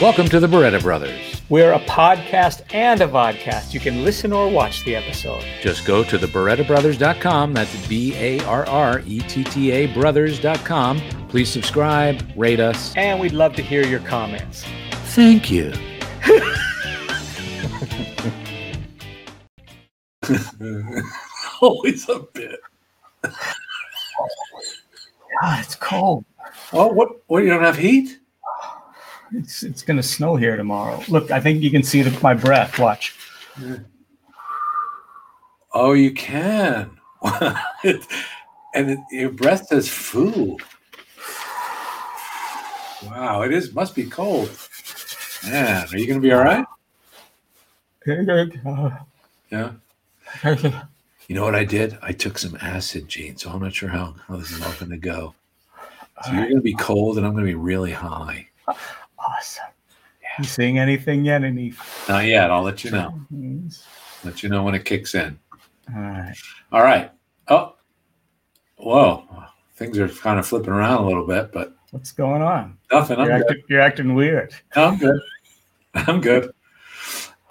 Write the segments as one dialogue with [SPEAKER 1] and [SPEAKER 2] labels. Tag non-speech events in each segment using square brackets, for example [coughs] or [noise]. [SPEAKER 1] Welcome to the Beretta Brothers.
[SPEAKER 2] We're a podcast and a vodcast. You can listen or watch the episode.
[SPEAKER 1] Just go to theberettabrothers.com. That's B A R R E T T A brothers.com. Please subscribe, rate us.
[SPEAKER 2] And we'd love to hear your comments.
[SPEAKER 1] Thank you.
[SPEAKER 3] Always a bit.
[SPEAKER 2] God, it's cold.
[SPEAKER 3] Oh, what? What? You don't have heat?
[SPEAKER 2] It's it's gonna snow here tomorrow. Look, I think you can see the, my breath. Watch. [laughs]
[SPEAKER 3] Oh, you can. [laughs] It- and it, your breath says "foo." Wow, it is. Must be cold. Man, are you going to be all right? Yeah. You know what I did? I took some acid, Gene. So I'm not sure how, how this is all going to go. So you're going to be cold, and I'm going to be really high.
[SPEAKER 2] Awesome. You seeing anything yet? Any?
[SPEAKER 3] Not yet. I'll let you know.
[SPEAKER 2] things?
[SPEAKER 3] Let you know when it kicks in.
[SPEAKER 2] All right.
[SPEAKER 3] All right. Oh, whoa. Things are kind of flipping around a little bit, but
[SPEAKER 2] What's going on?
[SPEAKER 3] nothing. I'm
[SPEAKER 2] You're,
[SPEAKER 3] good.
[SPEAKER 2] acting, you're acting weird.
[SPEAKER 3] I'm good. I'm good.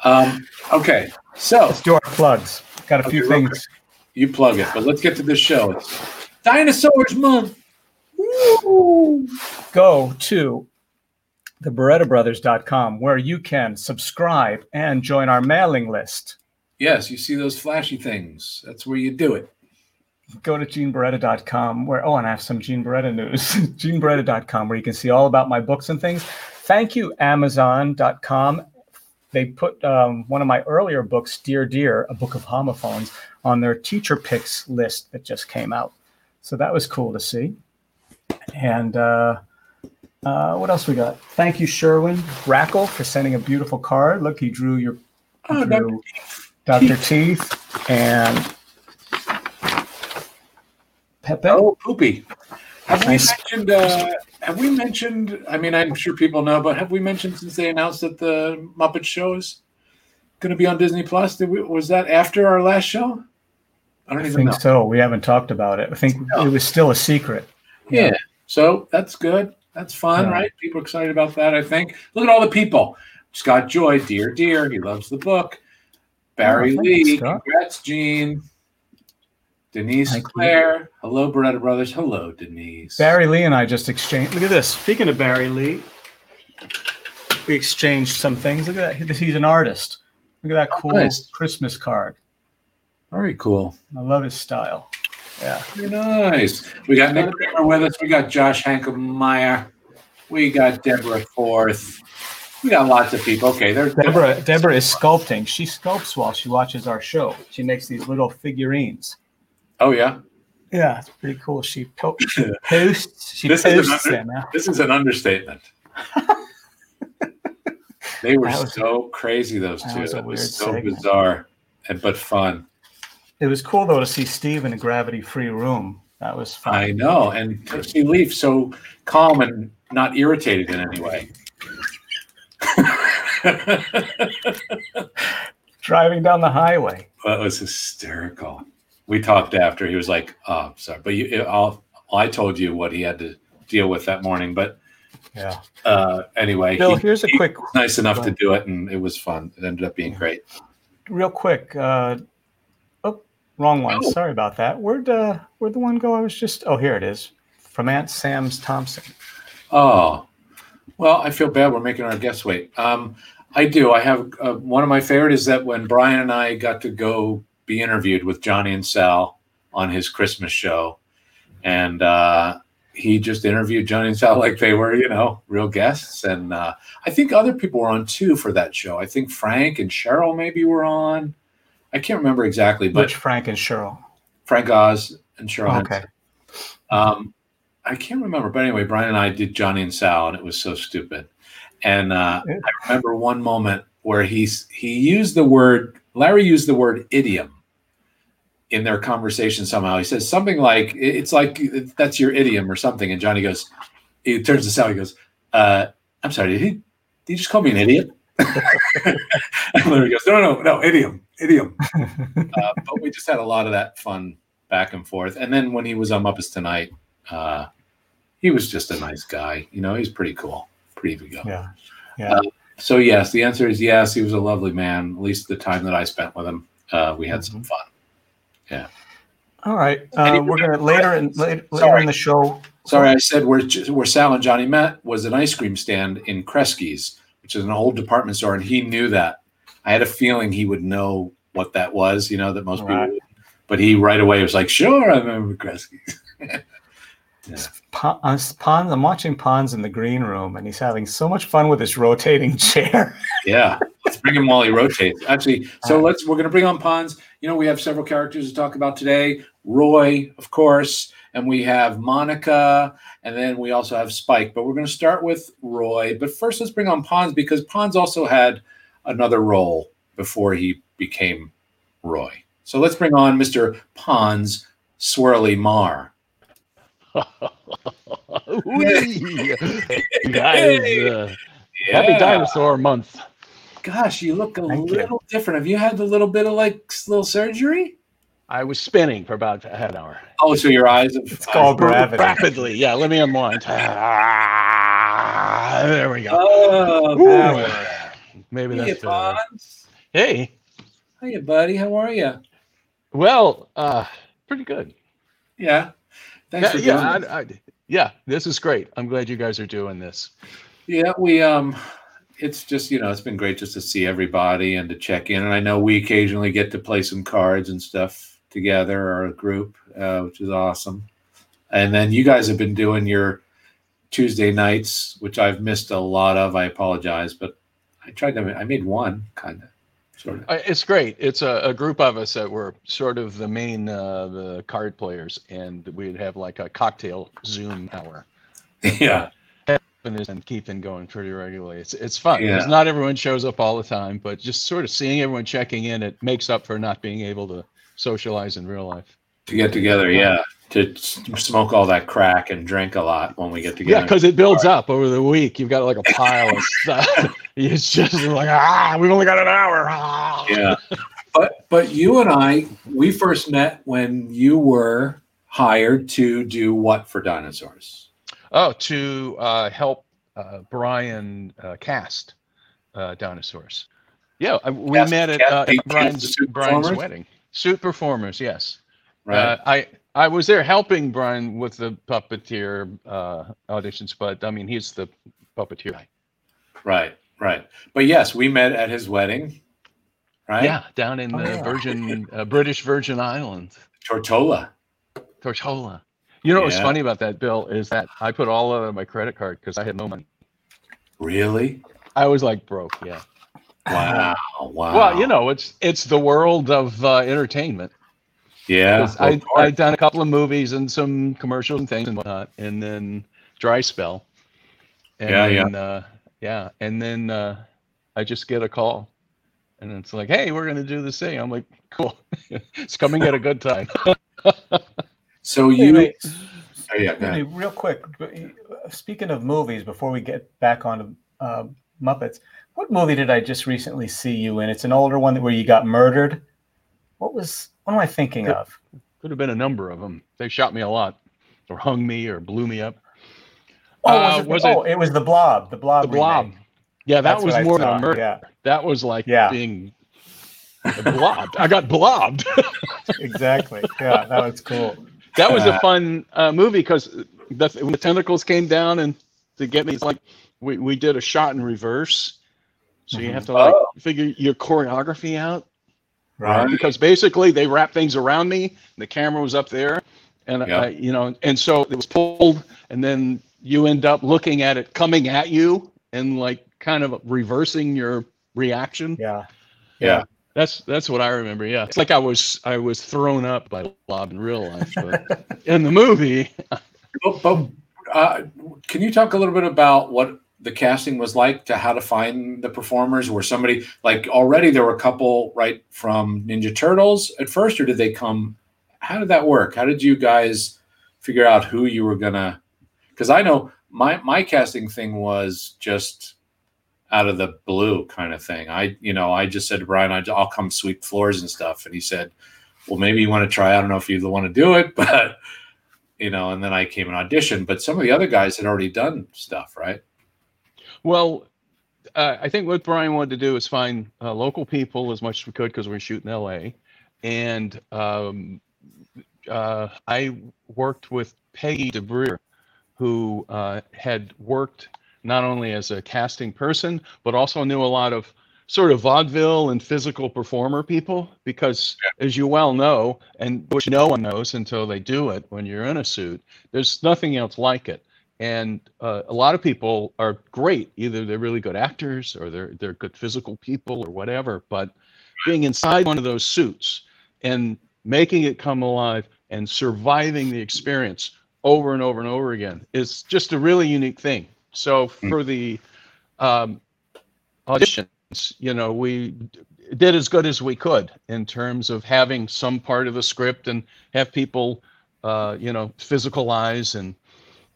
[SPEAKER 3] Um, okay. So
[SPEAKER 2] Let's do our plugs. Got a few
[SPEAKER 3] Okay, real
[SPEAKER 2] things.
[SPEAKER 3] you plug it, but let's get to the show. It's Dinosaurs Month. Woo!
[SPEAKER 2] go to theberettabrothers.com where you can subscribe and join our mailing list.
[SPEAKER 3] Yes, you see those flashy things. That's where you do it.
[SPEAKER 2] Go to geneberetta.com where, oh, and I have some Gene Beretta news. [laughs] geneberetta.com where you can see all about my books and things. Thank you, Amazon.com. They put um, one of my earlier books, Dear Dear, a book of homophones, on their teacher picks list that just came out. So that was cool to see. And uh, uh, what else we got? Thank you, Sherwin Rackle, for sending a beautiful card. Look, he drew your
[SPEAKER 3] Oh,
[SPEAKER 2] drew
[SPEAKER 3] Dr.
[SPEAKER 2] Dr. Teeth and Pepe.
[SPEAKER 3] Oh, poopy. Have we
[SPEAKER 2] Nice.
[SPEAKER 3] mentioned? Uh, have we mentioned? I mean, I'm sure people know, but have we mentioned since they announced that the Muppet Show is going to be on Disney Plus? Did we, was that after our last show? I don't
[SPEAKER 2] I
[SPEAKER 3] even know.
[SPEAKER 2] think so. We haven't talked about it. I think
[SPEAKER 3] No.
[SPEAKER 2] it was still a secret.
[SPEAKER 3] Yeah. So that's good. That's fun,
[SPEAKER 2] Yeah.
[SPEAKER 3] right? People are excited about that. I think. Look at all the people. Scott Joy, dear, dear, he loves the book. Barry
[SPEAKER 2] Oh, thanks,
[SPEAKER 3] Lee,
[SPEAKER 2] Scott.
[SPEAKER 3] congrats, Gene. Denise
[SPEAKER 2] Thank you.
[SPEAKER 3] Claire, hello, Beretta Brothers. Hello, Denise.
[SPEAKER 2] Barry Lee and I just exchanged. Look at this. Speaking of Barry Lee, we exchanged some things. Look at that. He's an artist. Look at that cool
[SPEAKER 3] nice.
[SPEAKER 2] Christmas card.
[SPEAKER 3] very cool.
[SPEAKER 2] I love his style. Yeah.
[SPEAKER 3] Very nice. We got Nick Kramer with us. We got Josh Hankelmeyer. We got Deborah Forth. We got lots of people. Okay, there's
[SPEAKER 2] Deborah, Deborah is sculpting. She sculpts while she watches our show. She makes these little figurines.
[SPEAKER 3] Oh yeah,
[SPEAKER 2] Yeah, it's pretty cool. She, po- [laughs] she posts. She
[SPEAKER 3] This is an
[SPEAKER 2] posts
[SPEAKER 3] under-
[SPEAKER 2] them. yeah.
[SPEAKER 3] this is an
[SPEAKER 2] [laughs]
[SPEAKER 3] understatement. they were
[SPEAKER 2] That was-
[SPEAKER 3] so crazy those
[SPEAKER 2] that
[SPEAKER 3] two.
[SPEAKER 2] was a
[SPEAKER 3] That was,
[SPEAKER 2] weird
[SPEAKER 3] so
[SPEAKER 2] segment.
[SPEAKER 3] bizarre and but fun.
[SPEAKER 2] It was cool though to see Steve in a gravity-free room. That was fun.
[SPEAKER 3] I know. And Tipsy Leaf so calm and not irritated in any way. [laughs]
[SPEAKER 2] Driving down the highway.
[SPEAKER 3] That was hysterical. We talked after. He was like, "Oh, sorry," but you, it- I'll, I told you what he had to deal with that morning. But
[SPEAKER 2] Yeah.
[SPEAKER 3] uh, anyway,
[SPEAKER 2] Bill,
[SPEAKER 3] he
[SPEAKER 2] here's a
[SPEAKER 3] he
[SPEAKER 2] quick,
[SPEAKER 3] was nice enough to do it, and it was fun. It ended up being great.
[SPEAKER 2] real quick. Uh, oh, wrong one.
[SPEAKER 3] Oh.
[SPEAKER 2] Sorry about that. Where'd uh, where'd the one go? I was just. Oh, here it is. From Aunt Sam's Thompson.
[SPEAKER 3] Oh, well, I feel bad. We're making our guests wait. Um, I do. I have uh, one of my favorite is that when Brian and I got to go be interviewed with Johnny and Sal on his Christmas show, and uh, he just interviewed Johnny and Sal [laughs] like they were, you know, real guests. And uh, I think other people were on too for that show. I think Frank and Cheryl maybe were on. I can't remember exactly, but
[SPEAKER 2] Which Frank and Cheryl.
[SPEAKER 3] Frank Oz and Cheryl.
[SPEAKER 2] Okay.
[SPEAKER 3] Henson. Um, I can't remember, but anyway, Brian and I did Johnny and Sal, and it was so stupid. And uh,
[SPEAKER 2] Yeah.
[SPEAKER 3] I remember one moment where he's he used the word Larry used the word idiom in their conversation somehow. He says something like it- it's like that's your idiom or something, and Johnny goes, he turns to Sal, he goes, uh, "I'm sorry, did he did he just call me an idiot?" [laughs] and Larry goes, "No, no, no, idiom, idiom." uh, but we just had a lot of that fun back and forth. And then when he was on Muppets Tonight, uh, he was just a nice guy. You know, he's pretty cool, pretty good.
[SPEAKER 2] Yeah. Yeah.
[SPEAKER 3] Uh, so yes, the answer is yes. He was a lovely man. At least the time that I spent with him, uh, we had some fun.
[SPEAKER 2] All right.
[SPEAKER 3] And
[SPEAKER 2] Uh,
[SPEAKER 3] he
[SPEAKER 2] we're gonna
[SPEAKER 3] remembered
[SPEAKER 2] later in later,
[SPEAKER 3] Sorry.
[SPEAKER 2] later in the show.
[SPEAKER 3] Sorry, I said where where Sal and Johnny met was an ice cream stand in Kresge's, which is an old department store, and he knew that. I had a feeling he would know what that was. You know that most people,
[SPEAKER 2] Right.
[SPEAKER 3] would. but he right away was like, "Sure, I remember Kresge's."
[SPEAKER 2] Pa- uh, Pons, I'm watching Pons in the green room, and he's having so much fun with this rotating [laughs] chair.
[SPEAKER 3] Yeah, let's bring him while he rotates. Actually, so let's we're gonna bring on Pons. You know, we have several characters to talk about today. Roy, of course, and we have Monica, and then we also have Spike. But we're gonna start with Roy. But first, let's bring on Pons because Pons also had another role before he became Roy. So let's bring on Mr. Pons Swirly Mar.
[SPEAKER 2] [laughs]
[SPEAKER 4] Whee! that is uh, happy dinosaur month.
[SPEAKER 3] Gosh, you look a
[SPEAKER 2] Thank you.
[SPEAKER 3] little different. Have you had a little bit of like s- little surgery?
[SPEAKER 4] I was spinning for about half an hour.
[SPEAKER 3] Oh, so your eyes have
[SPEAKER 2] It's called gravity.
[SPEAKER 4] Rapidly, yeah. Let me unwind. Ah, there we go.
[SPEAKER 3] Oh,
[SPEAKER 4] Ooh.
[SPEAKER 2] that was-
[SPEAKER 4] Maybe
[SPEAKER 3] Hey,
[SPEAKER 4] that's better.
[SPEAKER 3] Pons.
[SPEAKER 4] Hey,
[SPEAKER 3] Hiya, buddy. How are you?
[SPEAKER 4] well, uh, pretty good.
[SPEAKER 3] Yeah. Thanks
[SPEAKER 4] yeah,
[SPEAKER 3] for
[SPEAKER 4] yeah,
[SPEAKER 3] joining. us.
[SPEAKER 4] I- I- yeah, this is great. I'm glad you guys are doing this.
[SPEAKER 3] yeah, we um it's just, you know, it's been great just to see everybody and to check in. And I know we occasionally get to play some cards and stuff together or a group, uh, which is awesome. And then you guys have been doing your Tuesday nights, which I've missed a lot of. I apologize, but I tried to I made one kind of sort of. [laughs]
[SPEAKER 4] Uh, It's great. It's a, a group of us that were sort of the main uh, the card players, and we'd have like a cocktail Zoom hour.
[SPEAKER 3] yeah.
[SPEAKER 4] and this and keeping going pretty regularly. It's it's fun because
[SPEAKER 3] Yeah.
[SPEAKER 4] not everyone shows up all the time, but just sort of seeing everyone checking in, it makes up for not being able to socialize in real life.
[SPEAKER 3] To get together, yeah. To s- smoke all that crack and drink a lot when we get
[SPEAKER 4] Yeah,
[SPEAKER 3] together.
[SPEAKER 4] because it builds up over the week. You've got like a pile of stuff. [laughs] It's just like ah, we've only got an hour. [laughs] Ah.
[SPEAKER 3] yeah but but you and i we first met when you were hired to do what for dinosaurs
[SPEAKER 4] Oh, to uh, help uh, Brian uh, cast uh, dinosaurs. Yeah, I- we
[SPEAKER 3] Cast-
[SPEAKER 4] met at
[SPEAKER 3] cast-
[SPEAKER 4] uh,
[SPEAKER 3] they cast the
[SPEAKER 4] Brian's
[SPEAKER 3] suit
[SPEAKER 4] Brian's
[SPEAKER 3] performers?
[SPEAKER 4] wedding. Suit performers, yes.
[SPEAKER 3] right
[SPEAKER 4] Uh, I I was there helping Brian with the puppeteer uh, auditions, but I mean he's the puppeteer. guy.
[SPEAKER 3] right right but yes we met at his wedding right
[SPEAKER 4] Yeah, down in
[SPEAKER 2] Oh,
[SPEAKER 4] the
[SPEAKER 2] yeah.
[SPEAKER 4] Virgin uh, British Virgin Islands,
[SPEAKER 3] tortola
[SPEAKER 4] Tortola. You know what's
[SPEAKER 3] Yeah.
[SPEAKER 4] funny about that, Bill, is that I put all out of my credit card because I had no money.
[SPEAKER 3] really
[SPEAKER 4] I was like broke. Yeah.
[SPEAKER 3] wow wow
[SPEAKER 4] Uh, Well, you know, it's it's the world of uh, entertainment.
[SPEAKER 3] yeah
[SPEAKER 4] 'Cause I
[SPEAKER 3] of
[SPEAKER 4] I
[SPEAKER 3] course.
[SPEAKER 4] had done a couple of movies and some commercials and things and whatnot, and then dry spell. And
[SPEAKER 3] Yeah, yeah.
[SPEAKER 4] then, uh, yeah, and then uh, I just get a call, and it's like, "Hey, we're gonna do this thing." I'm like, "Cool, [laughs] it's coming at a good time."
[SPEAKER 3] so
[SPEAKER 2] Wait,
[SPEAKER 3] you
[SPEAKER 2] wait.
[SPEAKER 3] oh, yeah go
[SPEAKER 2] Excuse
[SPEAKER 3] ahead.
[SPEAKER 2] me, real quick. but, uh, Speaking of movies, before we get back on uh, Muppets, what movie did I just recently see you in? It's an older one that where you got murdered. What was? What am I thinking
[SPEAKER 4] Good.
[SPEAKER 2] of?
[SPEAKER 4] Could have been a number of them. They shot me a lot, or hung me, or blew me up.
[SPEAKER 2] Oh,
[SPEAKER 4] Uh,
[SPEAKER 2] was it, the-
[SPEAKER 4] was it-
[SPEAKER 2] oh, it was the Blob. The Blob.
[SPEAKER 4] The blob.
[SPEAKER 2] remake.
[SPEAKER 4] Yeah, that
[SPEAKER 2] That's
[SPEAKER 4] was
[SPEAKER 2] what I
[SPEAKER 4] more than
[SPEAKER 2] saw,
[SPEAKER 4] a murder.
[SPEAKER 2] yeah.
[SPEAKER 4] That was like
[SPEAKER 2] Yeah.
[SPEAKER 4] being blobbed. I got blobbed.
[SPEAKER 2] Exactly. Yeah, that
[SPEAKER 3] [laughs]
[SPEAKER 2] was cool.
[SPEAKER 4] that was a fun uh, movie because the, when the tentacles came down and to get me, it's like we, we did a shot in reverse. So you have to like
[SPEAKER 3] Oh.
[SPEAKER 4] figure your choreography out
[SPEAKER 2] Right.
[SPEAKER 4] because basically they wrapped things around me. and the camera was up there, and
[SPEAKER 3] Yeah.
[SPEAKER 4] I, you know, and so it was pulled, and then you end up looking at it coming at you and like kind of reversing your reaction.
[SPEAKER 2] Yeah.
[SPEAKER 3] Yeah.
[SPEAKER 4] That's that's what I remember. Yeah, it's like I was I was thrown up by Lob in real life, but in the movie,
[SPEAKER 3] But, but, uh, can you talk a little bit about what the casting was like to how to find the performers? Were somebody like already there were a couple right from Ninja Turtles at first, or did they come? How did that work? How did you guys figure out who you were gonna? Because I know my my casting thing was just out of the blue kind of thing. I you know I just said to Brian, I, I'll come sweep floors and stuff, and he said, "Well, maybe you want to try. I don't know if you want to do it, [laughs] but." you know, and then I came and auditioned. But some of the other guys had already done stuff, right?
[SPEAKER 4] well, uh, I think what Brian wanted to do is find uh, local people as much as we could because we we're shooting LA, and um, uh, I worked with Peggy DeBreer, who uh, had worked not only as a casting person but also knew a lot of sort of vaudeville and physical performer people because as you well know and which no one knows until they do it when you're in a suit there's nothing else like it and uh, a lot of people are great either they're really good actors or they're they're good physical people or whatever but being inside one of those suits and making it come alive and surviving the experience over and over and over again is just a really unique thing so for the um, audition you know, we d- did as good as we could in terms of having some part of the script and have people, uh, you know, physicalize and.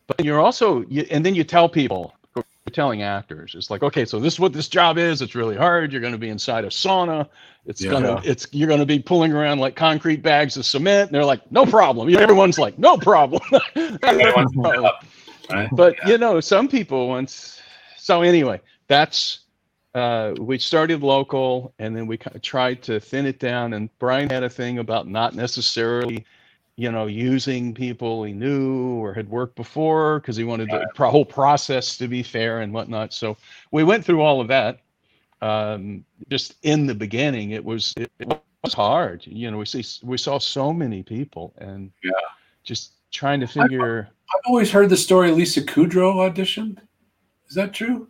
[SPEAKER 4] But you're also, you, and then you tell people, you're telling actors, it's like, okay, so this is what this job is. It's really hard. You're going to be inside a sauna. It's
[SPEAKER 3] Yeah.
[SPEAKER 4] gonna, it's you're going to be pulling around like concrete bags of cement. And they're like, no problem. You know, everyone's like, no problem. [laughs]
[SPEAKER 3] Everyone's up, right?
[SPEAKER 4] but you know some people once so anyway that's uh, we started local and then we kind of tried to thin it down and brian had a thing about not necessarily you know using people he knew or had worked before because he wanted the pro- whole process to be fair and whatnot so we went through all of that um, just in the beginning it was it, it was hard you know we see we saw so many people and
[SPEAKER 3] Yeah.
[SPEAKER 4] just trying to figure
[SPEAKER 3] I've always heard the story Lisa Kudrow auditioned. Is that true?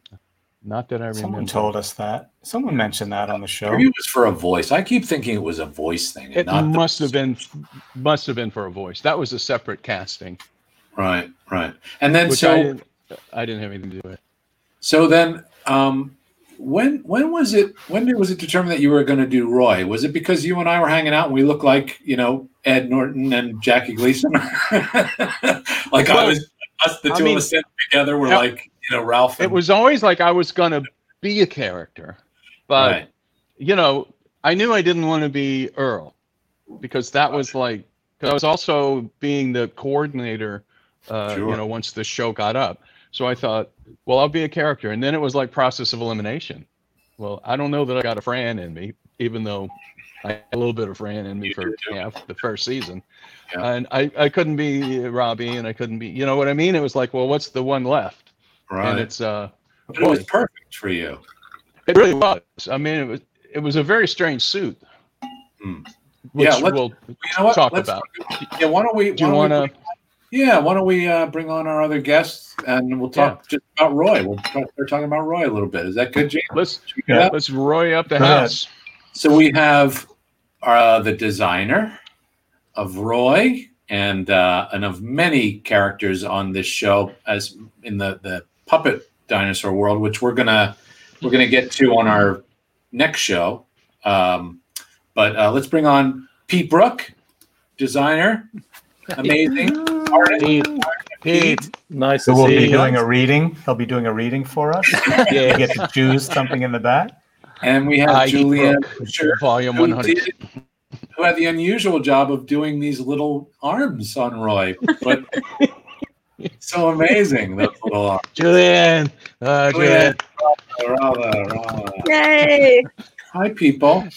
[SPEAKER 4] not that i remember
[SPEAKER 2] Someone told us that. Someone mentioned that on the show.
[SPEAKER 3] Maybe it was for a voice. I keep thinking it was a voice thing. And
[SPEAKER 4] It
[SPEAKER 3] not the-
[SPEAKER 4] must have been, must have been for a voice. That was a separate casting,
[SPEAKER 3] right, right. And then
[SPEAKER 4] which
[SPEAKER 3] so
[SPEAKER 4] I didn't, I didn't have anything to do with.
[SPEAKER 3] So then, um, when when was it? When did, was it determined that you were going to do Roy? Was it because you and I were hanging out and we looked like you know Ed Norton and Jackie Gleason? [laughs] like I
[SPEAKER 4] Well,
[SPEAKER 3] was us, the
[SPEAKER 4] I
[SPEAKER 3] two
[SPEAKER 4] mean-
[SPEAKER 3] of us sitting together were
[SPEAKER 4] Yeah.
[SPEAKER 3] like you know Ralph.
[SPEAKER 4] It
[SPEAKER 3] and-
[SPEAKER 4] was always like I was gonna be a character, but
[SPEAKER 3] right,
[SPEAKER 4] you know, I knew I didn't want to be Earl because that was like, cause I was also being the coordinator, uh, you
[SPEAKER 3] Sure.
[SPEAKER 4] know, once the show got up. So I thought, well, I'll be a character. And then it was like process of elimination. Well, I don't know that I got a Fran in me, even though I had a little bit of Fran in me
[SPEAKER 3] You
[SPEAKER 4] for
[SPEAKER 3] did too.
[SPEAKER 4] half the first season.
[SPEAKER 3] Yeah.
[SPEAKER 4] And I, I couldn't be Robbie and I couldn't be, you know what I mean? It was like, well, what's the one left? And
[SPEAKER 3] right.
[SPEAKER 4] it's, uh,
[SPEAKER 3] But It was perfect for you.
[SPEAKER 4] it really was. I mean, it was it was a very strange suit.
[SPEAKER 3] Hmm.
[SPEAKER 4] Which
[SPEAKER 3] Yeah, let's-
[SPEAKER 4] we'll
[SPEAKER 3] You know what?
[SPEAKER 4] talk
[SPEAKER 3] Let's-
[SPEAKER 4] about.
[SPEAKER 3] Yeah, why don't we?
[SPEAKER 4] Do you
[SPEAKER 3] why
[SPEAKER 4] want
[SPEAKER 3] don't we-
[SPEAKER 4] to?
[SPEAKER 3] Yeah, why don't we uh, bring on our other guests and we'll talk just about Roy. We'll talk, we're talking about Roy a little bit. Is that good, James?
[SPEAKER 4] Let's
[SPEAKER 3] Should we do that?
[SPEAKER 4] let's roy up the
[SPEAKER 2] Go ahead.
[SPEAKER 4] house.
[SPEAKER 3] So we have uh, the designer of Roy and uh, and of many characters on this show, as in the the puppet dinosaur world, which we're gonna we're gonna get to on our next show. Um, but uh, let's bring on Pete Brook, designer, amazing artist.
[SPEAKER 4] Pete,
[SPEAKER 5] Nice
[SPEAKER 2] So
[SPEAKER 5] to
[SPEAKER 2] we'll
[SPEAKER 5] see
[SPEAKER 2] be
[SPEAKER 5] you.
[SPEAKER 2] [laughs] doing a reading. He'll be doing a reading for
[SPEAKER 3] [laughs]
[SPEAKER 2] us.
[SPEAKER 4] yeah,
[SPEAKER 2] We get to choose something in the back.
[SPEAKER 3] and we
[SPEAKER 4] I
[SPEAKER 3] have Julianne
[SPEAKER 4] broke.
[SPEAKER 3] Fisher,
[SPEAKER 4] volume
[SPEAKER 3] who,
[SPEAKER 4] one hundred.
[SPEAKER 3] did, who had the unusual job of doing these little arms on Roy. But [laughs] so amazing, those little arms.
[SPEAKER 4] Julian, uh, Julian.
[SPEAKER 3] Julianne. Bravo, bravo.
[SPEAKER 6] Yay!
[SPEAKER 3] Hi, people.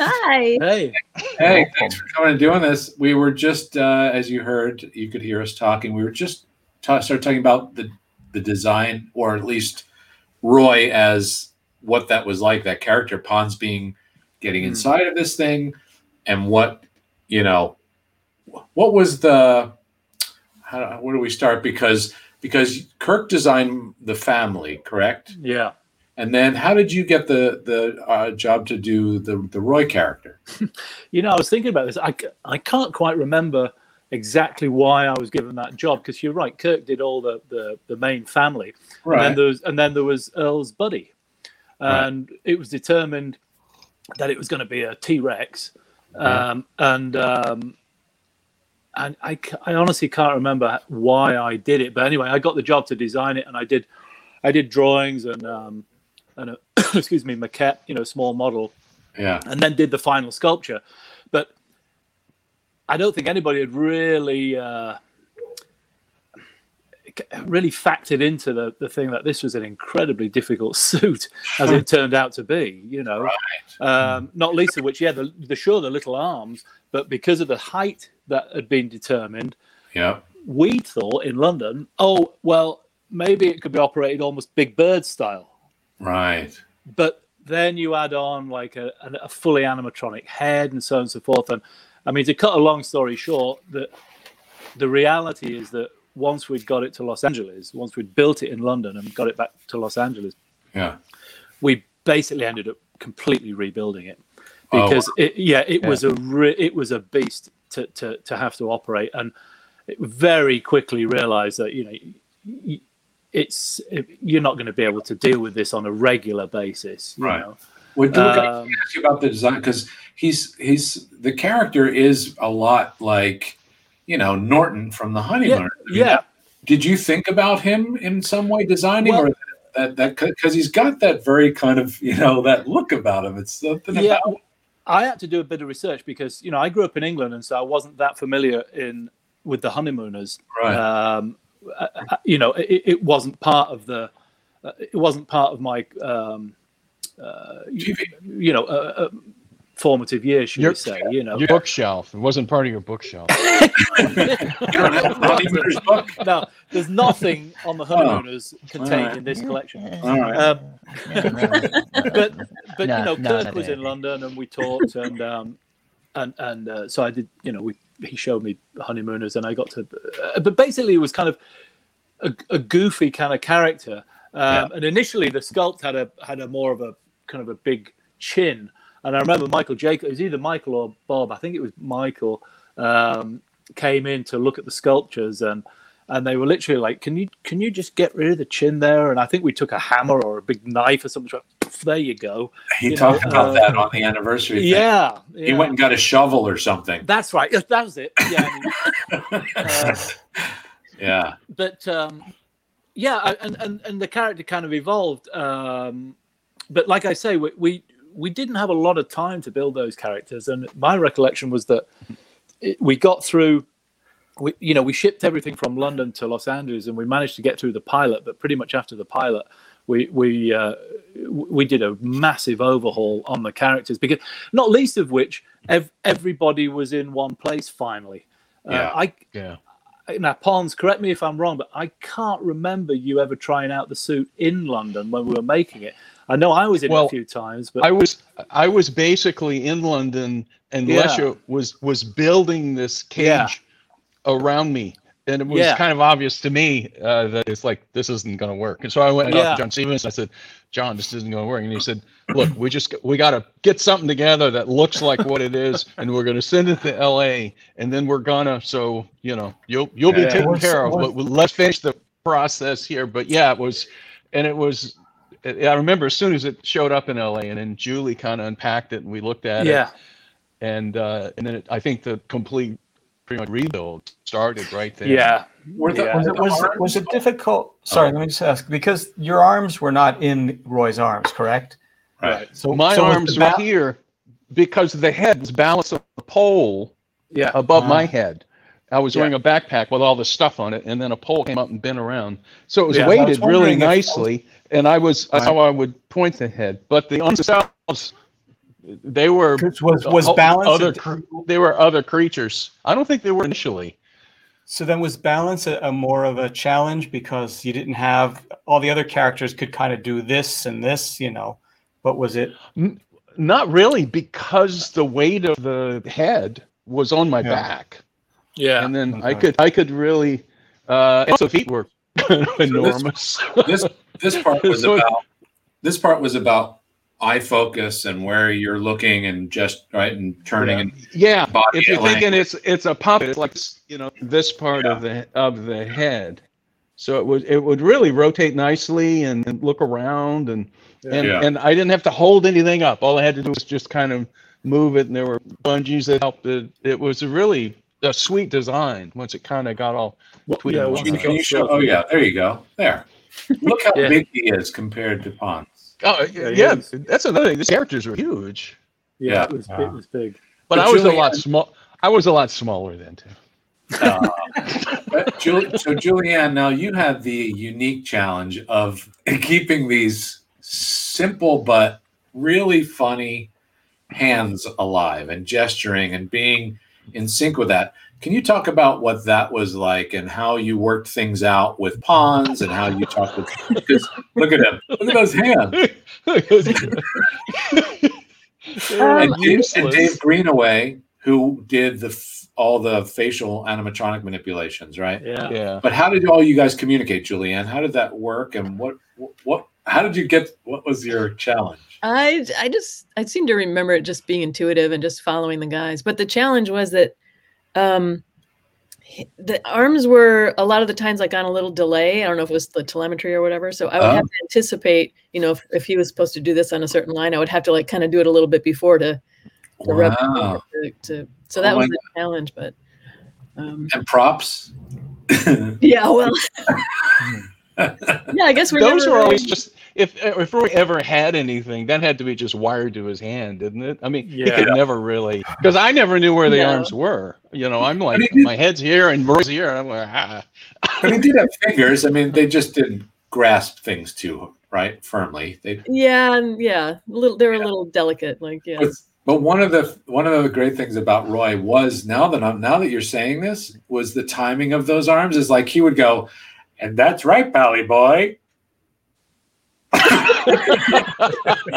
[SPEAKER 6] Hi.
[SPEAKER 5] Hey,
[SPEAKER 3] Hey, thanks for coming and doing this. We were just, uh, as you heard, you could hear us talking. We were just ta- started talking about the the design, or at least Roy as what that was like. That character Pons being getting
[SPEAKER 5] Hmm.
[SPEAKER 3] inside of this thing, and what you know, what was the how, where do we start? Because because Kirk designed the family, correct?
[SPEAKER 5] yeah.
[SPEAKER 3] And then how did you get the the uh, job to do the the Roy character?
[SPEAKER 5] You know, I was thinking about this. I, c- I can't quite remember exactly why I was given that job because you're right. Kirk did all the, the, the main family, and then there was and then there was Earl's buddy,
[SPEAKER 3] Right.
[SPEAKER 5] and it was determined that it was going to be a T Rex, um, and um, and I, ca- I honestly can't remember why I did it, but anyway, I got the job to design it, and I did I did drawings and um, and a, [coughs] excuse me maquette, you know, small model,
[SPEAKER 3] Yeah.
[SPEAKER 5] and then did the final sculpture. But I don't think anybody had really uh, really factored into the, the thing that this was an incredibly difficult [laughs] suit as it turned out to be you know um, not least of which yeah the, the sure the little arms but because of the height that had been determined
[SPEAKER 3] Yeah.
[SPEAKER 5] we thought in london oh well maybe it could be operated almost big bird style
[SPEAKER 3] Right.
[SPEAKER 5] but then you add on like a, an- a fully animatronic head and so on and so forth. And I mean, to cut a long story short, that the reality is that once we'd got it to Los Angeles, once we'd built it in London and got it back to Los Angeles,
[SPEAKER 3] Yeah.
[SPEAKER 5] we basically ended up completely rebuilding it
[SPEAKER 3] Oh,
[SPEAKER 5] because it, yeah, it
[SPEAKER 4] Yeah.
[SPEAKER 5] was a re- it was a beast to, to to have to operate, and it very quickly realised that you know y- it's you're not going to be able to deal with this on a regular basis, you
[SPEAKER 3] Right.
[SPEAKER 5] know?
[SPEAKER 3] Well, Duke, I
[SPEAKER 5] Um,
[SPEAKER 3] can ask you about the design because he's he's the character is a lot like you know Norton from the Honeymoon.
[SPEAKER 5] Yeah,
[SPEAKER 3] Did you think about him in some way designing
[SPEAKER 5] Well-
[SPEAKER 3] or that that because he's got that very kind of you know that look about him. It's something
[SPEAKER 5] yeah.
[SPEAKER 3] about
[SPEAKER 5] I had to do a bit of research because you know I grew up in England, and so I wasn't that familiar in with the honeymooners.
[SPEAKER 3] right.
[SPEAKER 5] Um, I- I- you know, it, it wasn't part of the, uh, it wasn't part of my, um, uh, you,
[SPEAKER 3] TV.
[SPEAKER 5] you know, uh, uh, formative years, should
[SPEAKER 4] Your-
[SPEAKER 5] we say? You know,
[SPEAKER 4] Your bookshelf. It wasn't part of your bookshelf.
[SPEAKER 5] [laughs]
[SPEAKER 3] You don't have the Honeymooners Oh. book.
[SPEAKER 5] no, there's nothing on the honeymooners contained
[SPEAKER 3] Alright.
[SPEAKER 5] in this collection.
[SPEAKER 3] All right.
[SPEAKER 5] Um,
[SPEAKER 7] but [laughs]
[SPEAKER 5] but but
[SPEAKER 7] No,
[SPEAKER 5] you know,
[SPEAKER 7] no,
[SPEAKER 5] Kirk
[SPEAKER 7] not
[SPEAKER 5] was in
[SPEAKER 7] really.
[SPEAKER 5] London and we talked and um, and and uh, so I did. You know, we he showed me honeymooners and I got to. Uh, but basically, it was kind of a, a goofy kind of character. Um, And initially, the sculpt had a had a more of a kind of a big chin. And I remember Michael Jacob. It was either Michael or Bob. I think it was Michael. Um, came in to look at the sculptures and and they were literally like, "Can you can you just get rid of the chin there?" And I think we took a hammer or a big knife or something. poof, There you go.
[SPEAKER 3] He
[SPEAKER 5] you
[SPEAKER 3] talked
[SPEAKER 5] know,
[SPEAKER 3] about
[SPEAKER 5] uh,
[SPEAKER 3] that on the anniversary. thing.
[SPEAKER 5] Yeah,
[SPEAKER 3] He
[SPEAKER 5] yeah.
[SPEAKER 3] went and got a shovel or something.
[SPEAKER 5] That's right. Yes, That was it. Yeah. uh,
[SPEAKER 3] yeah.
[SPEAKER 5] but um, yeah, I- and, and and the character kind of evolved. Um, but like I say, we, we we didn't have a lot of time to build those characters, and my recollection was that it, we got through. We, you know, we shipped everything from London to Los Angeles, and we managed to get through the pilot. But pretty much after the pilot, we we uh, we did a massive overhaul on the characters because, not least of which, ev- everybody was in one place finally.
[SPEAKER 3] Yeah.
[SPEAKER 5] Uh, I
[SPEAKER 4] Yeah.
[SPEAKER 5] now Pons, correct me if I'm wrong, but I can't remember you ever trying out the suit in London when we were making it. I know I was in it
[SPEAKER 4] Well,
[SPEAKER 5] a few times, but
[SPEAKER 4] I was I was basically in London and
[SPEAKER 5] Yeah.
[SPEAKER 4] Lesha was was building this cage
[SPEAKER 5] Yeah.
[SPEAKER 4] around me. And it was
[SPEAKER 5] Yeah.
[SPEAKER 4] kind of obvious to me uh, that it's like this isn't going to work. And so I went
[SPEAKER 5] Yeah.
[SPEAKER 4] up to John Stevens. And I said, "John, this isn't going to work." And he said, "Look, we just we got to get something together that looks like what it is, [laughs] and we're going to send it to L.A. And then we're gonna so you know you'll you'll be
[SPEAKER 5] Yeah.
[SPEAKER 4] taken
[SPEAKER 2] What's-
[SPEAKER 4] care of.
[SPEAKER 2] what-
[SPEAKER 4] But we- let's finish the process here." But yeah, it was, and it was I I remember as soon as it showed up in LA, and then Julie kind of unpacked it, and we looked at
[SPEAKER 5] yeah,
[SPEAKER 4] it, and uh, and then it, I think the complete pretty much rebuild started right there.
[SPEAKER 5] yeah,
[SPEAKER 3] Were the-
[SPEAKER 5] Yeah.
[SPEAKER 2] Was
[SPEAKER 3] were
[SPEAKER 2] it
[SPEAKER 3] the
[SPEAKER 2] was it,
[SPEAKER 3] arms-
[SPEAKER 2] was it difficult? Sorry,
[SPEAKER 3] Oh.
[SPEAKER 2] let me just ask because your arms were not in Roy's arms, correct?
[SPEAKER 3] Right.
[SPEAKER 2] So
[SPEAKER 4] my
[SPEAKER 2] so was the
[SPEAKER 4] arms
[SPEAKER 2] ba-
[SPEAKER 4] were here because the head was balanced on the pole
[SPEAKER 5] yeah,
[SPEAKER 4] above
[SPEAKER 2] Ah.
[SPEAKER 4] my head. I was
[SPEAKER 5] Yeah.
[SPEAKER 4] wearing a backpack with all the stuff on it, and then a pole came up and bent around. So it was
[SPEAKER 5] Yeah, I was
[SPEAKER 4] weighted really
[SPEAKER 2] wondering if-
[SPEAKER 4] nicely, and I was that's how I would point the head. But the arms themselves, they were
[SPEAKER 2] was was
[SPEAKER 4] o-
[SPEAKER 2] balance
[SPEAKER 4] Oh, other cr- they were other creatures. I don't think they were initially.
[SPEAKER 2] So then was balance a, a more of a challenge because you didn't have all the other characters could kind of do this and this, you know. But was it
[SPEAKER 4] Not really, because the weight of the head was on my
[SPEAKER 2] Yeah.
[SPEAKER 4] back,
[SPEAKER 5] yeah,
[SPEAKER 4] and then I
[SPEAKER 2] Okay.
[SPEAKER 4] could I could really. Uh, and the feet were [laughs] kind of enormous. [laughs]
[SPEAKER 3] this this part was
[SPEAKER 4] So-
[SPEAKER 3] about this part was about eye focus and where you're looking and just right and turning and
[SPEAKER 4] yeah,
[SPEAKER 3] Body
[SPEAKER 4] if you're
[SPEAKER 3] language.
[SPEAKER 4] thinking it's it's a puppet, it's like s- you know this part of the of the head. So it would it would really rotate nicely and, and look around and and,
[SPEAKER 3] Yeah.
[SPEAKER 4] and I didn't have to hold anything up. All I had to do was just kind of move it, and there were bungees that helped. It, it was really a sweet design once it kind of got all tweeted.
[SPEAKER 5] yeah,
[SPEAKER 4] and
[SPEAKER 5] once
[SPEAKER 3] Gene,
[SPEAKER 5] it
[SPEAKER 4] whatnot.
[SPEAKER 3] can you show? Oh yeah, there you go. There. Look
[SPEAKER 4] [laughs]
[SPEAKER 3] how
[SPEAKER 5] Yeah.
[SPEAKER 3] big he is compared to Pons.
[SPEAKER 4] Oh
[SPEAKER 5] Yeah,
[SPEAKER 4] yeah,
[SPEAKER 5] it is.
[SPEAKER 4] that's another thing. These characters were huge,
[SPEAKER 5] yeah,
[SPEAKER 3] yeah.
[SPEAKER 5] It was,
[SPEAKER 2] Yeah.
[SPEAKER 5] it was big.
[SPEAKER 4] but
[SPEAKER 3] But
[SPEAKER 4] I was a
[SPEAKER 3] Julian-
[SPEAKER 4] lot small. I was a lot smaller then too. [laughs]
[SPEAKER 3] Uh, but Jul- so Julianne, now you have the unique challenge of [laughs] keeping these simple but really funny hands alive and gesturing and being in sync with that. Can you talk about what that was like and how you worked things out with pawns and how you talked with? Because look at him, look at those hands.
[SPEAKER 6] Um,
[SPEAKER 3] and, Dave, and Dave Greenaway, who did the f- all the facial animatronic manipulations, right?
[SPEAKER 5] Yeah.
[SPEAKER 4] yeah.
[SPEAKER 3] But how did all you guys communicate, Julianne? How did that work? And what what how did you get what was your challenge?
[SPEAKER 7] I I just I seem to remember it just being intuitive and just following the guys. But the challenge was that um h- the arms were a lot of the times like on a little delay. I don't know if it was the telemetry or whatever. So I would have to
[SPEAKER 3] Uh-huh.
[SPEAKER 7] anticipate, you know, if, if he was supposed to do this on a certain line, I would have to like kind of do it a little bit before to the rub-
[SPEAKER 3] Wow.
[SPEAKER 7] to, to- so
[SPEAKER 3] Oh
[SPEAKER 7] that
[SPEAKER 3] my
[SPEAKER 7] was the challenge, but
[SPEAKER 3] [laughs]
[SPEAKER 7] um
[SPEAKER 3] And props.
[SPEAKER 7] yeah,
[SPEAKER 3] [laughs]
[SPEAKER 7] well Yeah, I guess we're
[SPEAKER 4] Those
[SPEAKER 7] never
[SPEAKER 4] were always
[SPEAKER 7] really-
[SPEAKER 4] just if if Roy ever had anything, that had to be just wired to his hand, didn't it? I mean, he
[SPEAKER 5] Yeah.
[SPEAKER 4] could never really because I never knew where the
[SPEAKER 7] No.
[SPEAKER 4] arms were. You know, I'm like
[SPEAKER 3] But he did-
[SPEAKER 4] my head's here and Roy's here. I'm like, ah.
[SPEAKER 3] but he did have fingers. I mean, they just didn't grasp things too right firmly. They
[SPEAKER 7] yeah, and yeah, a little they're a little delicate, like yeah.
[SPEAKER 3] But, but one of the one of the great things about Roy was now that I'm now that you're saying this was the timing of those arms is like he would go, and that's right, Pally boy.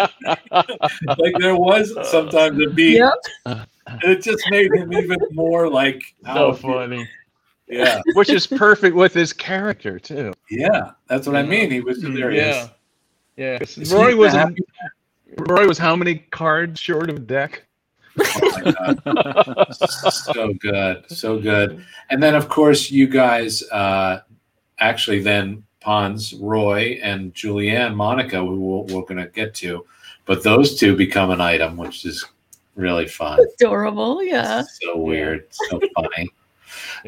[SPEAKER 3] Like there was sometimes a beat.
[SPEAKER 7] Yep.
[SPEAKER 3] And it just made him even more like
[SPEAKER 4] so
[SPEAKER 3] out.
[SPEAKER 4] funny.
[SPEAKER 3] Yeah,
[SPEAKER 4] [laughs] Which is perfect with his character too.
[SPEAKER 3] yeah. That's what I mean. He was
[SPEAKER 5] Mm,
[SPEAKER 3] there. He
[SPEAKER 4] Yeah.
[SPEAKER 3] is.
[SPEAKER 4] Yeah.
[SPEAKER 3] Is he
[SPEAKER 4] Roy was
[SPEAKER 3] happy?
[SPEAKER 4] Roy was how many cards short of deck?
[SPEAKER 3] Oh my God. so good, so good. And then, of course, you guys uh, actually then Pons, Roy, and Julianne Monica, who we're, we're going to get to, but those two become an item, which is really fun.
[SPEAKER 7] adorable. Yeah.
[SPEAKER 3] So weird, so funny.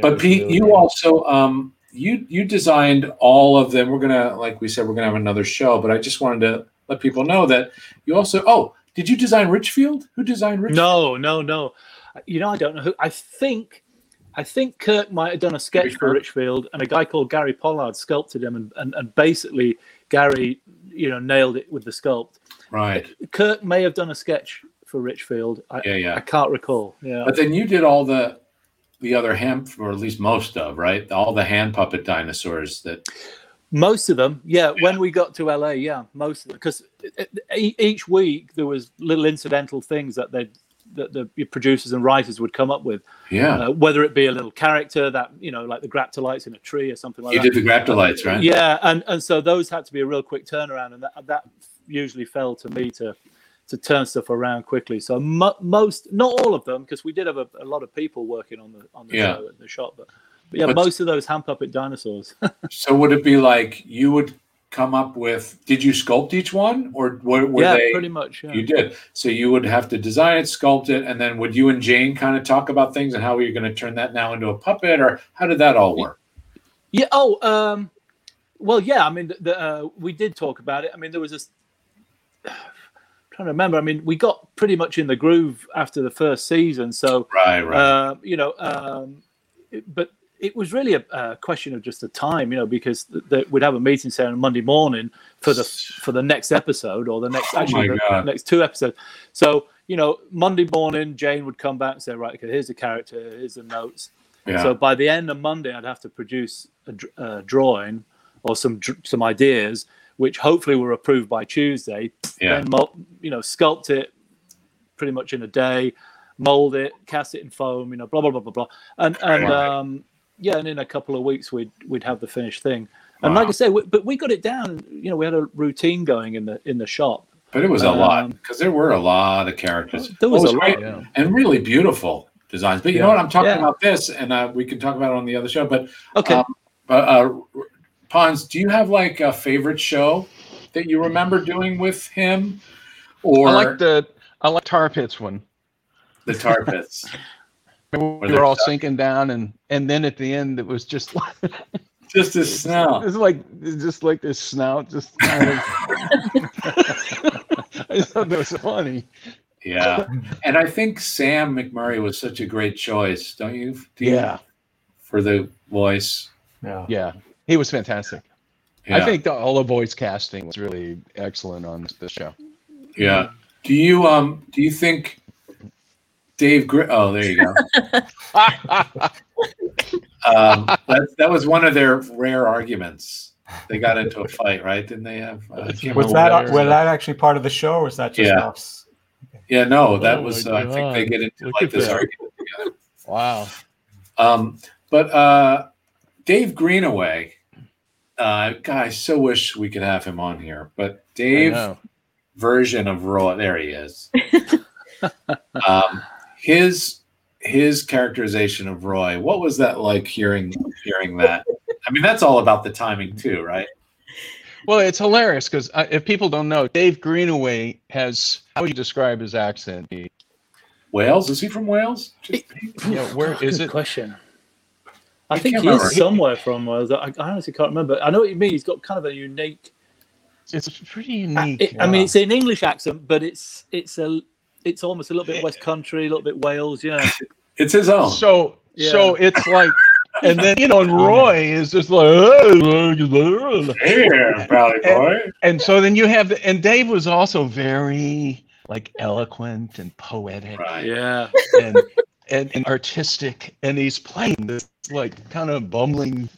[SPEAKER 3] But Pete, you also um, you you designed all of them. We're gonna, like we said, we're gonna have another show. But I just wanted to let people know that you also. Oh, did you design Richfield? Who designed Richfield?
[SPEAKER 5] No, no, no. You know, I don't know who. I think, I think Kirk might have done a sketch for
[SPEAKER 3] Richfield.
[SPEAKER 5] Richfield, and a guy called Gary Pollard sculpted him, and, and, and basically Gary, you know, nailed it with the sculpt.
[SPEAKER 3] Right.
[SPEAKER 5] Kirk may have done a sketch for Richfield. I,
[SPEAKER 3] Yeah, yeah.
[SPEAKER 5] I can't recall. Yeah.
[SPEAKER 3] But then you did all the the other hand, or at least most of, right? All the hand puppet dinosaurs that
[SPEAKER 5] Most of them, yeah. When we got to LA, yeah, most of them, because each week there was little incidental things that they that the producers and writers would come up with,
[SPEAKER 3] yeah.
[SPEAKER 5] uh, whether it be a little character that you know, like the graptolites in a tree or something like
[SPEAKER 3] you
[SPEAKER 5] that.
[SPEAKER 3] did the graptolites, right?
[SPEAKER 5] Uh, Yeah, and and so those had to be a real quick turnaround, and that that usually fell to me to to turn stuff around quickly. So mo- most, not all of them, because we did have a, a lot of people working on the on the
[SPEAKER 3] Yeah.
[SPEAKER 5] show and the shop, but. But yeah,
[SPEAKER 3] But-
[SPEAKER 5] most of those hand puppet dinosaurs.
[SPEAKER 3] So would it be like you would come up with? Did you sculpt each one, or were, were
[SPEAKER 5] yeah,
[SPEAKER 3] they?
[SPEAKER 5] pretty much. Yeah.
[SPEAKER 3] You did. So you would have to design it, sculpt it, and then would you and Jane kind of talk about things and how you're going to turn that now into a puppet, or how did that all work?
[SPEAKER 5] Yeah. Oh. Um. Well, yeah. I mean, the, the, uh, we did talk about it. I mean, there was this. [sighs] trying to remember. I mean, we got pretty much in the groove after the first season, so
[SPEAKER 3] Right, right.
[SPEAKER 5] uh, you know. Um, it- but it was really a, a question of just the time, you know, because th- th- we'd have a meeting say on Monday morning for the for the next episode or the next
[SPEAKER 3] Oh
[SPEAKER 5] actually
[SPEAKER 3] my
[SPEAKER 5] the
[SPEAKER 3] God.
[SPEAKER 5] next two episodes. So you know, Monday morning, Jane would come back and say, "Right, okay, here's the character, here's the notes."
[SPEAKER 3] yeah.
[SPEAKER 5] So by the end of Monday, I'd have to produce a, dr- a drawing or some dr- some ideas, which hopefully were approved by Tuesday.
[SPEAKER 3] Yeah.
[SPEAKER 5] Then mul- you know, sculpt it pretty much in a day, mold it, cast it in foam, you know, blah blah blah blah blah, and and
[SPEAKER 3] Right.
[SPEAKER 5] um, yeah, and in a couple of weeks we'd we'd have the finished thing. And
[SPEAKER 3] Wow.
[SPEAKER 5] like I say, we, but we got it down. You know, we had a routine going in the in the shop.
[SPEAKER 3] but it was a
[SPEAKER 5] um,
[SPEAKER 3] lot because there were a lot of characters.
[SPEAKER 5] There
[SPEAKER 3] What
[SPEAKER 5] was a
[SPEAKER 3] great-
[SPEAKER 5] lot.
[SPEAKER 4] Yeah.
[SPEAKER 3] and really beautiful designs. But you know what? I'm talking
[SPEAKER 5] Yeah.
[SPEAKER 3] about this, and uh, we can talk about it on the other show. But
[SPEAKER 5] Okay.
[SPEAKER 3] um, but uh, Pons, do you have like a favorite show that you remember doing with him, or
[SPEAKER 4] I like the I like Tar Pits one.
[SPEAKER 3] the tar pits?
[SPEAKER 4] We
[SPEAKER 3] they
[SPEAKER 4] were all sinking down, and and then at the end, it was just [laughs] like
[SPEAKER 3] Just
[SPEAKER 5] [laughs]
[SPEAKER 3] his snout.
[SPEAKER 4] it's like it's just like this snout, just kind [laughs] of. I just thought that was funny. [laughs]
[SPEAKER 3] Yeah, and I think Sam McMurray was such a great choice, don't you? Do you for the voice.
[SPEAKER 2] Yeah.
[SPEAKER 4] Yeah, he was fantastic. I
[SPEAKER 3] Yeah.
[SPEAKER 4] think the, all the voice casting was really excellent on this [laughs] show.
[SPEAKER 3] Yeah. Do you um do you think Dave Gr- Oh, there you go.
[SPEAKER 4] [laughs]
[SPEAKER 3] um, that, that was one of their rare arguments. They got into a fight, right? Didn't they have? Uh, I can't
[SPEAKER 2] Was
[SPEAKER 3] remember
[SPEAKER 2] that
[SPEAKER 3] what-
[SPEAKER 2] was that actually part of the show, or was that just
[SPEAKER 3] Yeah.
[SPEAKER 2] off?
[SPEAKER 3] Yeah, no, that
[SPEAKER 4] Oh
[SPEAKER 3] was.
[SPEAKER 4] my
[SPEAKER 3] Uh, I think they
[SPEAKER 4] God.
[SPEAKER 3] get into
[SPEAKER 4] Look
[SPEAKER 3] like
[SPEAKER 4] at
[SPEAKER 3] this
[SPEAKER 4] that.
[SPEAKER 3] argument.
[SPEAKER 4] wow.
[SPEAKER 3] Um, but uh, Dave Greenaway, uh, God, I so wish we could have him on here. But
[SPEAKER 4] I
[SPEAKER 3] Dave
[SPEAKER 4] know.
[SPEAKER 3] version of Roy. There he is. um, his his characterization of Roy. What was that like hearing hearing that? I mean, that's all about the timing too, right?
[SPEAKER 4] Well, it's hilarious because uh, if people don't know, Dave Greenaway has how would you describe his accent? He-
[SPEAKER 3] Wales? Is he from Wales?
[SPEAKER 4] Yeah, where is
[SPEAKER 5] Good
[SPEAKER 4] it?
[SPEAKER 5] question. I
[SPEAKER 3] I
[SPEAKER 5] think
[SPEAKER 3] can't
[SPEAKER 5] he
[SPEAKER 3] remember.
[SPEAKER 5] is somewhere from Wales. I, I honestly can't remember. I know what you mean. He's got kind of a unique.
[SPEAKER 4] It's pretty
[SPEAKER 5] I,
[SPEAKER 4] unique. uh,
[SPEAKER 5] it- I mean,
[SPEAKER 4] yeah.
[SPEAKER 5] it's an English accent, but it's it's a it's almost a little bit West Country, a little bit Wales. Yeah,
[SPEAKER 3] It's his own.
[SPEAKER 4] So
[SPEAKER 5] oh. Yeah. Oh.
[SPEAKER 4] so it's like, and then you know, and Roy is just like,
[SPEAKER 3] Here, Valley boy.
[SPEAKER 4] and so then you have, the, and Dave was also very like eloquent and poetic
[SPEAKER 3] Right.
[SPEAKER 5] yeah.
[SPEAKER 4] and, and and artistic, and he's playing this like kind of bumbling,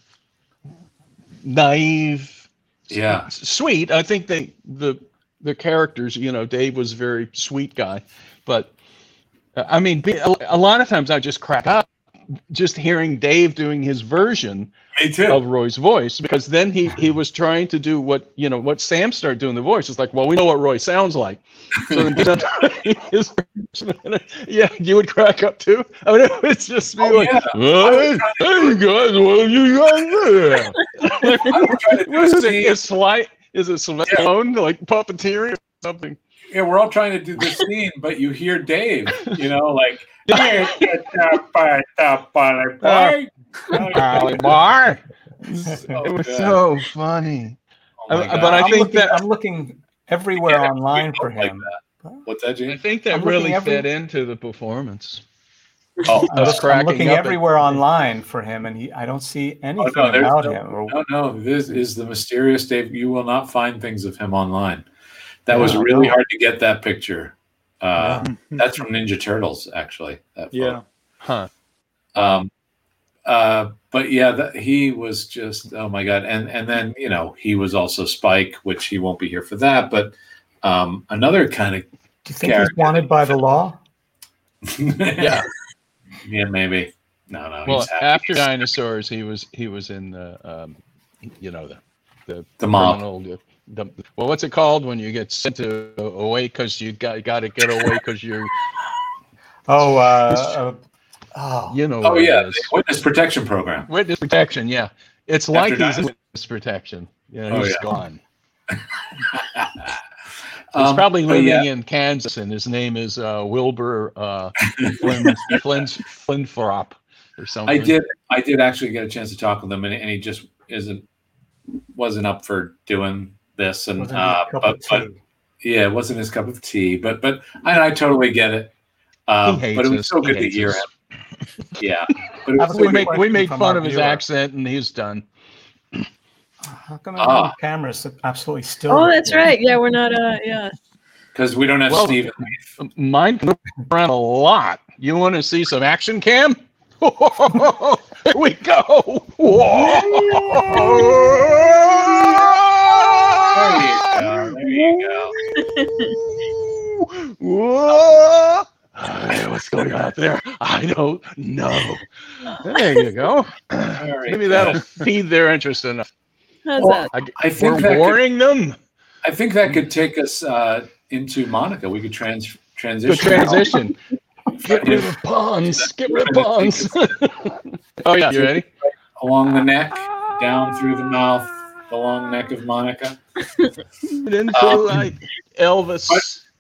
[SPEAKER 4] naive,
[SPEAKER 3] Yeah.
[SPEAKER 4] s- sweet. I think they the the characters, you know, Dave was a very sweet guy, but uh, I mean, be- a a lot of times I just crack up just hearing Dave doing his version
[SPEAKER 3] Me too.
[SPEAKER 4] of Roy's voice because then he he was trying to do what you know what Sam started doing the voice. It's like, well, we know what Roy sounds like. So then he's not doing [laughs] his version. yeah, you would crack up too. I mean, [laughs] it was just be
[SPEAKER 3] Oh,
[SPEAKER 4] like,
[SPEAKER 3] yeah.
[SPEAKER 4] hey, hey, guys, what you guys doing?
[SPEAKER 3] I was trying to
[SPEAKER 4] [laughs] What is it?
[SPEAKER 3] see-
[SPEAKER 4] Is Sly? Is it Sloan like puppeteering or something?
[SPEAKER 3] yeah, we're all trying to do this scene, but you hear Dave, you know,
[SPEAKER 4] [laughs]
[SPEAKER 3] like, "Here, get that by- that by- boy."
[SPEAKER 4] [laughs] bar.
[SPEAKER 3] So
[SPEAKER 4] Oh. it was
[SPEAKER 3] good.
[SPEAKER 4] so funny.
[SPEAKER 3] Oh my
[SPEAKER 4] I- but
[SPEAKER 3] God.
[SPEAKER 4] I
[SPEAKER 2] I'm
[SPEAKER 4] think
[SPEAKER 2] looking,
[SPEAKER 4] that-
[SPEAKER 2] I'm looking everywhere
[SPEAKER 3] Yeah,
[SPEAKER 2] online for
[SPEAKER 3] Like
[SPEAKER 2] him.
[SPEAKER 3] that. What's that,
[SPEAKER 4] I
[SPEAKER 3] Gene?
[SPEAKER 4] think that
[SPEAKER 2] I'm looking
[SPEAKER 4] really
[SPEAKER 2] every-
[SPEAKER 4] fed into the performance.
[SPEAKER 3] Oh,
[SPEAKER 2] I'm,
[SPEAKER 4] us
[SPEAKER 2] look- I'm
[SPEAKER 4] cracking
[SPEAKER 2] looking
[SPEAKER 4] up at-
[SPEAKER 2] everywhere online for him, and he, I don't see anything
[SPEAKER 3] there's
[SPEAKER 2] about
[SPEAKER 3] Oh, no- Uh,
[SPEAKER 2] him. Or,
[SPEAKER 3] No, no, this is the mysterious Dave. You will not find things of him online. That was
[SPEAKER 2] Yeah, I
[SPEAKER 3] really
[SPEAKER 2] know.
[SPEAKER 3] hard to get that picture. Uh,
[SPEAKER 2] Yeah.
[SPEAKER 3] That's from Ninja Turtles, actually. That
[SPEAKER 5] Yeah.
[SPEAKER 4] Huh.
[SPEAKER 3] photo. Um, uh, but yeah, that, he was just oh my god, and and then you know he was also Spike, which he won't be here for that. But um, another kind of [laughs]
[SPEAKER 2] do you think
[SPEAKER 3] character.
[SPEAKER 2] he's wanted by the law?
[SPEAKER 3] yeah, yeah, maybe. No, no,
[SPEAKER 4] Well,
[SPEAKER 3] he's happy.
[SPEAKER 4] after dinosaurs, he was he was in the um, you know the
[SPEAKER 3] the mob.
[SPEAKER 4] criminal- the, well, what's it called when you get sent to, uh, away because you got got to get away because you
[SPEAKER 2] Oh, uh, uh, oh,
[SPEAKER 4] you know.
[SPEAKER 3] Oh
[SPEAKER 4] what it
[SPEAKER 3] yeah,
[SPEAKER 4] is.
[SPEAKER 3] the witness protection program.
[SPEAKER 4] witness protection. Yeah, it's like he's in
[SPEAKER 3] dinosaurs.
[SPEAKER 4] witness protection. Yeah,
[SPEAKER 3] Oh,
[SPEAKER 4] he's
[SPEAKER 3] yeah.
[SPEAKER 4] gone. He's
[SPEAKER 3] Um,
[SPEAKER 4] probably
[SPEAKER 3] but
[SPEAKER 4] living
[SPEAKER 3] yeah,
[SPEAKER 4] in Kansas, and his name is uh, Wilbur uh,
[SPEAKER 3] [laughs]
[SPEAKER 4] Flynn, Flynn, Flynnfrop or something.
[SPEAKER 3] I did. I did actually get a chance to talk with him, and, and he just isn't wasn't up for doing this. And
[SPEAKER 2] wasn't
[SPEAKER 3] uh,
[SPEAKER 2] a cup of
[SPEAKER 3] but, but
[SPEAKER 2] tea.
[SPEAKER 3] yeah, it wasn't his cup of tea. But but I, I totally get it. Um,
[SPEAKER 4] He
[SPEAKER 3] but it
[SPEAKER 4] hates
[SPEAKER 3] was
[SPEAKER 4] us.
[SPEAKER 3] so
[SPEAKER 4] He
[SPEAKER 3] good to
[SPEAKER 4] hates
[SPEAKER 3] hear
[SPEAKER 4] us.
[SPEAKER 3] him.
[SPEAKER 4] [laughs]
[SPEAKER 3] Yeah, but it
[SPEAKER 2] Have
[SPEAKER 3] was so
[SPEAKER 2] a
[SPEAKER 4] We
[SPEAKER 3] good.
[SPEAKER 2] quick
[SPEAKER 4] make we
[SPEAKER 2] question
[SPEAKER 4] make
[SPEAKER 2] from
[SPEAKER 4] fun
[SPEAKER 2] our
[SPEAKER 4] of his
[SPEAKER 2] viewer.
[SPEAKER 4] accent, and he's done.
[SPEAKER 2] How come
[SPEAKER 3] Ah.
[SPEAKER 2] ah. cameras absolutely still?
[SPEAKER 7] Oh,
[SPEAKER 2] right
[SPEAKER 7] that's
[SPEAKER 2] there?
[SPEAKER 7] right. Yeah, we're not. Uh, yeah.
[SPEAKER 3] because we don't have
[SPEAKER 4] Well-
[SPEAKER 3] Steven.
[SPEAKER 4] Mine can look around a lot. You want to see some action, Cam? [laughs] Here we go.
[SPEAKER 3] There you
[SPEAKER 4] Whoa.
[SPEAKER 3] go. There you go.
[SPEAKER 4] Whoa. Hey, what's going on out there? I don't know. There you go.
[SPEAKER 3] Very
[SPEAKER 4] Maybe
[SPEAKER 3] good.
[SPEAKER 4] that'll feed their interest enough.
[SPEAKER 7] How's
[SPEAKER 3] Well,
[SPEAKER 7] that?
[SPEAKER 4] I,
[SPEAKER 3] I
[SPEAKER 4] we're
[SPEAKER 3] think that could,
[SPEAKER 4] warning them.
[SPEAKER 3] I think that could take us uh, into Monica. We could trans transition.
[SPEAKER 4] Good transition.
[SPEAKER 3] now.
[SPEAKER 4] Get rid of pawns. Get rid of [laughs] pawns. oh yeah, you ready?
[SPEAKER 3] along the neck, down through the mouth, the long neck of Monica.
[SPEAKER 4] Then feel like Um, Elvis.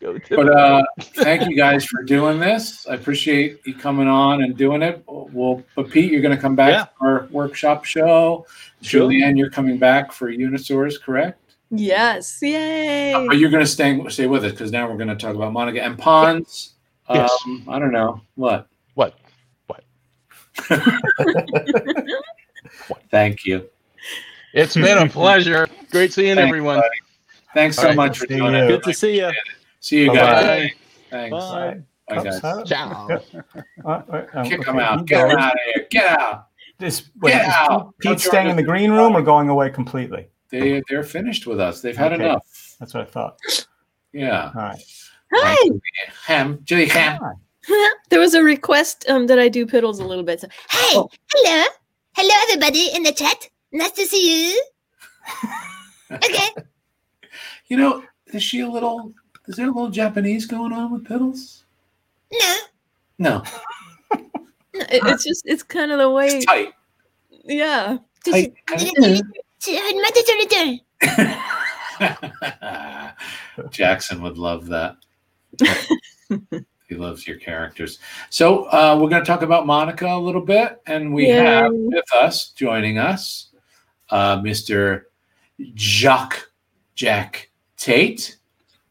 [SPEAKER 4] Go to
[SPEAKER 3] But uh, thank you guys for doing this. I appreciate you coming on and doing it. Well, but Pete, you're going to come back
[SPEAKER 5] Yeah.
[SPEAKER 3] for our workshop show.
[SPEAKER 5] Sure.
[SPEAKER 3] Julianne, you're coming back for Unisaurus, correct?
[SPEAKER 7] Yes. Yay.
[SPEAKER 3] But you're going to stay stay with us because now we're going to talk about Monica and Pons.
[SPEAKER 4] Yes.
[SPEAKER 3] Um, I don't know what
[SPEAKER 4] what?
[SPEAKER 3] Thank you.
[SPEAKER 4] It's been a pleasure. Great seeing
[SPEAKER 3] Thanks,
[SPEAKER 4] everyone.
[SPEAKER 3] buddy. Thanks so
[SPEAKER 4] All right,
[SPEAKER 3] much for
[SPEAKER 8] see
[SPEAKER 3] doing
[SPEAKER 8] you.
[SPEAKER 3] it.
[SPEAKER 5] Good to see you.
[SPEAKER 3] See you guys.
[SPEAKER 4] Bye.
[SPEAKER 3] Thanks.
[SPEAKER 5] Bye.
[SPEAKER 2] Bye.
[SPEAKER 3] Bye, guys.
[SPEAKER 8] Cups out.
[SPEAKER 4] Ciao.
[SPEAKER 2] Uh, uh, um,
[SPEAKER 3] Kick
[SPEAKER 2] okay,
[SPEAKER 3] them
[SPEAKER 2] you
[SPEAKER 3] out. Get
[SPEAKER 2] go.
[SPEAKER 3] them out of here. Get out.
[SPEAKER 2] This, wait,
[SPEAKER 3] Get
[SPEAKER 2] is
[SPEAKER 3] out.
[SPEAKER 2] Pete
[SPEAKER 3] Don't
[SPEAKER 2] staying
[SPEAKER 3] join
[SPEAKER 2] in the
[SPEAKER 3] us.
[SPEAKER 2] green room or going away completely?
[SPEAKER 3] They they're finished with us. They've had
[SPEAKER 2] Okay.
[SPEAKER 3] enough.
[SPEAKER 2] That's what I thought.
[SPEAKER 3] Yeah.
[SPEAKER 2] All right.
[SPEAKER 7] Hi.
[SPEAKER 3] Ham. Julie Ham.
[SPEAKER 7] [laughs] there was a request um, that I do piddles a little bit. So,
[SPEAKER 9] Hey,
[SPEAKER 7] Oh.
[SPEAKER 9] hello. Hello, everybody in the chat. Nice to see
[SPEAKER 10] [laughs]
[SPEAKER 9] you. okay.
[SPEAKER 3] You know, is she a little? Is there a little Japanese going on with Piddles?
[SPEAKER 9] No.
[SPEAKER 3] No,
[SPEAKER 7] it- it's just it's kind of the way.
[SPEAKER 3] it's tight.
[SPEAKER 7] Yeah.
[SPEAKER 9] Just-
[SPEAKER 3] Tight.
[SPEAKER 9] her mother's a little-
[SPEAKER 3] [laughs] Jackson would love that. [laughs] he loves your characters. So uh, we're going to talk about Monica a little bit, and we
[SPEAKER 7] Yay.
[SPEAKER 3] have with us, joining us, uh, Mr. Jacques Jack Tate.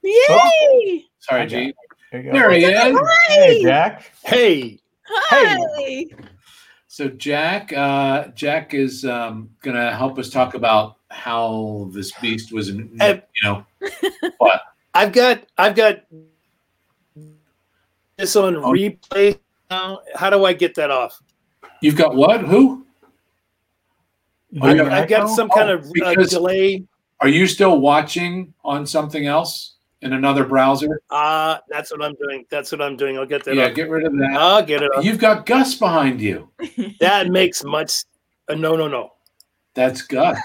[SPEAKER 7] Yay!
[SPEAKER 3] Sorry,
[SPEAKER 2] Hi,
[SPEAKER 3] G.
[SPEAKER 2] There you go.
[SPEAKER 3] There he is.
[SPEAKER 2] Hey, Jack.
[SPEAKER 8] Hey,
[SPEAKER 7] Hi.
[SPEAKER 3] So Jack, uh, Jack is um, going to help us talk about how this beast was, you know,
[SPEAKER 8] I've got I've got [laughs] this on
[SPEAKER 3] Oh.
[SPEAKER 8] replay now. How do I get that off?
[SPEAKER 3] you've got what? Who? Oh, you
[SPEAKER 8] I've,
[SPEAKER 3] have
[SPEAKER 8] I've got some
[SPEAKER 3] Oh,
[SPEAKER 8] kind of uh,
[SPEAKER 3] because-
[SPEAKER 8] delay.
[SPEAKER 3] Are you still watching on something else in another browser?
[SPEAKER 8] Ah, that's what I'm doing. That's what I'm doing. I'll get that
[SPEAKER 3] Yeah,
[SPEAKER 8] off.
[SPEAKER 3] get rid of that.
[SPEAKER 8] I'll get it off.
[SPEAKER 3] You've got Gus behind you.
[SPEAKER 8] That makes much. Uh, no, no, no.
[SPEAKER 3] That's
[SPEAKER 8] [laughs]
[SPEAKER 3] Gus.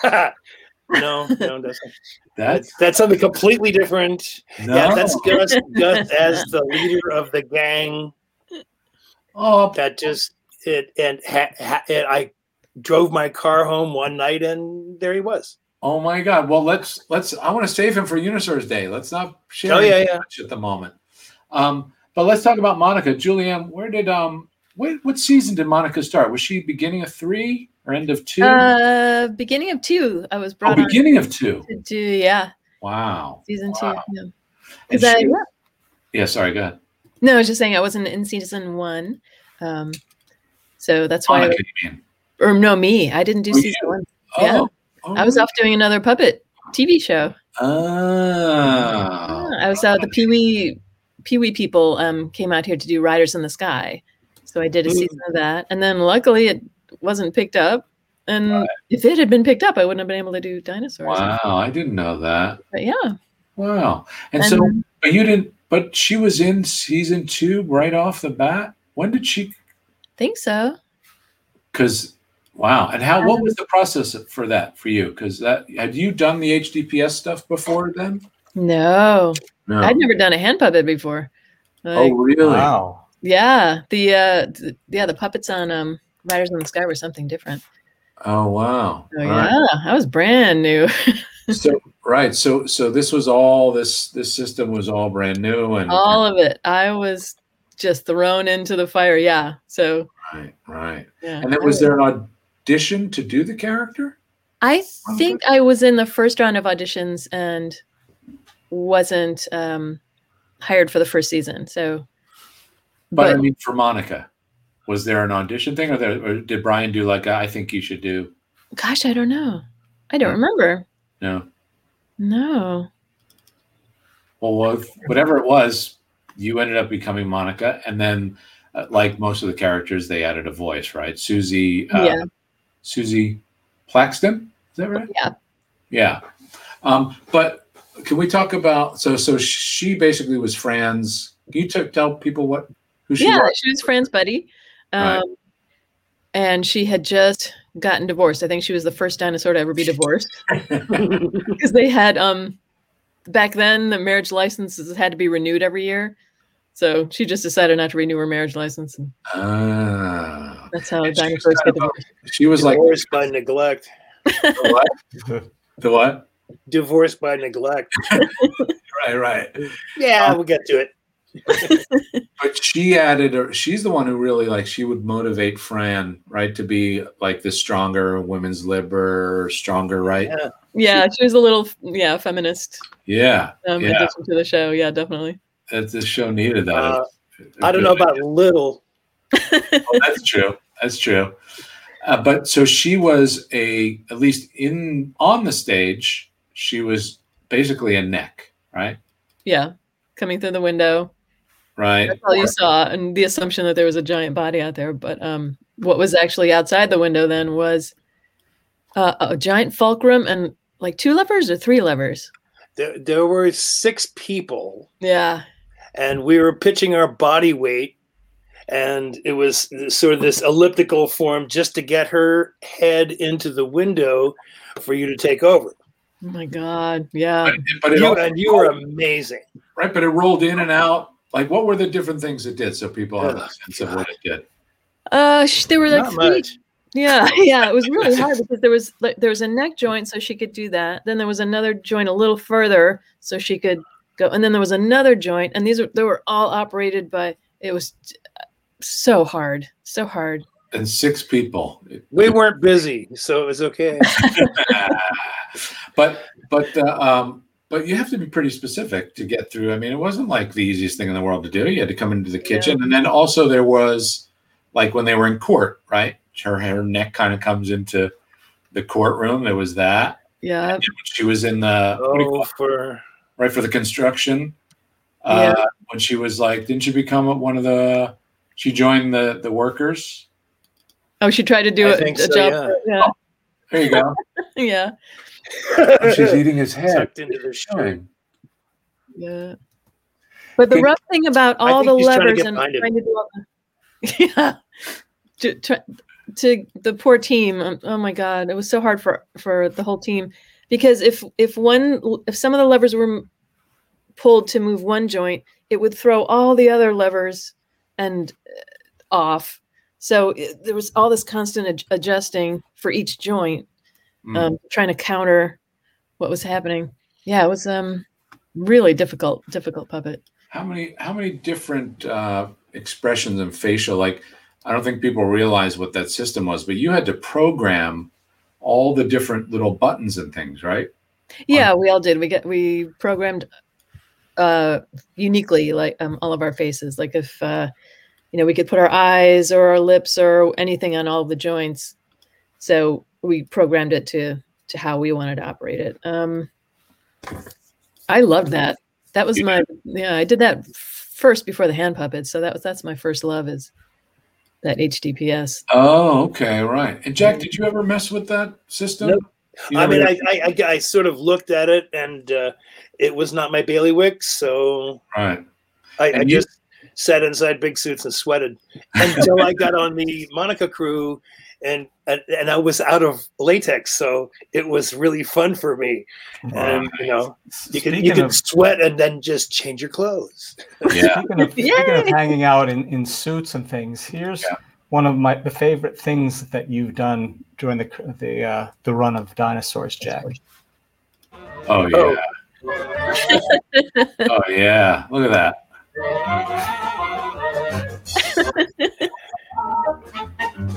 [SPEAKER 8] no, no, that's
[SPEAKER 3] That's
[SPEAKER 8] that's something completely different.
[SPEAKER 3] no.
[SPEAKER 8] Yeah, that's Gus, Gus as the leader of the gang.
[SPEAKER 3] oh,
[SPEAKER 8] That just it and ha, ha, it, I drove my car home one night and there he was.
[SPEAKER 3] oh my God. Well, let's let's. I want to save him for Unisor's Day. Let's not share
[SPEAKER 8] Oh, yeah,
[SPEAKER 3] him too
[SPEAKER 8] yeah.
[SPEAKER 3] much at the moment. Um, but let's talk about Monica. Julianne, where did um, what what season did Monica start? Was she beginning of three or end of two?
[SPEAKER 7] Uh, beginning of two, I was
[SPEAKER 3] oh,
[SPEAKER 7] brought on
[SPEAKER 3] beginning of two.
[SPEAKER 7] to do yeah
[SPEAKER 3] Wow.
[SPEAKER 7] season
[SPEAKER 3] Wow.
[SPEAKER 7] two.
[SPEAKER 3] And
[SPEAKER 7] Because I
[SPEAKER 3] she- yeah, sorry. Go ahead.
[SPEAKER 7] no, I was just saying I wasn't in season one, um, so that's why. I
[SPEAKER 3] Monica,
[SPEAKER 7] was,
[SPEAKER 3] you mean?
[SPEAKER 7] or no, me. I didn't do
[SPEAKER 3] Oh, you.
[SPEAKER 7] season one. Yeah.
[SPEAKER 3] oh,
[SPEAKER 7] I was off doing another puppet TV show.
[SPEAKER 3] Ah. Oh.
[SPEAKER 7] Yeah, I was out. The Pee Wee Pee Wee people um, came out here to do Riders in the Sky, so I did a
[SPEAKER 3] Hmm.
[SPEAKER 8] Mm.
[SPEAKER 7] season of that, and then luckily it wasn't picked up. And
[SPEAKER 3] Right.
[SPEAKER 7] if it had been picked up, I wouldn't have been able to do dinosaurs.
[SPEAKER 3] Wow, I didn't know that.
[SPEAKER 7] But yeah,
[SPEAKER 3] Wow. And, so
[SPEAKER 7] And-
[SPEAKER 3] but you didn't but she was in season 2 right off the bat. When did she
[SPEAKER 7] think so.
[SPEAKER 3] cuz wow. And how
[SPEAKER 7] Um,
[SPEAKER 3] what was the process for that for you? Cuz that had you done the HDPS stuff before then?
[SPEAKER 7] No,
[SPEAKER 3] No.
[SPEAKER 7] I'd never done a hand puppet before.
[SPEAKER 3] oh,
[SPEAKER 7] Like,
[SPEAKER 3] really?
[SPEAKER 2] Wow.
[SPEAKER 7] Yeah, the uh, th- yeah the puppets on um, Riders in the Sky were something different.
[SPEAKER 3] Oh, wow.
[SPEAKER 7] So,
[SPEAKER 3] All
[SPEAKER 7] yeah,
[SPEAKER 3] right.
[SPEAKER 7] I was brand new. [laughs]
[SPEAKER 3] So right. So so this was all this this system was all brand new and
[SPEAKER 7] all of it. I was just thrown into the fire. Yeah. So
[SPEAKER 3] right, right.
[SPEAKER 7] yeah.
[SPEAKER 3] And then was there an audition to do the character?
[SPEAKER 7] I think I was in the first round of auditions and wasn't um, hired for the first season. So,
[SPEAKER 3] But, I
[SPEAKER 7] but,
[SPEAKER 3] mean, for Monica, was there an audition thing, or, there, or did Brian do like I think you should do?
[SPEAKER 7] gosh, I don't know. I don't
[SPEAKER 3] Hmm.
[SPEAKER 7] remember.
[SPEAKER 3] No.
[SPEAKER 7] No.
[SPEAKER 3] Well, well, whatever it was, you ended up becoming Monica, and then, uh, like most of the characters, they added a voice, right? Susie, uh,
[SPEAKER 7] Yeah.
[SPEAKER 3] Susie Plaxton, is that right?
[SPEAKER 7] Yeah.
[SPEAKER 3] Yeah. Um, but can we talk about so so she basically was Fran's? Can you t- tell people what who she
[SPEAKER 7] yeah,
[SPEAKER 3] was?
[SPEAKER 7] she was Fran's buddy. Um,
[SPEAKER 3] Right.
[SPEAKER 7] And she had just gotten divorced. I think she was the first dinosaur to ever be
[SPEAKER 3] [laughs]
[SPEAKER 7] divorced [laughs] because they had, um, back then, the marriage licenses had to be renewed every year. So she just decided not to renew her marriage license. And
[SPEAKER 3] Ah.
[SPEAKER 7] that's how
[SPEAKER 3] And she was kind
[SPEAKER 7] dinosaurs get
[SPEAKER 3] of a-
[SPEAKER 7] divorced.
[SPEAKER 3] she was like
[SPEAKER 8] Divorced by neglect.
[SPEAKER 3] the what? The what?
[SPEAKER 8] Divorced by neglect.
[SPEAKER 3] Right, right. Uh,
[SPEAKER 8] Yeah, we'll get to it.
[SPEAKER 3] But she added, or she's the one who really like she would motivate Fran, right, to be like the stronger women's liber, stronger, right?
[SPEAKER 8] Yeah.
[SPEAKER 7] Yeah, she was a little, yeah, feminist
[SPEAKER 3] Yeah,
[SPEAKER 7] um,
[SPEAKER 3] Yeah.
[SPEAKER 7] addition to the show. Yeah, definitely.
[SPEAKER 3] that this show needed that.
[SPEAKER 8] Uh, I don't know about little.
[SPEAKER 3] Well, [laughs] that's true. That's true. Uh, but so she was a at least in on the stage, she was basically a neck, right?
[SPEAKER 7] Yeah, coming through the window.
[SPEAKER 3] Right.
[SPEAKER 7] That's all you saw, and the assumption that there was a giant body out there. But um, what was actually outside the window then was uh, a giant fulcrum and like two levers or three levers.
[SPEAKER 8] There, there were six people,
[SPEAKER 7] Yeah,
[SPEAKER 8] and we were pitching our body weight, and it was sort of this elliptical form just to get her head into the window for you to take over.
[SPEAKER 7] Oh my God. Yeah.
[SPEAKER 3] But it Oh.
[SPEAKER 8] you,
[SPEAKER 3] also-
[SPEAKER 8] and you were amazing.
[SPEAKER 3] right, but it rolled in and out. Like, what were the different things it did? So people have a sense of what it did.
[SPEAKER 7] Uh, sh- there were like
[SPEAKER 8] Not
[SPEAKER 7] three.
[SPEAKER 8] much.
[SPEAKER 7] [laughs] Yeah, yeah. It was really hard because there was like there was a neck joint, so she could do that. Then there was another joint a little further, so she could go. And then there was another joint, and these were they were all operated by. It was uh, so hard, so hard.
[SPEAKER 3] And six people.
[SPEAKER 8] We weren't busy, so it
[SPEAKER 3] [laughs]
[SPEAKER 8] was okay.
[SPEAKER 3] but but uh, um, but you have to be pretty specific to get through. I mean, it wasn't like the easiest thing in the world to do. You had to come into the kitchen, and then also there was like when they were in court, right? Her her neck kind of comes into the courtroom. There was that.
[SPEAKER 7] Yeah,
[SPEAKER 3] And when she was in the what do you
[SPEAKER 8] Oh,
[SPEAKER 3] call it?
[SPEAKER 8] for
[SPEAKER 3] right for the construction. Uh, When she was like, didn't she become one of the? She joined the the workers.
[SPEAKER 7] Oh, she tried to do
[SPEAKER 8] I
[SPEAKER 7] a, a
[SPEAKER 8] think so,
[SPEAKER 7] job.
[SPEAKER 8] yeah.
[SPEAKER 7] for- Yeah.
[SPEAKER 3] There you go.
[SPEAKER 7] yeah, yeah,
[SPEAKER 2] She's eating his head.
[SPEAKER 8] [laughs] tucked into the shirt.
[SPEAKER 3] Showing.
[SPEAKER 7] But the
[SPEAKER 2] Can-
[SPEAKER 7] rough thing about
[SPEAKER 8] I
[SPEAKER 7] all
[SPEAKER 8] think
[SPEAKER 7] the
[SPEAKER 8] he's trying to
[SPEAKER 7] levers
[SPEAKER 8] get
[SPEAKER 7] and
[SPEAKER 8] behind him.
[SPEAKER 7] trying to do all the, [laughs] yeah, to, to, to the poor team. um, Oh my god, it was so hard for for the whole team because if if one if some of the levers were m- pulled to move one joint, it would throw all the other levers and uh, off. So it, there was all this constant ad- adjusting for each joint,
[SPEAKER 3] Mm.
[SPEAKER 7] um, trying to counter what was happening. Yeah, it was um really difficult, difficult puppet.
[SPEAKER 3] How many how many different uh, expressions and facial like I don't think people realize what that system was, but you had to program all the different little buttons and things, right?
[SPEAKER 7] Yeah, we all did. We get we programmed uh uniquely like um all of our faces. Like if uh you know, we could put our eyes or our lips or anything on all the joints. So we programmed it to to how we wanted to operate it. Um I loved that. That was my yeah, I did that first before the hand puppets. So that was that's my first love is that HDPS.
[SPEAKER 3] Oh, okay, right. And Jack, did you ever mess with that system?
[SPEAKER 8] Nope.
[SPEAKER 3] You
[SPEAKER 8] I
[SPEAKER 3] never-
[SPEAKER 8] mean, I, I, I, I sort of looked at it, and uh, it was not my bailiwick, so [laughs]
[SPEAKER 3] right.
[SPEAKER 8] I, I
[SPEAKER 3] And you-
[SPEAKER 8] just sat inside big suits and sweated until I got on the [laughs] Monica crew, and, and and I was out of latex, so it was really fun for me. And you know, you can you
[SPEAKER 2] Speaking
[SPEAKER 8] can
[SPEAKER 2] of-
[SPEAKER 8] sweat and then just change your clothes.
[SPEAKER 3] Yeah.
[SPEAKER 2] Speaking of, speaking of
[SPEAKER 7] Yay!
[SPEAKER 2] hanging out in, in suits and things, here's
[SPEAKER 3] Yeah.
[SPEAKER 2] one of my the favorite things that you've done during the cr- the uh, the run of dinosaurs, Jack.
[SPEAKER 3] Oh yeah. oh yeah. Look at that.
[SPEAKER 2] [laughs]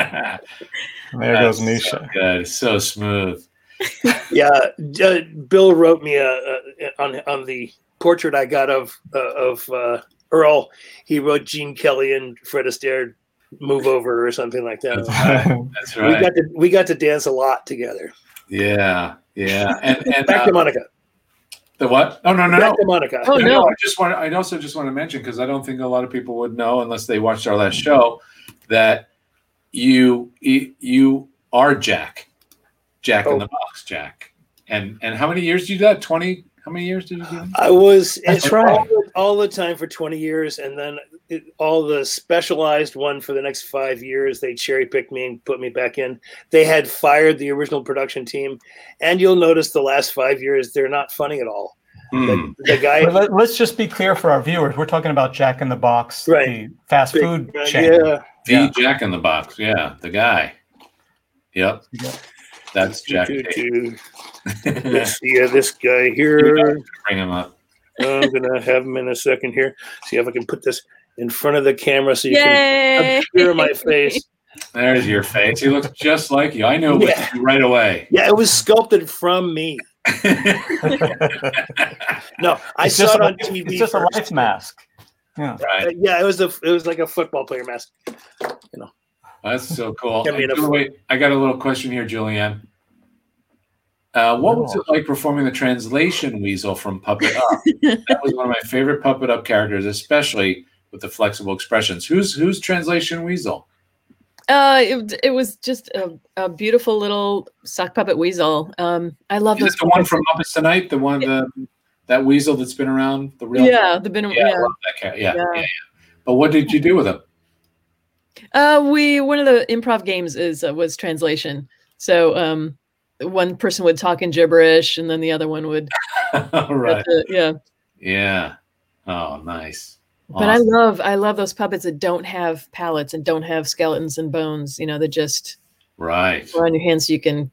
[SPEAKER 2] There
[SPEAKER 3] That's
[SPEAKER 2] goes Misha.
[SPEAKER 3] So good. So smooth.
[SPEAKER 8] Yeah, uh, Bill wrote me a, a, on on the portrait I got of uh, of uh, Earl. He wrote Gene Kelly and Fred Astaire move over or something like that.
[SPEAKER 3] That's right. That's
[SPEAKER 8] We
[SPEAKER 3] right.
[SPEAKER 8] got to we got to dance a lot together.
[SPEAKER 3] Yeah. Yeah. And and
[SPEAKER 8] Back to
[SPEAKER 3] uh,
[SPEAKER 8] Monica.
[SPEAKER 3] the what? Oh no no no.
[SPEAKER 8] Back to Monica.
[SPEAKER 3] No,
[SPEAKER 7] Oh no.
[SPEAKER 3] no, I just want. I also just want to mention because I don't think a lot of people would know unless they watched our last show that you you- you are Jack, Jack in
[SPEAKER 8] Oh.
[SPEAKER 3] the Box, Jack. And and how many years did you do that? Twenty? How many years did you do? that?
[SPEAKER 8] I was
[SPEAKER 2] That's
[SPEAKER 8] it's
[SPEAKER 2] right.
[SPEAKER 8] all, the- all the time for 20 years, and then it, all the specialized one for the next five years. They cherry picked me and put me back in. They had fired the original production team, and you'll notice the last five years they're not funny at all.
[SPEAKER 3] Hmm.
[SPEAKER 8] The
[SPEAKER 2] [laughs]
[SPEAKER 8] guy,
[SPEAKER 2] But let, us just be clear for our viewers. We're talking about Jack in the Box,
[SPEAKER 8] Right.
[SPEAKER 2] the fast
[SPEAKER 8] Big-
[SPEAKER 2] food
[SPEAKER 8] uh,
[SPEAKER 2] chain.
[SPEAKER 8] yeah,
[SPEAKER 3] The
[SPEAKER 2] Yeah.
[SPEAKER 3] Jack in the Box. Yeah, the guy. Yep.
[SPEAKER 2] Yeah.
[SPEAKER 3] That's Jack. [laughs]
[SPEAKER 8] do,
[SPEAKER 3] Tate.
[SPEAKER 8] do.
[SPEAKER 3] Bring
[SPEAKER 8] Let's see, uh, this guy here.
[SPEAKER 3] him up.
[SPEAKER 8] I'm gonna have him in a second here. See if I can put this in front of the camera so you
[SPEAKER 7] Yay.
[SPEAKER 8] can obscure my face.
[SPEAKER 3] There's your face. He looks just like you. I know it
[SPEAKER 8] Yeah.
[SPEAKER 3] was you right away. [laughs]
[SPEAKER 8] Yeah, it was sculpted from me. No, I
[SPEAKER 2] It's [laughs]
[SPEAKER 8] saw
[SPEAKER 2] just
[SPEAKER 8] it
[SPEAKER 2] a-
[SPEAKER 8] on TV.
[SPEAKER 2] It's just a
[SPEAKER 8] first.
[SPEAKER 2] life mask. Yeah.
[SPEAKER 3] Right.
[SPEAKER 8] Uh, yeah, it was a it was like a football player mask.
[SPEAKER 3] That's so cool.
[SPEAKER 8] Give me
[SPEAKER 3] And
[SPEAKER 8] enough.
[SPEAKER 3] by the way, I got a little question here, Julianne. Uh, what was it like performing the translation weasel from Puppet
[SPEAKER 7] [laughs]
[SPEAKER 3] Up? that was one of my favorite Puppet Up characters, especially with the flexible expressions. Who's who's translation weasel?
[SPEAKER 7] Uh, it, it was just a, a beautiful little sock puppet weasel. Um, I love
[SPEAKER 3] Is
[SPEAKER 7] those.
[SPEAKER 3] it the one
[SPEAKER 7] puppets.
[SPEAKER 3] from Muppets Tonight? The one the that weasel that's been around the real
[SPEAKER 7] yeah, the been
[SPEAKER 3] yeah, I
[SPEAKER 7] yeah.
[SPEAKER 3] love that character. Yeah, yeah.
[SPEAKER 7] Yeah.
[SPEAKER 3] yeah, But what did you do with him? [laughs]
[SPEAKER 7] Uh, we one of the improv games is uh, was translation. So um, one person would talk in gibberish, and then the other one would
[SPEAKER 3] All [laughs] right.
[SPEAKER 7] uh, yeah.
[SPEAKER 3] Yeah. Oh, nice.
[SPEAKER 7] But I
[SPEAKER 3] Awesome.
[SPEAKER 7] love I love those puppets that don't have pallets and don't have skeletons and bones. You know, that just
[SPEAKER 3] right.
[SPEAKER 7] are on your hands, so you can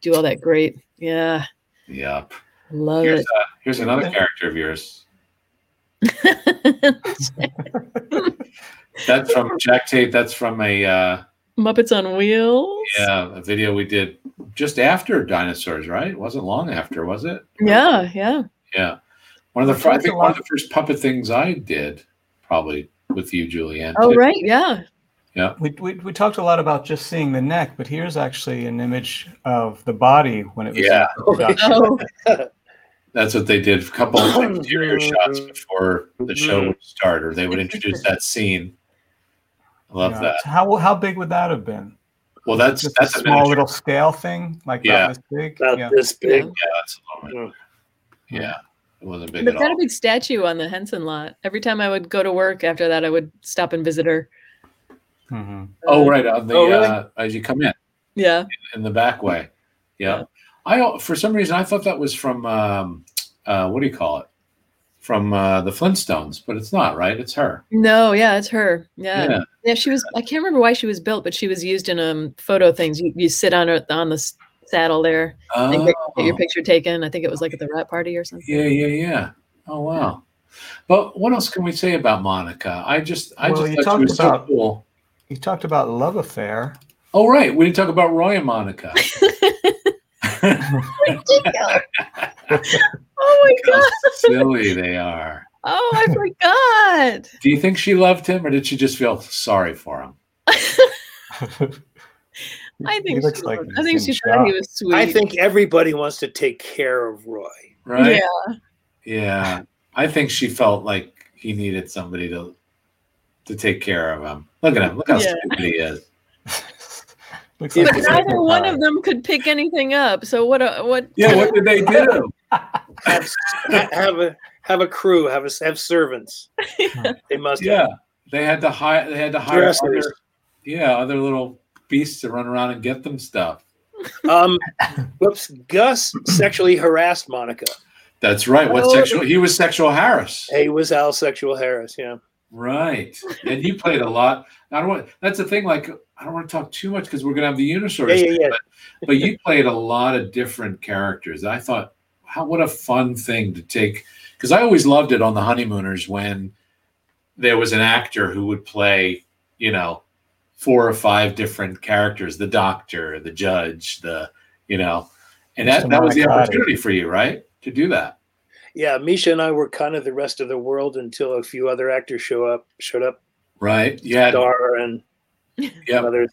[SPEAKER 7] do all that great. Yeah,
[SPEAKER 3] Yep.
[SPEAKER 7] love
[SPEAKER 3] Here's,
[SPEAKER 7] it.
[SPEAKER 3] uh, here's another character of yours. That's
[SPEAKER 2] [laughs]
[SPEAKER 3] from Jack Tate. That's from a uh,
[SPEAKER 7] [laughs] Muppets on Wheels.
[SPEAKER 3] yeah a video we did just after dinosaurs. Right? It wasn't long after, was it?
[SPEAKER 7] yeah, yeah.
[SPEAKER 3] Yeah. One of the fir- I
[SPEAKER 2] That's a
[SPEAKER 3] think one of
[SPEAKER 2] lot.
[SPEAKER 3] the first puppet things I did probably with you, Julianne.
[SPEAKER 7] Oh
[SPEAKER 3] too.
[SPEAKER 7] right, yeah.
[SPEAKER 2] We, we, we talked a lot about just seeing the neck, but here's actually an image of the body when it was.
[SPEAKER 3] Yeah.
[SPEAKER 2] production.
[SPEAKER 7] Oh,
[SPEAKER 3] That's what they did. A couple of
[SPEAKER 2] Oh,
[SPEAKER 3] exterior shots before the show
[SPEAKER 2] Mm-hmm.
[SPEAKER 3] would start, or they would introduce
[SPEAKER 2] [laughs]
[SPEAKER 3] that scene. I love
[SPEAKER 2] Yeah.
[SPEAKER 3] that.
[SPEAKER 2] So How how big would that have been?
[SPEAKER 3] Well, that's
[SPEAKER 2] Just
[SPEAKER 3] that's
[SPEAKER 2] a
[SPEAKER 3] a
[SPEAKER 2] small
[SPEAKER 3] miniature.
[SPEAKER 2] little scale thing, like
[SPEAKER 3] Yeah.
[SPEAKER 2] about this big.
[SPEAKER 8] About
[SPEAKER 2] Yeah.
[SPEAKER 8] this big.
[SPEAKER 7] yeah.
[SPEAKER 3] Yeah, that's a little bit. Yeah, it wasn't big
[SPEAKER 7] They've
[SPEAKER 3] at
[SPEAKER 7] got a
[SPEAKER 3] all.
[SPEAKER 7] big statue on the Henson lot. Every time I would go to work after that, I would stop and visit her.
[SPEAKER 2] Mhm.
[SPEAKER 3] Oh, right on the
[SPEAKER 8] Oh, really?
[SPEAKER 3] uh, as you come in
[SPEAKER 7] Yeah.
[SPEAKER 3] in the back way. Yeah,
[SPEAKER 7] Yeah.
[SPEAKER 3] I al- for some reason I thought that was from um, uh, what do you call it? From uh, the Flintstones, but it's not, right? It's her.
[SPEAKER 7] No, yeah, it's her. Yeah.
[SPEAKER 3] Yeah.
[SPEAKER 7] yeah. she was I can't remember why she was built, but she was used in um photo things. You you sit on her on the s- saddle there and
[SPEAKER 3] Oh,
[SPEAKER 7] get, get your picture taken. I think it was like at the rat party
[SPEAKER 3] [laughs]
[SPEAKER 7] or something.
[SPEAKER 3] yeah, yeah, yeah. Oh, wow. But what else can we say about Monica? I just, I
[SPEAKER 2] Well, you
[SPEAKER 3] just thought she
[SPEAKER 2] talked
[SPEAKER 3] was
[SPEAKER 2] about-
[SPEAKER 3] so cool.
[SPEAKER 2] You talked about love affair. [laughs]
[SPEAKER 3] Oh, right. We didn't talk about Roy and
[SPEAKER 7] [laughs]
[SPEAKER 3] Monica.
[SPEAKER 7] Oh my
[SPEAKER 3] How
[SPEAKER 7] god.
[SPEAKER 3] silly they are.
[SPEAKER 7] Oh, I forgot.
[SPEAKER 3] Do you think she loved him or did she just feel sorry for him?
[SPEAKER 7] I
[SPEAKER 2] He
[SPEAKER 7] think
[SPEAKER 2] looks
[SPEAKER 7] she,
[SPEAKER 2] like
[SPEAKER 7] was- I
[SPEAKER 2] he's
[SPEAKER 7] think
[SPEAKER 2] in
[SPEAKER 7] she thought he
[SPEAKER 2] shock.
[SPEAKER 7] was sweet.
[SPEAKER 8] I think everybody wants to take care of Roy.
[SPEAKER 7] [laughs]
[SPEAKER 3] Right?
[SPEAKER 7] Yeah.
[SPEAKER 3] Yeah. I think she felt like he needed somebody to to take care of him. Look at him. Look how
[SPEAKER 7] Yeah.
[SPEAKER 3] stupid he is.
[SPEAKER 2] Looks
[SPEAKER 7] But
[SPEAKER 2] a
[SPEAKER 7] neither one
[SPEAKER 2] psychopath.
[SPEAKER 7] of them could pick anything up. So what a, what
[SPEAKER 3] Yeah, what did they do?
[SPEAKER 8] Have, [laughs] ha- have a have a crew. Have a have servants. They must.
[SPEAKER 3] Yeah. They had to hire they had to hire
[SPEAKER 8] Dressers.
[SPEAKER 3] other, yeah, other little beasts to run around and get them stuff.
[SPEAKER 8] Um. Whoops. Gus sexually harassed Monica.
[SPEAKER 3] That's right. What
[SPEAKER 7] Oh.
[SPEAKER 3] sexual he was sexual harass.
[SPEAKER 8] He was Al sexual harass. Yeah.
[SPEAKER 3] Right. And you played a lot. I don't want that's the thing, like I don't want to talk too much because we're gonna have the Unisource.
[SPEAKER 8] Yeah. Yeah. Yeah.
[SPEAKER 3] But you played a lot of different characters. I thought, how what a fun thing to take because I always loved it on the honeymooners when there was an actor who would play, you know, four or five different characters, the doctor, the judge, the you know, and that,
[SPEAKER 2] Mr.
[SPEAKER 3] that was the
[SPEAKER 2] Manicotti.
[SPEAKER 3] opportunity for you, right? To do that.
[SPEAKER 8] Yeah. Misha and I were kind of the rest of the world until a few other actors show up. Showed up.
[SPEAKER 3] Right. Yeah.
[SPEAKER 8] Dar and
[SPEAKER 3] Yeah.
[SPEAKER 8] others.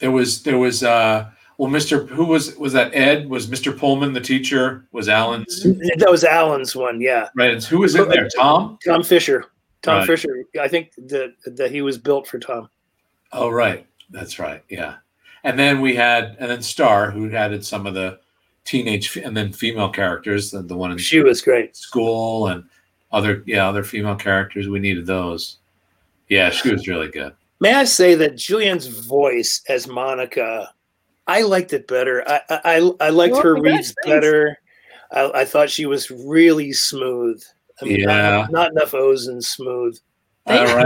[SPEAKER 3] There was there was uh well Mr. who was was that Ed? Was Mr. Pullman the teacher? Was Alan's
[SPEAKER 8] That was Alan's one. Yeah.
[SPEAKER 3] right? And who was in there? Tom?
[SPEAKER 8] Tom Fisher. Tom
[SPEAKER 3] Right.
[SPEAKER 8] Fisher. I think that that he was built for Tom.
[SPEAKER 3] Oh right. That's right. Yeah. And then we had and then Star who added some of the teenage and then female characters, the, the one in
[SPEAKER 8] She was great.
[SPEAKER 3] school and other yeah, other female characters. We needed those. Yeah, she was really good.
[SPEAKER 8] May I say that Julianne's voice as Monica, I liked it better. I I, I- I liked
[SPEAKER 7] Oh
[SPEAKER 8] her
[SPEAKER 7] my God,
[SPEAKER 8] reads
[SPEAKER 7] thanks.
[SPEAKER 8] better. I, I thought she was really smooth. I mean,
[SPEAKER 3] Yeah.
[SPEAKER 8] not, not enough O's and smooth.
[SPEAKER 3] All
[SPEAKER 7] Thank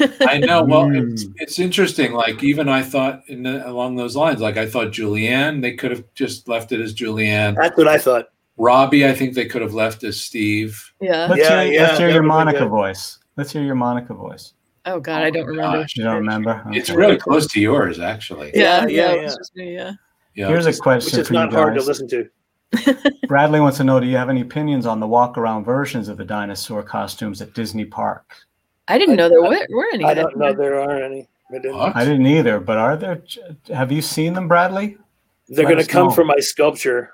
[SPEAKER 3] right. [laughs] I
[SPEAKER 5] Oh,
[SPEAKER 3] know. Well,
[SPEAKER 5] [laughs]
[SPEAKER 3] it's,
[SPEAKER 2] Mm.
[SPEAKER 3] it's interesting. Like even I thought in the, along those lines. Like I thought Julianne, they could have just left it as Julianne.
[SPEAKER 8] That's what I thought.
[SPEAKER 3] Robbie, I think they could have left as Steve.
[SPEAKER 7] [laughs] yeah.
[SPEAKER 2] Let's
[SPEAKER 8] Yeah,
[SPEAKER 2] hear,
[SPEAKER 8] yeah,
[SPEAKER 2] let's hear
[SPEAKER 8] that
[SPEAKER 2] your
[SPEAKER 8] would've been
[SPEAKER 2] Monica
[SPEAKER 8] good.
[SPEAKER 2] voice. Let's hear your Monica voice.
[SPEAKER 7] Oh God, I don't remember.
[SPEAKER 3] gosh.
[SPEAKER 2] You don't remember?
[SPEAKER 3] It's
[SPEAKER 2] Okay.
[SPEAKER 3] really close to yours, actually.
[SPEAKER 7] Yeah, yeah, Oh,
[SPEAKER 8] Yeah, yeah,
[SPEAKER 7] it was
[SPEAKER 8] yeah.
[SPEAKER 7] just me, yeah.
[SPEAKER 3] Yeah. [laughs]
[SPEAKER 2] Here's a
[SPEAKER 8] Which
[SPEAKER 2] question
[SPEAKER 8] is
[SPEAKER 2] for you
[SPEAKER 8] not
[SPEAKER 2] guys.
[SPEAKER 8] hard to listen to.
[SPEAKER 2] Bradley wants to know: Do you have any opinions on the walk-around versions of the dinosaur costumes at Disney Park?
[SPEAKER 7] I didn't know there were, were any.
[SPEAKER 8] I don't know there are any. I didn't.
[SPEAKER 3] Uh,
[SPEAKER 2] I didn't either. But are there? Have you seen them, Bradley? Let
[SPEAKER 8] They're going to
[SPEAKER 2] us
[SPEAKER 8] come
[SPEAKER 2] know.
[SPEAKER 8] for my sculpture.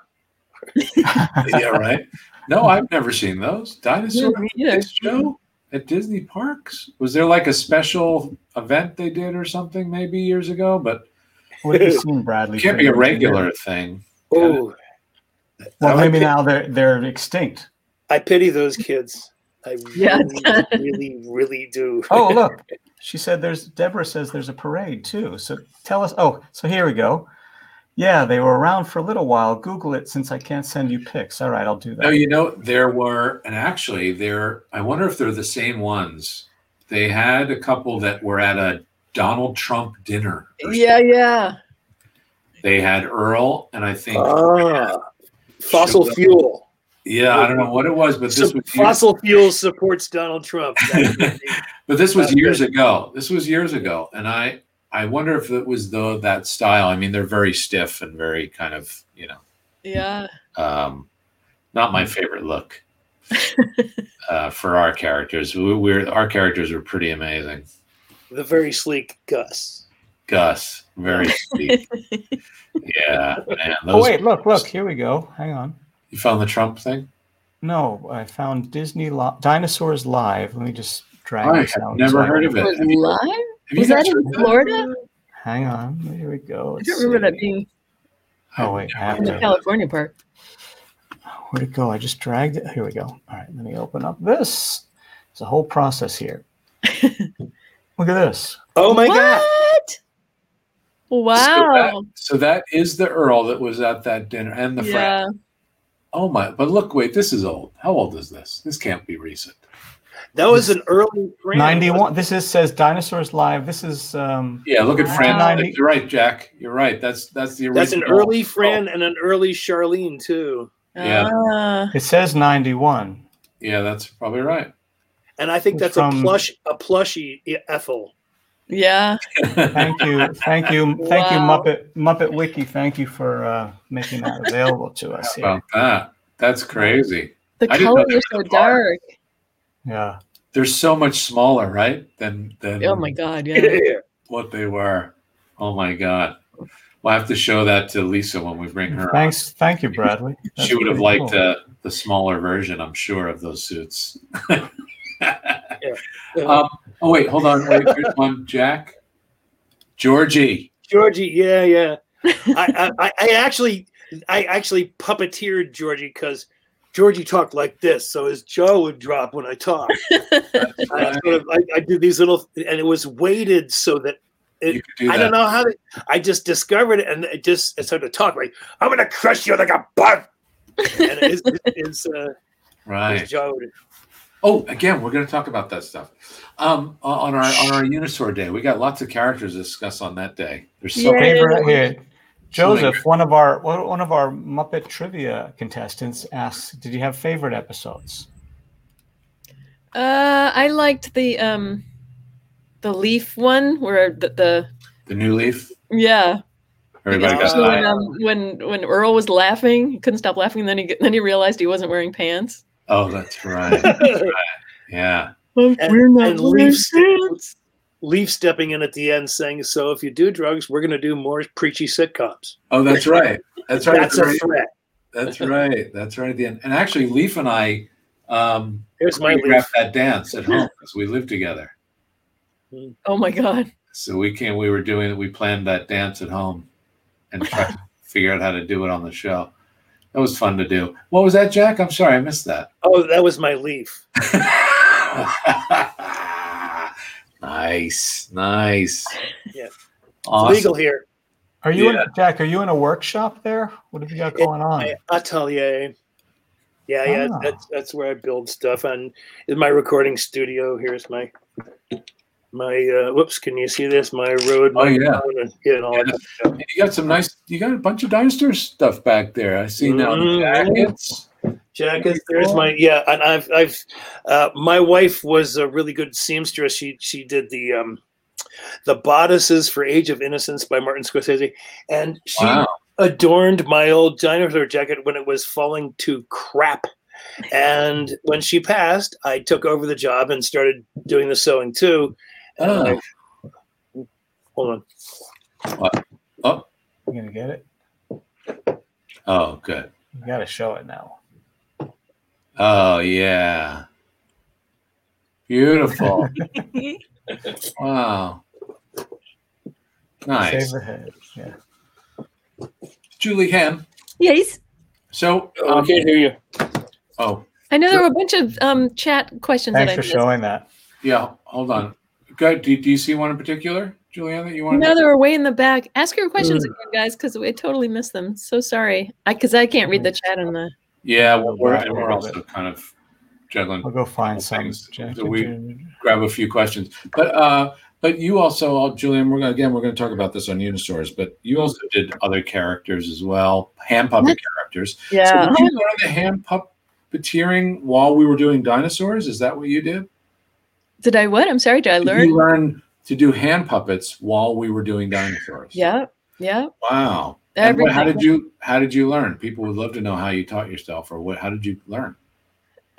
[SPEAKER 3] yeah, right. No, I've never seen those. Dinosaur
[SPEAKER 7] Yeah, me neither.
[SPEAKER 3] Kids show at Disney parks. Was there like a special event they did or something maybe years ago? But
[SPEAKER 2] What
[SPEAKER 8] [laughs]
[SPEAKER 2] have you seen, Bradley?
[SPEAKER 3] it can't be a regular thing.
[SPEAKER 8] Oh,
[SPEAKER 2] Well,
[SPEAKER 3] I
[SPEAKER 2] maybe
[SPEAKER 3] think-
[SPEAKER 2] now they're they're extinct.
[SPEAKER 8] I pity those kids. I
[SPEAKER 7] Yeah.
[SPEAKER 8] really, really, really do.
[SPEAKER 2] [laughs] Oh, look, she said there's. Deborah says there's a parade too. So tell us. Oh, so here we go. Yeah, they were around for a little while. Google it since I can't send you pics. All right, I'll do that.
[SPEAKER 3] No, you know, there were, and actually, there, I wonder if they're the same ones. They had a couple that were at a Donald Trump dinner. or
[SPEAKER 7] Yeah, yeah.
[SPEAKER 3] something. They had Earl, and I think,
[SPEAKER 8] [laughs]
[SPEAKER 7] Oh,
[SPEAKER 8] Ah, fossil fuel.
[SPEAKER 3] yeah, I don't know what it was, but this
[SPEAKER 8] So
[SPEAKER 3] was years,
[SPEAKER 8] fossil fuel supports Donald Trump. That-
[SPEAKER 3] [laughs] but this was
[SPEAKER 8] That's
[SPEAKER 3] years
[SPEAKER 8] good.
[SPEAKER 3] ago. This was years ago, and I, I wonder if it was the that style. I mean, they're very stiff and very kind of, you know,
[SPEAKER 7] Yeah.
[SPEAKER 3] um, not
[SPEAKER 7] Mm.
[SPEAKER 3] my favorite
[SPEAKER 7] [laughs]
[SPEAKER 3] look uh, for our characters. We, we're our characters are pretty amazing.
[SPEAKER 8] the very sleek Gus.
[SPEAKER 3] Gus, very
[SPEAKER 7] [laughs]
[SPEAKER 3] sweet. yeah, man. Those,
[SPEAKER 2] Oh wait, look, look, here we go. Hang on.
[SPEAKER 3] You found the Trump thing?
[SPEAKER 2] No, I found Disney li- Dinosaurs Live. Let me just drag
[SPEAKER 3] I
[SPEAKER 2] this
[SPEAKER 3] had
[SPEAKER 2] out.
[SPEAKER 3] never heard of it.
[SPEAKER 7] Was
[SPEAKER 3] Have you-
[SPEAKER 7] live?
[SPEAKER 3] have you
[SPEAKER 7] Was
[SPEAKER 3] guys
[SPEAKER 7] that in
[SPEAKER 3] heard that?
[SPEAKER 7] Florida?
[SPEAKER 2] Hang on. Here we go.
[SPEAKER 7] I
[SPEAKER 2] Let's
[SPEAKER 7] don't remember
[SPEAKER 2] see.
[SPEAKER 7] that being
[SPEAKER 2] Oh, wait,
[SPEAKER 3] I've
[SPEAKER 2] I have
[SPEAKER 7] in
[SPEAKER 3] never-
[SPEAKER 7] the California park.
[SPEAKER 2] Where'd it go? I just dragged it. Here we go. All right, let me open up this. It's a whole process [laughs] here. Look at this.
[SPEAKER 8] Oh my God.
[SPEAKER 7] what? Wow.
[SPEAKER 3] So that is the Earl that was at that dinner and the friend.
[SPEAKER 7] yeah.
[SPEAKER 3] Oh my! But look, wait, this is old. How old is this? This can't be recent.
[SPEAKER 8] That was an early brand.
[SPEAKER 2] 91. This is says Dinosaurs Live. This is um
[SPEAKER 3] Yeah, look at Fran.
[SPEAKER 2] Wow.
[SPEAKER 3] You're right, Jack. You're right. That's that's the original. Oh,
[SPEAKER 8] That's an early Fran and an early Charlene too.
[SPEAKER 3] Yeah.
[SPEAKER 7] Ah.
[SPEAKER 2] it says 91.
[SPEAKER 3] Yeah, that's probably right. [laughs]
[SPEAKER 8] And I think
[SPEAKER 2] It's
[SPEAKER 8] that's
[SPEAKER 2] from-
[SPEAKER 8] a plush a plushy Ethel.
[SPEAKER 7] yeah.
[SPEAKER 2] Thank you. Thank you. Thank you
[SPEAKER 7] Wow.
[SPEAKER 2] Muppet Muppet Wiki. Thank you for uh making that available to us
[SPEAKER 3] How
[SPEAKER 2] here.
[SPEAKER 3] about that? That's crazy.
[SPEAKER 7] The
[SPEAKER 3] I didn't know
[SPEAKER 7] colors
[SPEAKER 3] they
[SPEAKER 7] are
[SPEAKER 3] were
[SPEAKER 7] so
[SPEAKER 3] in the park.
[SPEAKER 7] dark.
[SPEAKER 2] Yeah.
[SPEAKER 3] They're so much smaller, right? Than than
[SPEAKER 7] Oh my god,
[SPEAKER 3] [laughs]
[SPEAKER 7] yeah.
[SPEAKER 8] Yeah.
[SPEAKER 3] what they were. Oh my god. We'll have to show that to Lisa when we bring her. on.
[SPEAKER 2] Thanks. Thank you, Bradley. That's
[SPEAKER 3] she would have
[SPEAKER 2] pretty
[SPEAKER 3] liked
[SPEAKER 2] cool.
[SPEAKER 3] uh, the smaller version, I'm sure, of those suits.
[SPEAKER 8] Uh,
[SPEAKER 3] [laughs] Um, oh wait, hold on. Wait, here's one, Jack. Georgie.
[SPEAKER 8] Georgie, yeah, yeah. I, I, I- I actually I actually puppeteered Georgie because Georgie talked like this, so his jaw would drop when I talked. I, sort of, I, I did these little, and it was weighted so that
[SPEAKER 3] You could do that.
[SPEAKER 8] I don't know how. To, I just discovered it, and it just it started to talk like I'm gonna crush you like a bug. and his, his, uh, his
[SPEAKER 3] Right.
[SPEAKER 8] jaw would
[SPEAKER 3] Oh, again, we're going to talk about that stuff um, on- on our on our Unisaur day. We got lots of characters to discuss on that day. There's so
[SPEAKER 7] Yeah.
[SPEAKER 2] favorite here. Joseph,
[SPEAKER 3] Something-
[SPEAKER 2] one of our one of our Muppet trivia contestants asks, "Did you have favorite episodes?"
[SPEAKER 7] Uh, I liked the um, the leaf one where the, the
[SPEAKER 3] the new leaf.
[SPEAKER 7] yeah
[SPEAKER 3] Everybody got
[SPEAKER 8] Yeah.
[SPEAKER 7] when,
[SPEAKER 3] that.
[SPEAKER 7] um, when when Earl was laughing, he couldn't stop laughing. Then he g- then he realized he wasn't wearing pants.
[SPEAKER 3] Oh, that's right.
[SPEAKER 8] [laughs]
[SPEAKER 3] Yeah.
[SPEAKER 8] And-
[SPEAKER 7] We're not
[SPEAKER 8] and
[SPEAKER 7] wearing
[SPEAKER 8] leaves-
[SPEAKER 7] pants.
[SPEAKER 8] leave stepping in at the end, saying, "So if you do drugs, we're gonna do more preachy sitcoms."
[SPEAKER 3] Oh, that's right. That's right.
[SPEAKER 8] That's a threat.
[SPEAKER 3] That's right. That's right at the end. And actually, Leaf and I um,
[SPEAKER 8] Here's my leaf.
[SPEAKER 3] choreographed that dance at home because we lived together.
[SPEAKER 7] Oh my god!
[SPEAKER 3] So we came, we were doing, we planned that dance at home and tried
[SPEAKER 8] [laughs]
[SPEAKER 3] to figure out how to do it on the show. That was fun to do. What was that, Jack? I'm sorry, I missed
[SPEAKER 8] [laughs]
[SPEAKER 3] that.
[SPEAKER 8] Oh, that was my leaf.
[SPEAKER 3] nice, nice.
[SPEAKER 8] Yeah.
[SPEAKER 3] Awesome.
[SPEAKER 8] Legal here.
[SPEAKER 2] Are you
[SPEAKER 3] Yeah.
[SPEAKER 2] in, Jack? Are you in a workshop there? What have you got
[SPEAKER 8] Yeah,
[SPEAKER 2] going on?
[SPEAKER 8] my atelier. Yeah, yeah,
[SPEAKER 2] Ah.
[SPEAKER 8] that's that's where I build stuff. And in my recording studio, here's my my uh, whoops. Can you see this? My road.
[SPEAKER 3] Oh,
[SPEAKER 8] my
[SPEAKER 3] yeah.
[SPEAKER 8] phone, and, you know, all that stuff.
[SPEAKER 3] And you got some nice, you got a bunch of dinosaur stuff back there. I see now
[SPEAKER 8] Mhm.
[SPEAKER 3] jackets.
[SPEAKER 8] Jackets. There's my yeah, and I've I've uh, my wife was a really good seamstress. She she did the um the bodices for Age of Innocence by Martin Scorsese, and she
[SPEAKER 3] Wow.
[SPEAKER 8] adorned my old dinosaur jacket when it was falling to crap. And when she passed, I took over the job and started doing the sewing too. And I'm
[SPEAKER 3] Oh.
[SPEAKER 8] like, hold on.
[SPEAKER 2] You gonna get it?
[SPEAKER 3] Oh, good.
[SPEAKER 2] You gotta show it now.
[SPEAKER 3] Oh, yeah. Beautiful. wow. Nice.
[SPEAKER 2] Save the head. Yeah.
[SPEAKER 3] Julie Ham.
[SPEAKER 7] Yes.
[SPEAKER 3] So,
[SPEAKER 8] Oh, I
[SPEAKER 3] um,
[SPEAKER 8] can't hear you.
[SPEAKER 3] oh,
[SPEAKER 7] I know there were a bunch of um, chat questions
[SPEAKER 2] Thanks
[SPEAKER 7] that
[SPEAKER 2] for
[SPEAKER 7] I missed.
[SPEAKER 2] showing that.
[SPEAKER 3] yeah, hold on. Good. Do, do you see one in particular, Juliana, that you want
[SPEAKER 7] No,
[SPEAKER 3] to?
[SPEAKER 7] they were way in the back. Ask your questions again, guys, because I totally missed them. So sorry. I because I can't read the
[SPEAKER 3] Mm.
[SPEAKER 7] chat on the.
[SPEAKER 3] Yeah, we're, we're, and
[SPEAKER 2] We'll
[SPEAKER 3] we're
[SPEAKER 2] grab
[SPEAKER 3] also kind of juggling.
[SPEAKER 2] I'll go find some.
[SPEAKER 3] Thanks. Do we- grab a few questions. But uh, but you also, Julian, we're gonna, again, we're going to talk about this on Unisaurs, but you also did other characters as well, hand puppet characters. So did you
[SPEAKER 7] Oh.
[SPEAKER 3] learn the hand puppeteering while we were doing dinosaurs? Is that what you did?
[SPEAKER 7] Did I what? I'm sorry. Did I
[SPEAKER 3] Did
[SPEAKER 7] learn?
[SPEAKER 3] you learn to do hand puppets while we were doing dinosaurs?
[SPEAKER 7] Yeah. Yeah.
[SPEAKER 3] Wow. And what- how
[SPEAKER 7] Everything.
[SPEAKER 3] did you how did you learn? People would love to know how you taught yourself or what how did you learn?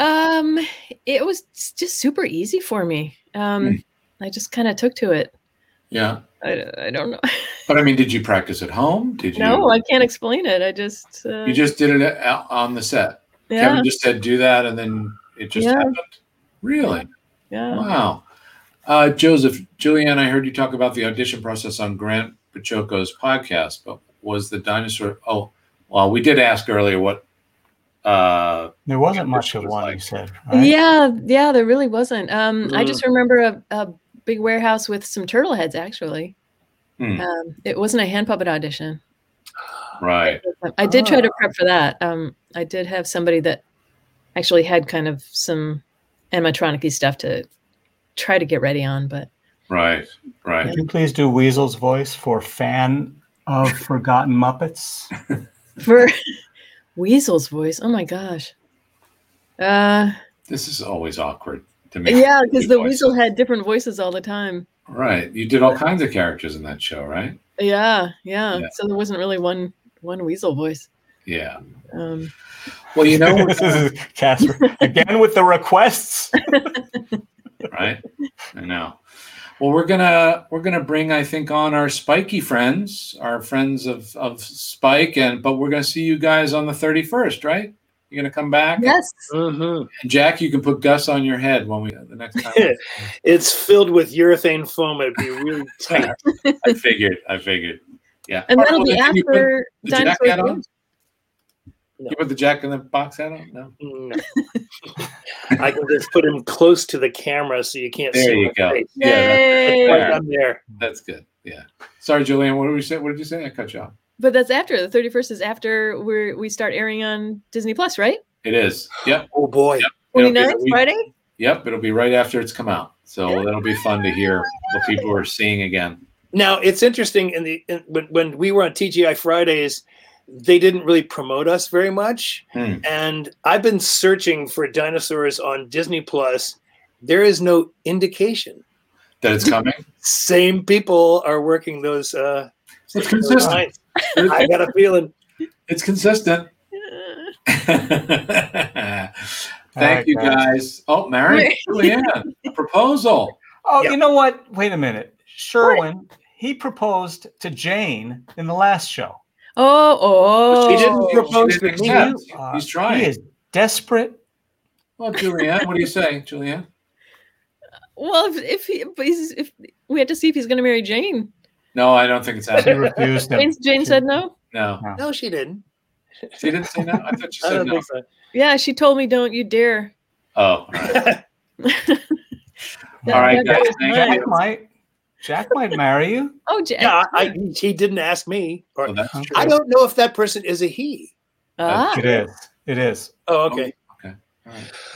[SPEAKER 7] Um, it was s- just super easy for me. Um,
[SPEAKER 3] Hmm.
[SPEAKER 7] I just kind of took to it.
[SPEAKER 3] Yeah.
[SPEAKER 7] I, I don't know.
[SPEAKER 3] But I mean, did you practice at home? Did you
[SPEAKER 7] No, I can't explain it. I just. Uh,
[SPEAKER 3] you just did it out on the set?
[SPEAKER 7] yeah.
[SPEAKER 3] Kevin just said do that, and then it just
[SPEAKER 7] Yeah.
[SPEAKER 3] happened. Really?
[SPEAKER 7] Yeah.
[SPEAKER 3] Wow. Uh, Joseph, Julianne, I heard you talk about the audition process on Grant Pachoco's podcast, but was the dinosaur? Oh, well, we did ask earlier what. Uh,
[SPEAKER 2] There wasn't much of
[SPEAKER 3] It was
[SPEAKER 2] one, you
[SPEAKER 3] like-
[SPEAKER 2] said. Right?
[SPEAKER 7] Yeah, yeah, there really wasn't. Um, I just remember a, a big warehouse with some turtle heads. Actually,
[SPEAKER 3] Hmm.
[SPEAKER 7] um, it wasn't a hand puppet audition.
[SPEAKER 3] right.
[SPEAKER 7] I did try to prep for that. Um, I did have somebody that actually had kind of some animatronic stuff to try to get ready on, but
[SPEAKER 3] Right. Right.
[SPEAKER 2] Could you please do Weasel's voice for fan of Forgotten Muppets?
[SPEAKER 3] [laughs]
[SPEAKER 7] for [laughs] Weasel's voice, oh my gosh. Uh,
[SPEAKER 3] This is always awkward to me.
[SPEAKER 7] yeah, because the weasel
[SPEAKER 3] Voices.
[SPEAKER 7] had different voices all the time.
[SPEAKER 3] Right. You did all kinds of characters in that show, right?
[SPEAKER 7] Yeah, yeah.
[SPEAKER 3] Yeah.
[SPEAKER 7] So there wasn't really one one weasel voice.
[SPEAKER 3] Yeah.
[SPEAKER 7] Um,
[SPEAKER 3] Well, you
[SPEAKER 2] [laughs]
[SPEAKER 3] know,
[SPEAKER 2] this is Casper again with the requests.
[SPEAKER 3] right? I know. Well, we're gonna we're gonna bring I think on our spiky friends, our friends of of Spike, and but we're gonna see you guys on the thirty first, right? You're gonna come back.
[SPEAKER 7] yes.
[SPEAKER 8] Mhm.
[SPEAKER 3] And Jack, you can put Gus on your head when we the next time.
[SPEAKER 8] [laughs] It's filled with urethane foam. It'd be really tight.
[SPEAKER 3] I figured. I figured. Yeah.
[SPEAKER 7] And
[SPEAKER 3] All right,
[SPEAKER 7] that'll
[SPEAKER 3] well,
[SPEAKER 7] be
[SPEAKER 3] then can you put
[SPEAKER 7] after
[SPEAKER 3] the Jack
[SPEAKER 7] Dinosaur
[SPEAKER 3] hat on?
[SPEAKER 7] Jr.
[SPEAKER 3] You put the Jack in the box hat on? No.
[SPEAKER 8] No. I can just put him close to the camera so you can't
[SPEAKER 3] There
[SPEAKER 8] see
[SPEAKER 3] you
[SPEAKER 8] my
[SPEAKER 3] go.
[SPEAKER 8] face.
[SPEAKER 3] Yeah,
[SPEAKER 7] Yay.
[SPEAKER 8] Right
[SPEAKER 3] Fair.
[SPEAKER 8] on there.
[SPEAKER 3] that's, that's good. Yeah. Sorry, Julianne. What did we say? What did you say? I cut you off.
[SPEAKER 7] But that's after the 31st is after we we start airing on Disney Plus, right?
[SPEAKER 3] It is. Yep.
[SPEAKER 8] Oh boy.
[SPEAKER 3] It'll be
[SPEAKER 7] 29th,
[SPEAKER 3] the week-
[SPEAKER 7] Friday?
[SPEAKER 3] Yep. It'll be right after it's come out. So that'll be fun to hear what people are seeing again.
[SPEAKER 8] Now it's interesting. In the in, when when we were on TGI Fridays, they didn't really promote us very much,
[SPEAKER 3] Hmm.
[SPEAKER 8] and I've been searching for dinosaurs on Disney Plus. There is no indication.
[SPEAKER 3] that it's coming.
[SPEAKER 8] Same people are working those. Uh,
[SPEAKER 3] It's
[SPEAKER 8] those
[SPEAKER 3] consistent.
[SPEAKER 8] lines. [laughs] I got a feeling.
[SPEAKER 3] It's
[SPEAKER 8] [laughs]
[SPEAKER 3] consistent.
[SPEAKER 7] Uh,
[SPEAKER 3] Thank
[SPEAKER 2] right,
[SPEAKER 3] you
[SPEAKER 2] guys.
[SPEAKER 3] guys. Oh, Mary, Julianne, a proposal.
[SPEAKER 2] Oh,
[SPEAKER 3] Yeah.
[SPEAKER 2] you know what? Wait a minute. Sherwin, he proposed to Jane in the last show.
[SPEAKER 7] Oh, oh.
[SPEAKER 8] She didn't
[SPEAKER 3] She
[SPEAKER 8] propose to
[SPEAKER 3] didn't
[SPEAKER 8] me.
[SPEAKER 3] accept.
[SPEAKER 2] You are-
[SPEAKER 3] He's trying.
[SPEAKER 2] He is desperate.
[SPEAKER 3] Well, Julianne, what do you say, Julianne?
[SPEAKER 7] Well, if if, he, if, he's, if we had to see if he's going to marry Jane.
[SPEAKER 3] No, I don't think it's
[SPEAKER 2] She
[SPEAKER 3] happening.
[SPEAKER 2] refused him.
[SPEAKER 8] [laughs]
[SPEAKER 7] Jane, Jane said no.
[SPEAKER 3] No,
[SPEAKER 8] No, she didn't.
[SPEAKER 3] she didn't say no. I thought she
[SPEAKER 8] I
[SPEAKER 3] said
[SPEAKER 8] don't
[SPEAKER 3] no.
[SPEAKER 8] think so.
[SPEAKER 7] Yeah, she told me don't you dare.
[SPEAKER 3] Oh, all right.
[SPEAKER 7] That-
[SPEAKER 3] All right,
[SPEAKER 7] that
[SPEAKER 8] [laughs]
[SPEAKER 3] guys,
[SPEAKER 7] was
[SPEAKER 3] thank
[SPEAKER 7] mine.
[SPEAKER 2] Jack might. Jack might marry you.
[SPEAKER 7] Oh, Jack.
[SPEAKER 8] Yeah, I, he didn't ask me. Or,
[SPEAKER 3] Well, that's true.
[SPEAKER 8] I don't know if that person is a he.
[SPEAKER 7] Ah,
[SPEAKER 2] It is. It is.
[SPEAKER 8] Oh, okay.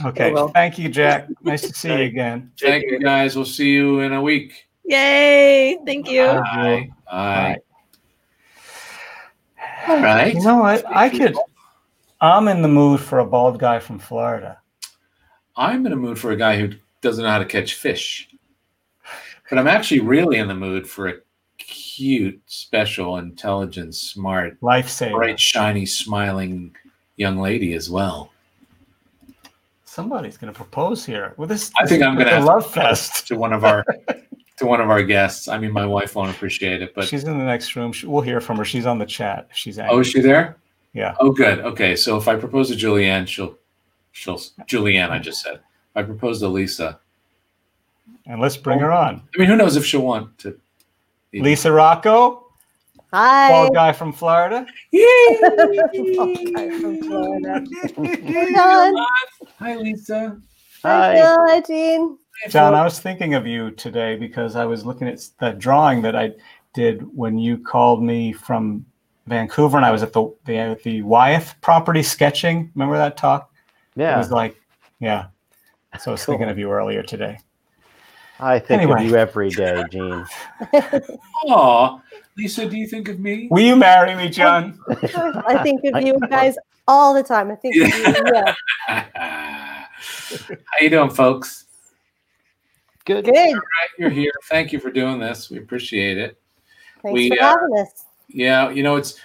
[SPEAKER 2] Okay.
[SPEAKER 8] Oh, well.
[SPEAKER 2] Thank you,
[SPEAKER 8] [laughs]
[SPEAKER 2] Jack. Nice to see you
[SPEAKER 8] Thank-
[SPEAKER 2] again.
[SPEAKER 3] Thank you guys. We'll see you in a week.
[SPEAKER 6] Yay. Thank you.
[SPEAKER 3] Uh, Bye. Bye. All right.
[SPEAKER 2] You know what? I could. I'm in the mood for a bald guy from Florida.
[SPEAKER 3] I'm in a mood for a guy who doesn't know how to catch fish. But I'm actually really in the mood for a cute, special, intelligent, smart,
[SPEAKER 2] Lifesaver.
[SPEAKER 3] bright, shiny, smiling young lady as well.
[SPEAKER 2] Somebody's going to propose here. Well, this
[SPEAKER 3] I think I'm going to
[SPEAKER 2] to love fest.
[SPEAKER 3] to one of our to one of our guests. I mean, my wife won't appreciate it, but
[SPEAKER 2] she's in the next room. She, we'll hear from her. She's on the chat. if She's angry.
[SPEAKER 3] oh, is she there?
[SPEAKER 2] yeah.
[SPEAKER 3] Oh, good. Okay, so if I propose to Julianne, she'll she'll Julianne. I just said if I propose to Lisa.
[SPEAKER 2] And let's bring her on.
[SPEAKER 3] I mean, who knows if she'll want to? oh, Yeah.
[SPEAKER 2] Lisa Rocco,
[SPEAKER 11] Hi.
[SPEAKER 2] bald guy from Florida.
[SPEAKER 11] John.
[SPEAKER 3] [laughs] Hi, Lisa.
[SPEAKER 11] Hi. Phil. Hi, Gene.
[SPEAKER 2] John, I was thinking of you today because I was looking at the drawing that I did when you called me from Vancouver, and I was at the the, at the Wyeth property sketching. Remember that talk? It
[SPEAKER 8] Yeah,
[SPEAKER 2] was like, yeah. So I was
[SPEAKER 8] Cool.
[SPEAKER 2] thinking of you earlier today.
[SPEAKER 8] I think
[SPEAKER 2] Anyway.
[SPEAKER 8] of you every day,
[SPEAKER 3] [laughs]
[SPEAKER 8] Gene.
[SPEAKER 3] Aw, Lisa, do you think of me?
[SPEAKER 2] Will you marry me, John?
[SPEAKER 11] I think of you guys all the time. I think of you.
[SPEAKER 3] [laughs]
[SPEAKER 11] Yeah.
[SPEAKER 3] [laughs] How you doing, folks?
[SPEAKER 8] Good.
[SPEAKER 11] Good.
[SPEAKER 3] You're here. Thank you for doing this. We appreciate it.
[SPEAKER 11] Thanks
[SPEAKER 3] We,
[SPEAKER 11] for
[SPEAKER 3] uh,
[SPEAKER 11] having us.
[SPEAKER 3] Yeah, you know, it's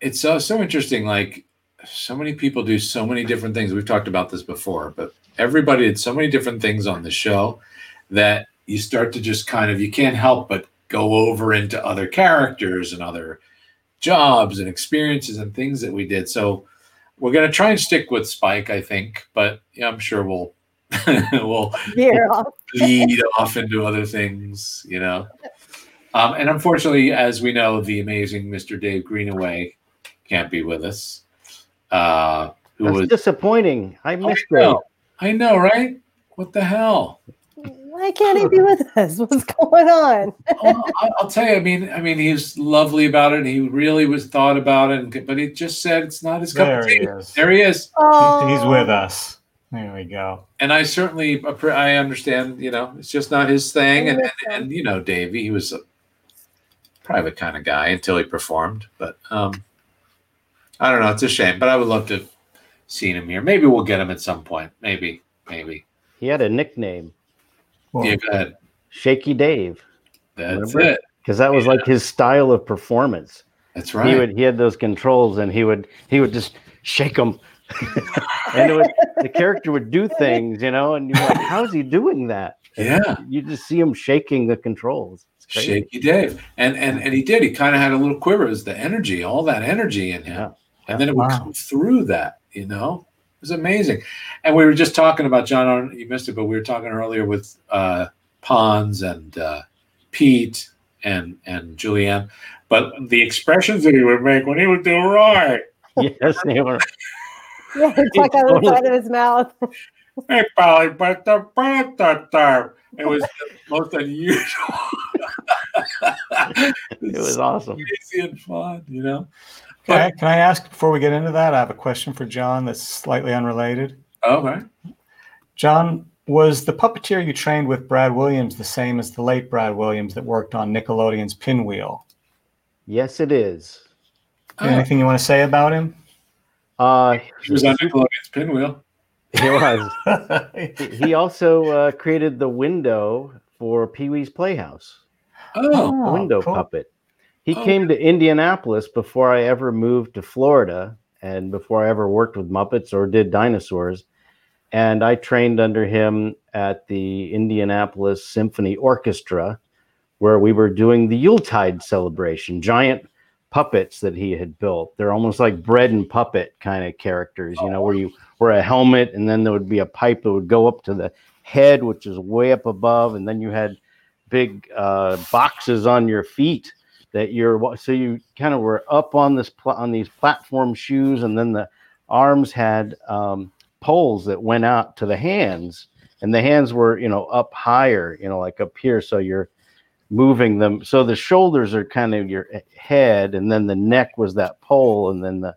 [SPEAKER 3] it's so so interesting. Like so many people do so many different things. We've talked about this before, but everybody did so many different things on the show that you start to just kind of you can't help but go over into other characters and other jobs and experiences and things that we did. So we're gonna try and stick with Spike, I think, but yeah, I'm sure we'll [laughs] we'll
[SPEAKER 11] Veer
[SPEAKER 3] [laughs]
[SPEAKER 11] off.
[SPEAKER 3] lead off into other things, you know. Um, and unfortunately, as we know, the amazing Mr. Dave Greenaway can't be with us. Uh, who
[SPEAKER 8] That's
[SPEAKER 3] was?
[SPEAKER 8] disappointing.
[SPEAKER 3] Oh,
[SPEAKER 8] I missed
[SPEAKER 3] I
[SPEAKER 8] it.
[SPEAKER 3] know, I know, right? What the hell?
[SPEAKER 11] Why can't he be with us? [laughs] What's going on?
[SPEAKER 3] Oh, Well, [laughs] I- I'll tell you. I mean, I mean, he was lovely about it. And he really was thought about it, and, but he just said it's not his cup
[SPEAKER 2] There
[SPEAKER 3] of
[SPEAKER 2] he
[SPEAKER 3] tea.
[SPEAKER 2] is.
[SPEAKER 3] There he is.
[SPEAKER 11] Oh,
[SPEAKER 2] He's with us. There we go.
[SPEAKER 3] and I certainly appre- I understand. You know, it's just not his thing. And and,
[SPEAKER 11] Understand.
[SPEAKER 3] and you know, Davey, he was a private kind of guy until he performed. But um, I don't know. It's a shame. But I would love to have seen him here. Maybe we'll get him at some point. Maybe, maybe.
[SPEAKER 8] He had a nickname,
[SPEAKER 2] Well,
[SPEAKER 3] Yeah, go ahead.
[SPEAKER 8] Shaky Dave,
[SPEAKER 3] That's
[SPEAKER 8] Remember?
[SPEAKER 3] it.
[SPEAKER 8] because that was like his style of performance.
[SPEAKER 3] That's right.
[SPEAKER 8] He would he had those controls, and he would he would just shake them, [laughs] and it would, the character would do things, you know. And you're like, how's he doing that?
[SPEAKER 3] yeah.
[SPEAKER 8] You just see him shaking the controls. It's crazy.
[SPEAKER 3] Shaky Dave. And and and he did. He kind of had a little quiver. It was the energy, all that energy in him.
[SPEAKER 8] Yeah.
[SPEAKER 3] And then it would
[SPEAKER 2] Wow.
[SPEAKER 3] come through that, you know? It was amazing. And we were just talking about John, I don't- you missed it, but we were talking earlier with uh Pons and uh Pete and and Julianne. But the expressions that he would make when he would do right,
[SPEAKER 8] Yes, they were.
[SPEAKER 11] yeah, it's like out of the side of his mouth.
[SPEAKER 3] Oh, hey Polly, but the but the- the- it was the most unusual. [laughs]
[SPEAKER 8] It was awesome.
[SPEAKER 3] crazy and fun, you know.
[SPEAKER 2] Can I, can I ask before we get into that? I have a question for John that's slightly unrelated.
[SPEAKER 3] Oh, Okay.
[SPEAKER 2] John, was the puppeteer you trained with Brad Williams the same as the late Brad Williams that worked on Nickelodeon's Pinwheel?
[SPEAKER 8] Yes, it is.
[SPEAKER 3] Oh,
[SPEAKER 2] Anything you want to say about
[SPEAKER 10] [laughs]
[SPEAKER 2] him?
[SPEAKER 8] Uh,
[SPEAKER 3] he was on Nickelodeon's Pinwheel.
[SPEAKER 8] he was.
[SPEAKER 2] oh,
[SPEAKER 8] He also uh, created the window for Pee Wee's Playhouse.
[SPEAKER 3] Oh,
[SPEAKER 8] a window
[SPEAKER 2] cool.
[SPEAKER 8] puppet. He
[SPEAKER 3] Oh,
[SPEAKER 8] came to Indianapolis before I ever moved to Florida and before I ever worked with Muppets or did dinosaurs. And I trained under him at the Indianapolis Symphony Orchestra, where we were doing the Yuletide celebration, giant puppets that he had built. They're almost like bread and puppet kind of characters, you know, where you were a helmet and then there would be a pipe that would go up to the head, which is way up above, and then you had big uh, boxes on your feet that you're wa- so you kind of were up on this pla on these platform shoes and then the arms had um, poles that went out to the hands and the hands were you know up higher you know like up here so you're moving them so the shoulders are kind of your he- head and then the neck was that pole and then the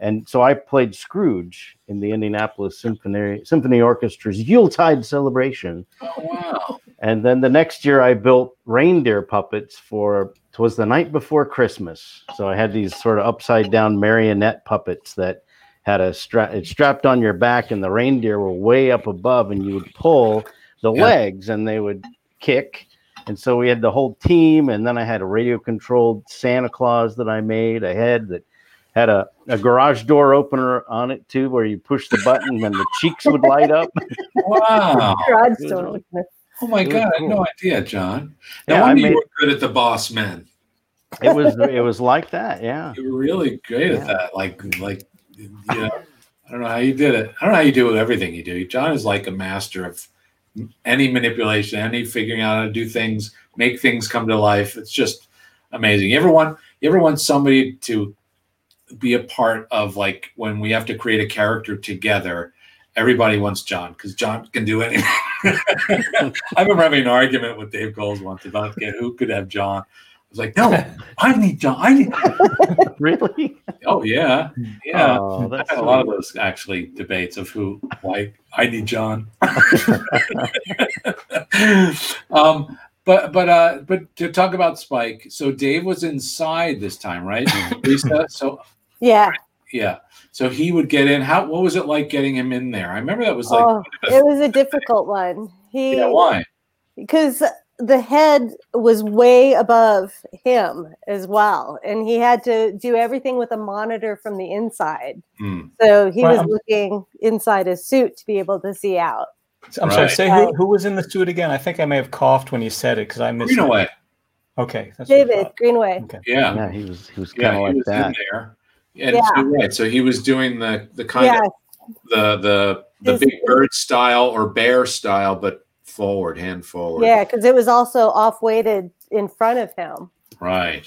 [SPEAKER 8] and so I played Scrooge in the Indianapolis Symphony Symphony Orchestra's Yuletide celebration
[SPEAKER 3] oh, wow.
[SPEAKER 8] and then the next year, I built reindeer puppets for. It was the night before Christmas, so I had these sort of upside down marionette puppets that had a strap. It strapped on your back, and the reindeer were way up above, and you would pull the
[SPEAKER 3] Yeah.
[SPEAKER 8] legs, and they would kick. And so we had the whole team, and then I had a radio controlled Santa Claus that I made. I had that
[SPEAKER 10] had a, a garage door opener on it too, where you push the button and the cheeks would light up.
[SPEAKER 3] Wow.
[SPEAKER 11] Garage
[SPEAKER 10] It was
[SPEAKER 11] door
[SPEAKER 10] really-
[SPEAKER 11] opener.
[SPEAKER 3] Oh my
[SPEAKER 10] It was
[SPEAKER 3] God, I
[SPEAKER 10] cool.
[SPEAKER 3] had no idea, John. No
[SPEAKER 10] Yeah, I
[SPEAKER 3] wonder you
[SPEAKER 10] made-
[SPEAKER 3] were good at the boss man.
[SPEAKER 10] It was it was like that, yeah.
[SPEAKER 3] You were really great
[SPEAKER 10] Yeah.
[SPEAKER 3] at that. Like, like, you know, I don't know how you did it. I don't know how you do everything you do. John is like a master of any manipulation, any figuring out how to do things, make things come to life. It's just amazing. You ever want you ever want somebody to be a part of like when we have to create a character together. Everybody wants John because John can do anything. [laughs] I remember having an argument with Dave Goles once about get- who could have John. I was like, no, I need John. I need.
[SPEAKER 10] Really?
[SPEAKER 3] Oh yeah, yeah.
[SPEAKER 10] Oh,
[SPEAKER 3] [laughs]
[SPEAKER 10] that's
[SPEAKER 3] I had a
[SPEAKER 10] so
[SPEAKER 3] lot of those actually debates of who, why I need
[SPEAKER 10] [laughs]
[SPEAKER 3] John. [laughs] um, but but uh, but to talk about Spike. So Dave was inside this time,
[SPEAKER 10] [laughs]
[SPEAKER 3] right? Lisa. So
[SPEAKER 11] Yeah.
[SPEAKER 3] yeah. So he would get in. How? What was it like getting him in there? I remember that was like.
[SPEAKER 11] oh,
[SPEAKER 3] [laughs]
[SPEAKER 11] it was a difficult one. He
[SPEAKER 3] yeah. Why?
[SPEAKER 11] because the head was way above him as well, and he had to do everything with a monitor from the inside.
[SPEAKER 3] Hmm.
[SPEAKER 11] So he was
[SPEAKER 2] Wow.
[SPEAKER 11] looking inside his suit to be able to see out.
[SPEAKER 2] I'm sorry.
[SPEAKER 3] Right.
[SPEAKER 2] Say who, who was in the suit again? I think I may have coughed when you said it because I missed.
[SPEAKER 3] You know what?
[SPEAKER 2] it. Okay. That's what I
[SPEAKER 11] David
[SPEAKER 2] thought.
[SPEAKER 11] Greenway.
[SPEAKER 2] Okay.
[SPEAKER 3] Yeah.
[SPEAKER 10] Yeah, he was he was
[SPEAKER 3] Yeah,
[SPEAKER 10] kind
[SPEAKER 3] he
[SPEAKER 10] of
[SPEAKER 3] was
[SPEAKER 10] like that.
[SPEAKER 3] in there. And
[SPEAKER 11] Yeah.
[SPEAKER 3] so, right, so he was doing the the kind
[SPEAKER 11] Yeah,
[SPEAKER 3] of the the the
[SPEAKER 11] His-
[SPEAKER 3] big bird style or bear style, but forward, hand forward.
[SPEAKER 11] yeah, because it was also off weighted in front of him.
[SPEAKER 3] Right.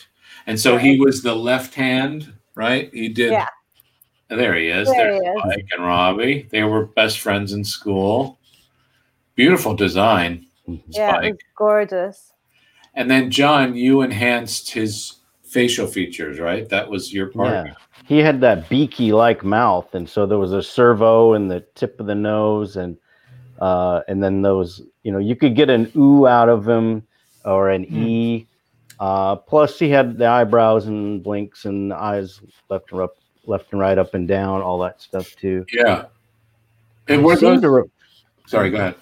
[SPEAKER 3] And so he was the left hand, right? He did.
[SPEAKER 11] Yeah.
[SPEAKER 3] There he is. There
[SPEAKER 11] There he is.
[SPEAKER 3] Mike and Robbie. They were best friends in school. Beautiful design.
[SPEAKER 11] Yeah, it
[SPEAKER 3] Spike.
[SPEAKER 11] was gorgeous.
[SPEAKER 3] And then John, you enhanced his facial features, right? That was your part.
[SPEAKER 10] Yeah. He had that beaky like mouth, and so there was a servo in the tip of the nose, and uh, and then those, you know, you could get an ooh out of him or an
[SPEAKER 3] Hmm.
[SPEAKER 10] e. Uh, plus, he had the eyebrows and blinks and eyes left and up, left and right, up and down, all that stuff too.
[SPEAKER 3] Yeah. And
[SPEAKER 10] I
[SPEAKER 3] were
[SPEAKER 10] seem
[SPEAKER 3] those,
[SPEAKER 10] to re-
[SPEAKER 3] sorry, go ahead.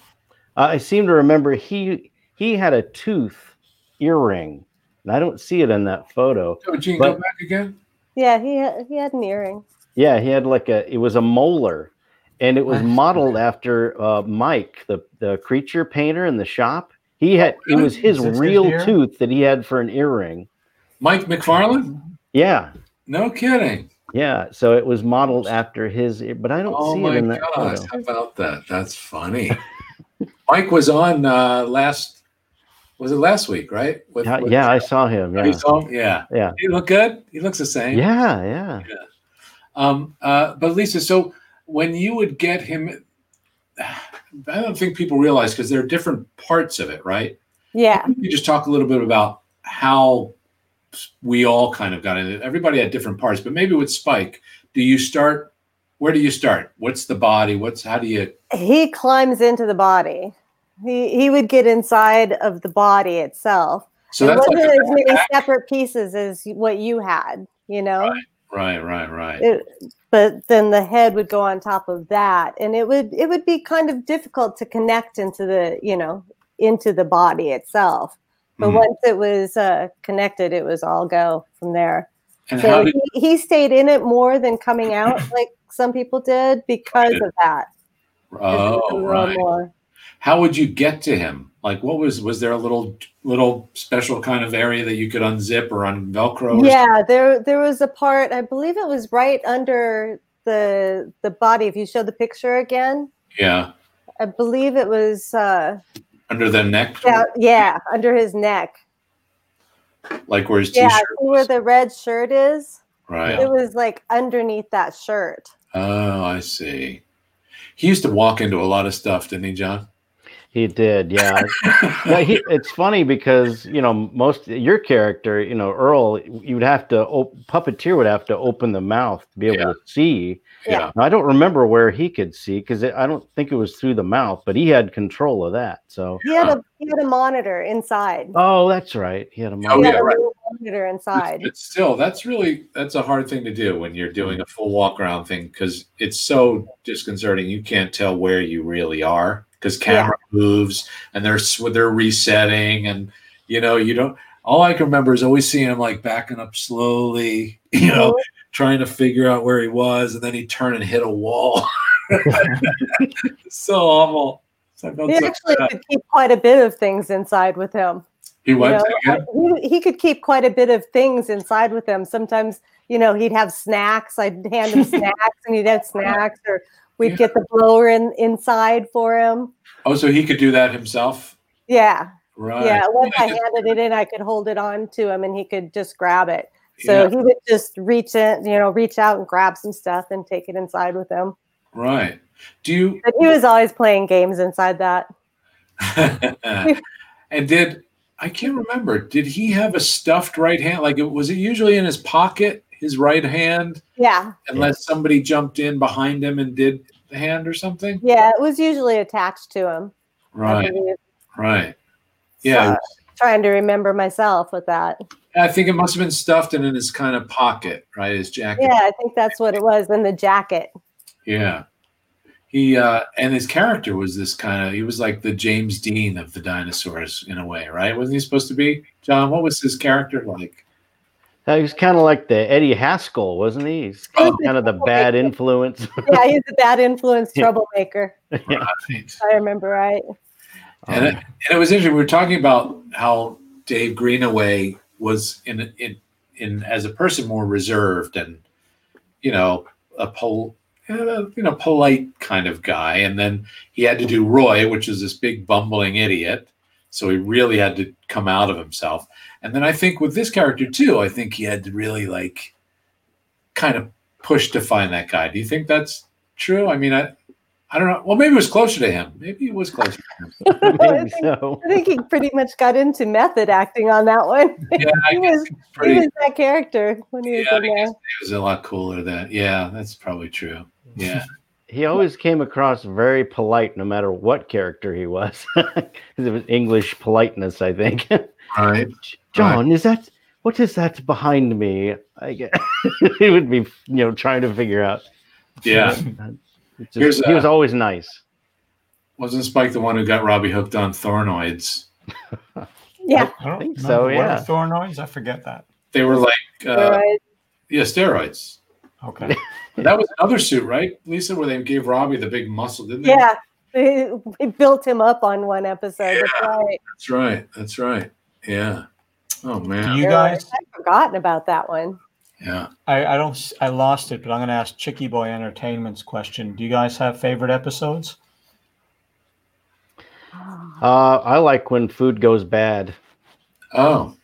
[SPEAKER 10] I seem to remember he he had a tooth earring, and I don't see it in that photo.
[SPEAKER 3] Oh, Gene,
[SPEAKER 10] But-
[SPEAKER 3] go back again.
[SPEAKER 11] Yeah, he had, he had an earring.
[SPEAKER 10] Yeah, he had like a it was a molar, and it was
[SPEAKER 2] I see.
[SPEAKER 10] modeled after uh, Mike, the the creature painter in the shop. He had it was his
[SPEAKER 2] Is this his
[SPEAKER 10] real
[SPEAKER 2] ear?
[SPEAKER 10] tooth that he had for an earring.
[SPEAKER 3] Mike McFarland?
[SPEAKER 10] Yeah,
[SPEAKER 3] No kidding.
[SPEAKER 10] yeah. So it was modeled after his, ear- but I don't
[SPEAKER 3] Oh
[SPEAKER 10] see it
[SPEAKER 3] my
[SPEAKER 10] in that
[SPEAKER 3] gosh,
[SPEAKER 10] photo.
[SPEAKER 3] how about that? That's funny. [laughs] Mike was on uh last was it last week, right? With,
[SPEAKER 10] Yeah,
[SPEAKER 3] with-
[SPEAKER 10] yeah, I saw him.
[SPEAKER 3] You
[SPEAKER 10] Yeah,
[SPEAKER 3] saw him? yeah.
[SPEAKER 10] Yeah.
[SPEAKER 3] He look good. He looks the same.
[SPEAKER 10] yeah, yeah.
[SPEAKER 3] Um uh but Lisa, so when you would get him I don't think people realize because there are different parts of it, right?
[SPEAKER 11] Yeah,
[SPEAKER 3] You just talk a little bit about how we all kind of got in it. Everybody had different parts, but maybe with Spike, do you start? Where do you start? What's the body? What's how do you?
[SPEAKER 11] he climbs into the body. He he would get inside of the body itself.
[SPEAKER 3] So
[SPEAKER 11] it
[SPEAKER 3] that's
[SPEAKER 11] wasn't
[SPEAKER 3] like a
[SPEAKER 11] as many
[SPEAKER 3] backpack.
[SPEAKER 11] separate pieces as what you had, you know.
[SPEAKER 3] right, right, right.
[SPEAKER 11] It, but then the head would go on top of that, and it would it would be kind of difficult to connect into the you know into the body itself. But
[SPEAKER 3] Mhm.
[SPEAKER 11] once it was uh, connected, it was all go from there.
[SPEAKER 3] and how
[SPEAKER 11] So
[SPEAKER 3] did?
[SPEAKER 11] he, he stayed in it more than coming out, like some people did, because of that.
[SPEAKER 3] Oh, right.
[SPEAKER 11] More.
[SPEAKER 3] How would you get to him? Like, what was was there a little little special kind of area that you could unzip or on Velcro? or
[SPEAKER 11] yeah there there was a part i believe it was right under the the body if you show the picture again
[SPEAKER 3] something? yeah.
[SPEAKER 11] i believe it was uh
[SPEAKER 3] Under the neck,
[SPEAKER 11] yeah, yeah under his neck
[SPEAKER 3] like where his
[SPEAKER 11] yeah
[SPEAKER 3] t-shirt.
[SPEAKER 11] see where the red shirt is
[SPEAKER 3] Right.
[SPEAKER 11] it was like underneath that shirt
[SPEAKER 3] Oh, I see. He used to walk into a lot of stuff, didn't he, John?
[SPEAKER 10] He did. Yeah, yeah, he, it's funny because you know most your character, you know Earl, you'd have to op- puppeteer would have to open the mouth to be able
[SPEAKER 3] Yeah.
[SPEAKER 10] to see.
[SPEAKER 3] Yeah.
[SPEAKER 10] Now, I don't remember where he could see because I don't think it was through the mouth, but he had control of that. So
[SPEAKER 11] he had a he had a monitor inside
[SPEAKER 10] oh, that's right, he had a
[SPEAKER 3] Oh,
[SPEAKER 11] he
[SPEAKER 10] monitor.
[SPEAKER 11] had
[SPEAKER 3] yeah,
[SPEAKER 11] a
[SPEAKER 3] right.
[SPEAKER 11] little monitor inside
[SPEAKER 3] But still, that's really that's a hard thing to do when you're doing a full walk around thing because it's so disconcerting. You can't tell where you really are because camera moves and they're s- they're resetting and you know you don't. all I can remember is always seeing him like backing up slowly, [laughs] [laughs] you know,
[SPEAKER 11] Mm-hmm.
[SPEAKER 3] trying to figure out where he was, and then he turned and hit a
[SPEAKER 11] [laughs]
[SPEAKER 3] wall. so awful. So I felt
[SPEAKER 11] He
[SPEAKER 3] so
[SPEAKER 11] actually
[SPEAKER 3] bad.
[SPEAKER 11] could keep quite a bit of things inside with him.
[SPEAKER 3] He
[SPEAKER 11] you
[SPEAKER 3] wiped
[SPEAKER 11] know?
[SPEAKER 3] it again.
[SPEAKER 11] He, he could keep quite a bit of things inside with him. Sometimes, you know, he'd have snacks. I'd hand
[SPEAKER 3] [laughs]
[SPEAKER 11] him snacks, and he'd have snacks, or we'd get the blower in inside for him.
[SPEAKER 3] Oh, so he could do that himself,
[SPEAKER 11] Yeah,
[SPEAKER 3] right?
[SPEAKER 11] yeah. Once
[SPEAKER 3] [laughs]
[SPEAKER 11] I handed it in, I could hold it on to him, and he could just grab it. So
[SPEAKER 3] Yeah.
[SPEAKER 11] he would just reach in, you know, reach out and grab some stuff and take it inside with him.
[SPEAKER 3] Right. Do you? [laughs]
[SPEAKER 11] But he was always playing games inside that.
[SPEAKER 3] and did I can't remember? Did he have a stuffed right hand? Like, it- was it usually in his pocket, his right hand,
[SPEAKER 11] Yeah.
[SPEAKER 3] unless somebody jumped in behind him and did the hand or something?
[SPEAKER 11] Yeah, it was usually attached to him.
[SPEAKER 3] Right.
[SPEAKER 11] I believe.
[SPEAKER 3] Right. Yeah.
[SPEAKER 11] Trying to remember myself with that.
[SPEAKER 3] I think it must have been stuffed and in his kind of pocket, right? His jacket.
[SPEAKER 11] Yeah, I think that's what it was in the jacket.
[SPEAKER 3] Yeah. He uh and his character was this kind of he was like the James Dean of the dinosaurs in a way, right? Wasn't he supposed to be? John, what was his character like?
[SPEAKER 10] He was kind of like the Eddie Haskell, wasn't he? He's
[SPEAKER 3] Oh,
[SPEAKER 10] kind of the bad influence. [laughs]
[SPEAKER 11] Yeah, he's a bad influence
[SPEAKER 10] Yeah.
[SPEAKER 11] troublemaker.
[SPEAKER 10] Yeah.
[SPEAKER 11] if I remember right.
[SPEAKER 10] [laughs]
[SPEAKER 3] And it, and it was interesting. We were talking about how Dave Greenaway was in in in as a person more reserved and you know a pol uh, you know polite kind of guy, and then he had to do Roy, which is this big bumbling idiot. So he really had to come out of himself. And then I think with this character too, I think he had to really like kind of push to find that guy. Do you think that's true? I mean, I I don't know. Well, maybe it was closer to him. Maybe it was closer to him.
[SPEAKER 11] I, think,
[SPEAKER 10] so.
[SPEAKER 11] I think he pretty much got into method acting on that one.
[SPEAKER 3] Yeah, I
[SPEAKER 11] he,
[SPEAKER 3] guess
[SPEAKER 11] was,
[SPEAKER 3] pretty-
[SPEAKER 11] [laughs] he was that character when he was
[SPEAKER 3] [laughs] Yeah, I
[SPEAKER 11] in there.
[SPEAKER 3] It was a lot cooler that. Yeah, that's probably true. Yeah.
[SPEAKER 10] He always came across very polite, no matter what character he was. 'Cause it was English politeness, I think.
[SPEAKER 3] Right.
[SPEAKER 10] John, is that what is that behind me? I [laughs] guess he would be, you know, trying to figure out. [laughs]
[SPEAKER 3] Yeah.
[SPEAKER 10] It's just-
[SPEAKER 3] Here's,
[SPEAKER 10] he was
[SPEAKER 3] uh,
[SPEAKER 10] always nice.
[SPEAKER 3] Wasn't Spike the one who got Robbie hooked on thornoids?
[SPEAKER 11] Yeah.
[SPEAKER 2] I don't
[SPEAKER 10] think
[SPEAKER 2] remember.
[SPEAKER 10] so,
[SPEAKER 2] What are
[SPEAKER 10] yeah.
[SPEAKER 2] Thornoids? I forget that.
[SPEAKER 3] They were like, uh,
[SPEAKER 11] Right.
[SPEAKER 3] yeah, steroids.
[SPEAKER 10] [laughs]
[SPEAKER 2] Okay.
[SPEAKER 3] That was another suit, right, Lisa, where they gave Robbie the big muscle, didn't they?
[SPEAKER 11] Yeah. They, they built him up on one episode. That's right.
[SPEAKER 3] That's right. That's right. Yeah. Oh, man.
[SPEAKER 2] Do you
[SPEAKER 11] They're like,
[SPEAKER 2] guys?
[SPEAKER 11] I've forgotten about that one.
[SPEAKER 3] yeah.
[SPEAKER 2] I, I don't. s- I lost it, but I'm going to ask Chicky Boy Entertainment's question. Do you guys have favorite episodes?
[SPEAKER 10] Uh, I like when food goes bad.
[SPEAKER 3] Oh.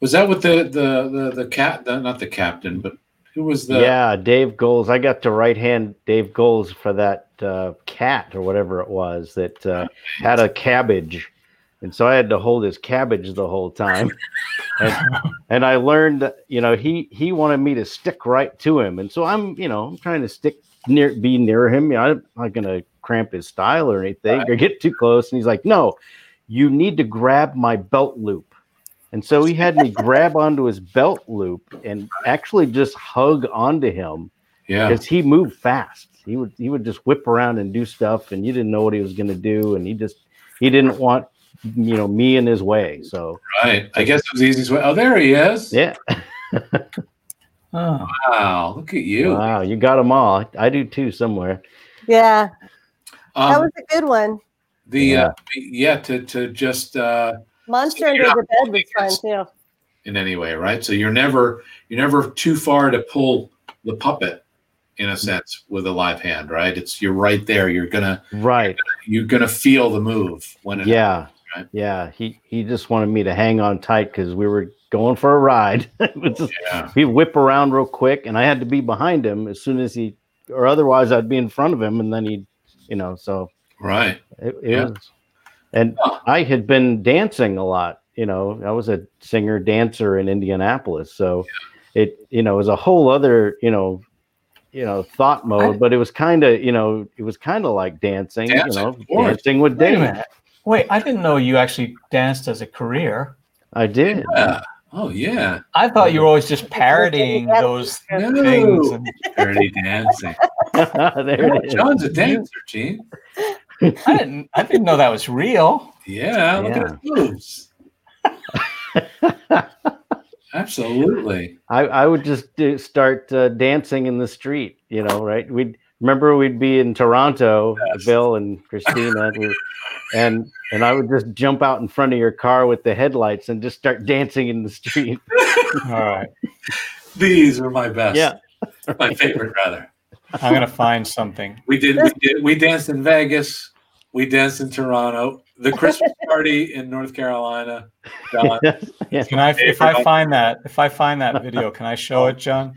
[SPEAKER 3] Was that with the, the, the, the cat? The, not the captain, but who was the.
[SPEAKER 10] yeah, Dave Goals. I got to right hand Dave Goals for that uh, cat or whatever it was that uh, had a cabbage, and so I had to hold his cabbage the whole time. And, and I learned, that, you know, he he wanted me to stick right to him, and so I'm, you know, I'm trying to stick near, be near him. You know, I'm not gonna cramp his style or anything or get too close. And he's like, no, you need to grab my belt loop. And so he had me grab onto his belt loop and actually just hug onto him
[SPEAKER 3] Yeah.
[SPEAKER 10] because he moved fast. He would he would just whip around and do stuff, and you didn't know what he was going to do, and he just he didn't want you know me in his way. So
[SPEAKER 3] Right. I guess it was the easiest way. Oh, there he is.
[SPEAKER 10] yeah,
[SPEAKER 5] [laughs]
[SPEAKER 2] Oh,
[SPEAKER 3] Wow. Look at you.
[SPEAKER 10] wow, you got them all. I do too somewhere.
[SPEAKER 11] Yeah. that
[SPEAKER 3] Um,
[SPEAKER 11] was a good one.
[SPEAKER 3] The yeah,
[SPEAKER 10] Yeah.
[SPEAKER 3] uh, yeah to to just uh,
[SPEAKER 11] Monster Under
[SPEAKER 3] Yeah.
[SPEAKER 11] the Bed was fun too.
[SPEAKER 3] in any way, right? So you're never you're never too far to pull the puppet in
[SPEAKER 10] Mm-hmm.
[SPEAKER 3] a sense with a live hand, right? It's you're right there. You're gonna
[SPEAKER 10] Right?
[SPEAKER 3] you're gonna feel the move when it
[SPEAKER 10] Yeah,
[SPEAKER 3] Right.
[SPEAKER 10] yeah. He he just wanted me to hang on tight because we were going for a ride. [laughs] It was just-
[SPEAKER 3] Yeah.
[SPEAKER 10] he'd whip around real quick and I had to be behind him as soon as he or otherwise I'd be in front of him and then he'd you know so
[SPEAKER 3] right.
[SPEAKER 10] it, it
[SPEAKER 3] Yeah.
[SPEAKER 10] was and
[SPEAKER 3] Huh.
[SPEAKER 10] I had been dancing a lot you know I was a singer dancer in Indianapolis so it you know was a whole other you know you know thought mode but it was kind of you know it was kind of like dancing,
[SPEAKER 3] Dancing,
[SPEAKER 10] you
[SPEAKER 3] of
[SPEAKER 10] know
[SPEAKER 3] course.
[SPEAKER 10] dancing with
[SPEAKER 2] Wait a
[SPEAKER 10] Dave
[SPEAKER 2] minute. Wait, I didn't know you actually danced as a career.
[SPEAKER 10] I did [laughs]
[SPEAKER 3] Yeah. Oh yeah.
[SPEAKER 2] I thought you were always just parodying
[SPEAKER 11] Yeah.
[SPEAKER 2] those
[SPEAKER 3] No.
[SPEAKER 2] things. And
[SPEAKER 3] Dirty dancing.
[SPEAKER 10] there it is
[SPEAKER 3] John's a dancer, Gene.
[SPEAKER 2] I didn't. I didn't know that was real.
[SPEAKER 3] Yeah. Look at his moves. Absolutely.
[SPEAKER 10] I, I would just do, start uh, dancing in the street, you know, right? We'd remember we'd be in Toronto, Bill and Christina, and, we- and and I would just jump out in front of your car with the headlights and just start dancing in the street.
[SPEAKER 2] All right.
[SPEAKER 3] These are my best. [laughs]
[SPEAKER 10] Yeah.
[SPEAKER 3] my favorite rather.
[SPEAKER 2] I'm gonna find something.
[SPEAKER 3] We did, we did. We danced in Vegas. We danced in Toronto. The Christmas party in North Carolina. John,
[SPEAKER 2] Can I, if I find that, if I find that video, can I show it, John?